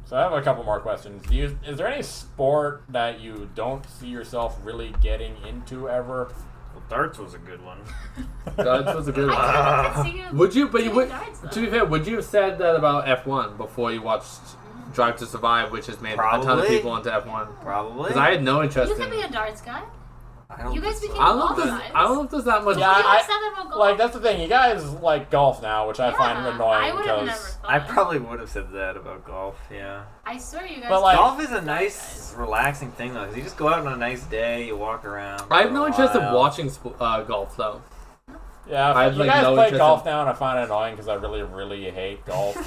D: So I have a couple more questions. Do you, is there any sport that you don't see yourself really getting into ever?
C: Well, darts was a good one.
B: Darts was a good one.
A: I could- I could see you
B: Would you? But you
A: doing
B: would.
A: darts, though.
B: To be fair, would you have said that about F1 before you watched
A: Mm-hmm.
B: Drive to Survive, which has made a ton of
C: Probably.
B: people into F1?
C: Probably.
B: Because I had no interest
A: You could
B: in.
A: be a darts guy.
C: I don't
A: You guys
C: think
A: became
B: I
C: so.
B: don't know if
A: golf
B: there's.
A: guys.
B: I don't know if there's that much.
D: Yeah,
A: you
D: I-
A: guys said that about golf.
D: Like that's the thing. You guys like golf now, which I find
A: Yeah,
D: annoying.
A: I would have never
D: because-
A: thought.
C: I probably would have said that about golf. Yeah.
A: I swear you guys.
D: But, like-
C: golf is a nice, relaxing thing though. 'cause you just go out on a nice day, you walk around.
B: I have
C: for
B: no
C: a
B: interest in
C: while.
B: watching sp- uh, golf though.
D: Yeah,
B: I
D: I
B: have,
D: you
B: like,
D: guys
B: no
D: play
B: interest
D: golf
B: in-
D: now, and I find it annoying because I really, really hate golf,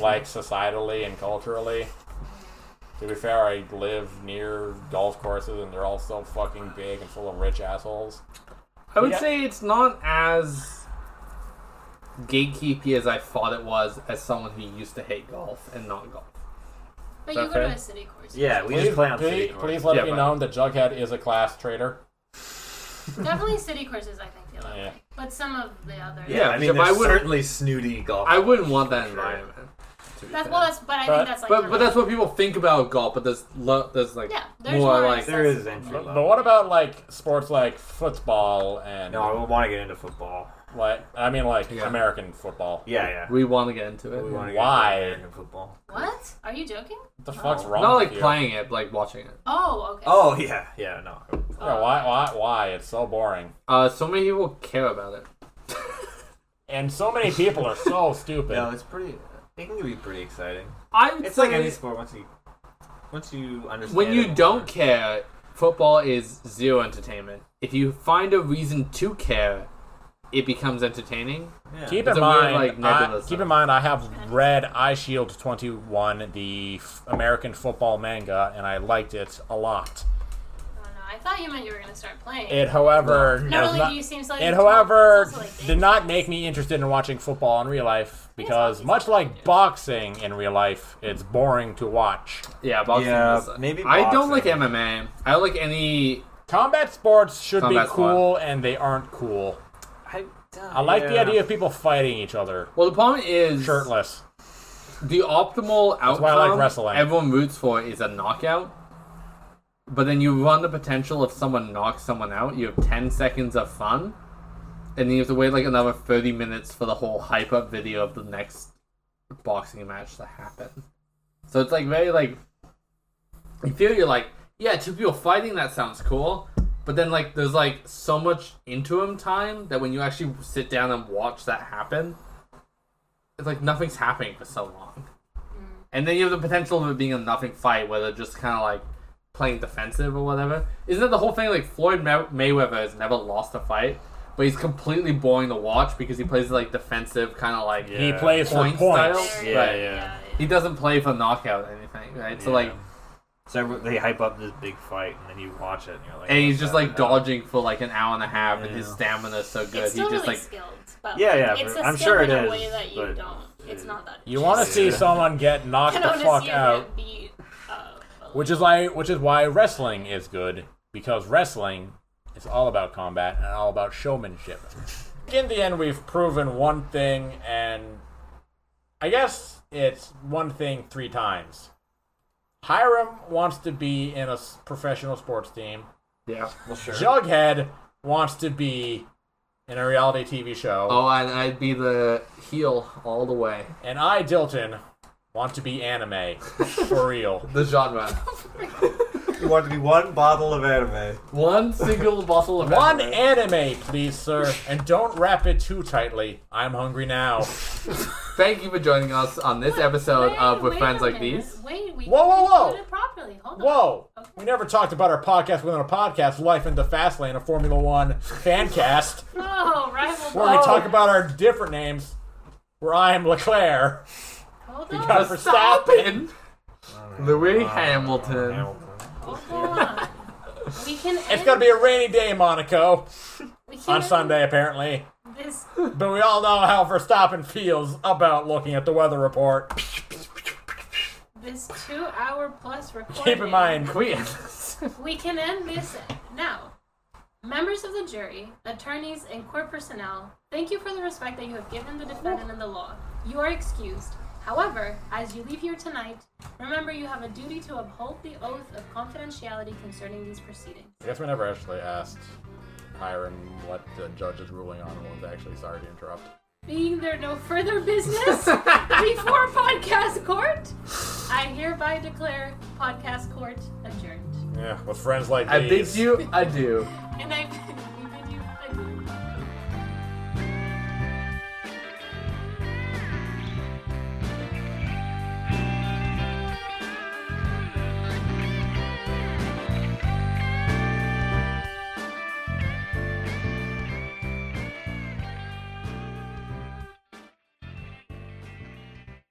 D: like societally and culturally. To be fair, I live near golf courses, and they're all so fucking big and full of rich assholes.
B: I would
D: Yeah.
B: say it's not as gatekeepy as I thought it was as someone who used to hate golf and not golf.
A: but you go
B: okay.
A: to a city course.
C: Yeah, we
D: Please,
C: just play on
D: please,
C: city courts.
D: please let
B: Yeah,
D: it be
B: but-
D: known that Jughead is a class traitor.
A: Definitely city courses. I think feel that
D: Yeah.
A: way. But some of the others.
C: Yeah,
B: Yeah,
C: I
B: so
C: mean,
B: I
C: there's
B: wouldn't-
C: certainly snooty golf.
B: I wouldn't want that
C: Sure.
B: environment. to be
A: That's
B: fair.
A: well. That's but I
D: But-
A: think that's like.
B: but
A: kind
B: but
A: of-
B: that's what people think about golf. But there's lo- there's like
A: yeah. There's
B: more,
A: more,
B: like
A: access.
C: there is entry
D: But,
C: level.
D: but what about like sports like football and
C: No, I would want to get into football.
D: like I mean like
B: Yeah.
D: American football?
C: Yeah, yeah.
B: we want to get into it.
C: We
B: Not
C: want to
D: Why?
C: get into American football.
A: What? Are you joking?
D: What the fuck's wrong? with
B: like
D: you?
B: playing it, but like watching it.
A: Oh, okay.
C: Oh yeah, yeah. No,
D: Yeah, why? Why? Why? It's so boring.
B: Uh, so many people care about it.
D: And so many people are so stupid.
C: no, it's pretty. It can be pretty exciting.
B: I would
C: It's
B: say
C: like any sport once you once you understand.
B: when you
C: it
B: don't
C: more.
B: care, football is zero entertainment. If you find a reason to care, it becomes entertaining.
C: Yeah.
D: Keep
B: It's
D: in
B: a weird,
D: mind,
B: like,
D: I-
B: nebulous
D: keep
B: thing.
D: in mind, I have read Eye Shield 21, the f- American football manga, and I liked it a lot.
A: I don't know. Oh, I thought you meant you were gonna start playing.
D: It, however,
A: not
D: does
A: only
D: not-
A: do you seem so.
D: it, however,
A: it's also, like,
D: did not make me interested in watching football in real life because,
A: hockey's
D: much
A: fun,
D: like
A: too.
D: boxing in real life, it's boring to watch.
B: Yeah, boxing.
C: Yeah,
B: is- uh,
C: maybe
B: I don't
C: boxing.
B: like MMA. I don't like any.
D: Combat sports should
B: Combat
D: be
B: sport.
D: cool, and they aren't cool.
C: I,
D: I like the idea of people fighting each other
B: Well, the problem is
D: shirtless.
B: the optimal outcome.
D: why I like wrestling.
B: Everyone roots for is a knockout. But then you run the potential if someone knocks someone out, you have ten seconds of fun, and then you have to wait like another thirty minutes for the whole hype up video of the next boxing match to happen. So it's like very like you feel you're like yeah, two people fighting that sounds cool, but then like there's like so much interim time that when you actually sit down and watch that happen, it's like nothing's happening for so long. And then you have the potential of it being a nothing fight where they're just kind of like playing defensive or whatever. Isn't that the whole thing? Like Floyd May- Mayweather has never lost a fight, but he's completely boring to watch because he plays like defensive, kind of like
D: He
C: Yeah.
D: plays
B: point
D: for points.
B: style.
A: Very-
C: Yeah,
B: Right.
C: yeah.
B: He doesn't play for knockout or anything, right? So like,
C: Yeah. So everyone- they hype up this big fight, and then you watch it, and you're like,
B: and he's
C: "What's
B: just
C: that
B: like
C: about?"
B: dodging for like an hour and a half, and his
C: Yeah.
B: stamina's so good,
A: It's
B: he
A: still
B: just
A: really
B: like
A: skilled, but
C: Yeah, yeah,
A: It's a
C: but I'm
A: skill
C: sure
A: in
C: it
A: a
C: is,
A: way that you
C: but-
A: don't. It's not that.
D: You want to see someone get knocked
A: I
D: the
A: don't
D: fuck
A: assume
D: out,
A: that beat. Uh,
D: which is why which is why wrestling is good because wrestling is all about combat and all about showmanship. In the end, we've proven one thing, and I guess it's one thing three times. Hiram wants to be in a s- professional sports team.
B: yeah.
C: Well, sure.
D: Jughead wants to be in a reality TV show.
B: Oh, and I'd be the heel all the way.
D: And I, Dilton, want to be anime. For real.
B: The genre.
C: You want to be one bottle of anime.
B: One single bottle of
D: One
B: Everest.
D: anime, please, sir, and don't wrap it too tightly. I'm hungry now.
B: Thank you for joining us on this episode
A: Wait,
B: of With
A: wait
B: Friends
A: a
B: Like
A: minute.
B: These.
A: Wait, we
D: Whoa, whoa, whoa.
A: did it properly. Hold on.
D: Whoa!
A: Okay.
D: We never talked about our podcast within our podcast, Life in the Fast Lane, a Formula One fan cast,
A: Oh, right. Well,
D: where we
A: oh,
D: talk about our different names. Where I am Leclerc,
A: Hold
D: we
A: on.
D: got
A: Hold
D: Verstappen,
B: Louis Hamilton.
A: on. We can end
D: It's gonna be a rainy day in Monaco
A: we can
D: on
A: end
D: Sunday, apparently.
A: This
D: But we all know how Verstappen feels about looking at the weather report.
A: this two hour plus recording.
D: Keep in mind,
B: Queen.
A: We can end this now. Members of the jury, attorneys, and court personnel, thank you for the respect that you have given the defendant and the law. You are excused. However, as you leave here tonight, remember you have a duty to uphold the oath of confidentiality concerning these proceedings.
D: I guess we never actually asked Hiram what the judge's ruling on was. Actually, sorry to interrupt.
A: Being there no further business before podcast court, I hereby declare podcast court adjourned.
D: Yeah, with friends like
B: I
D: these.
B: bid you adieu.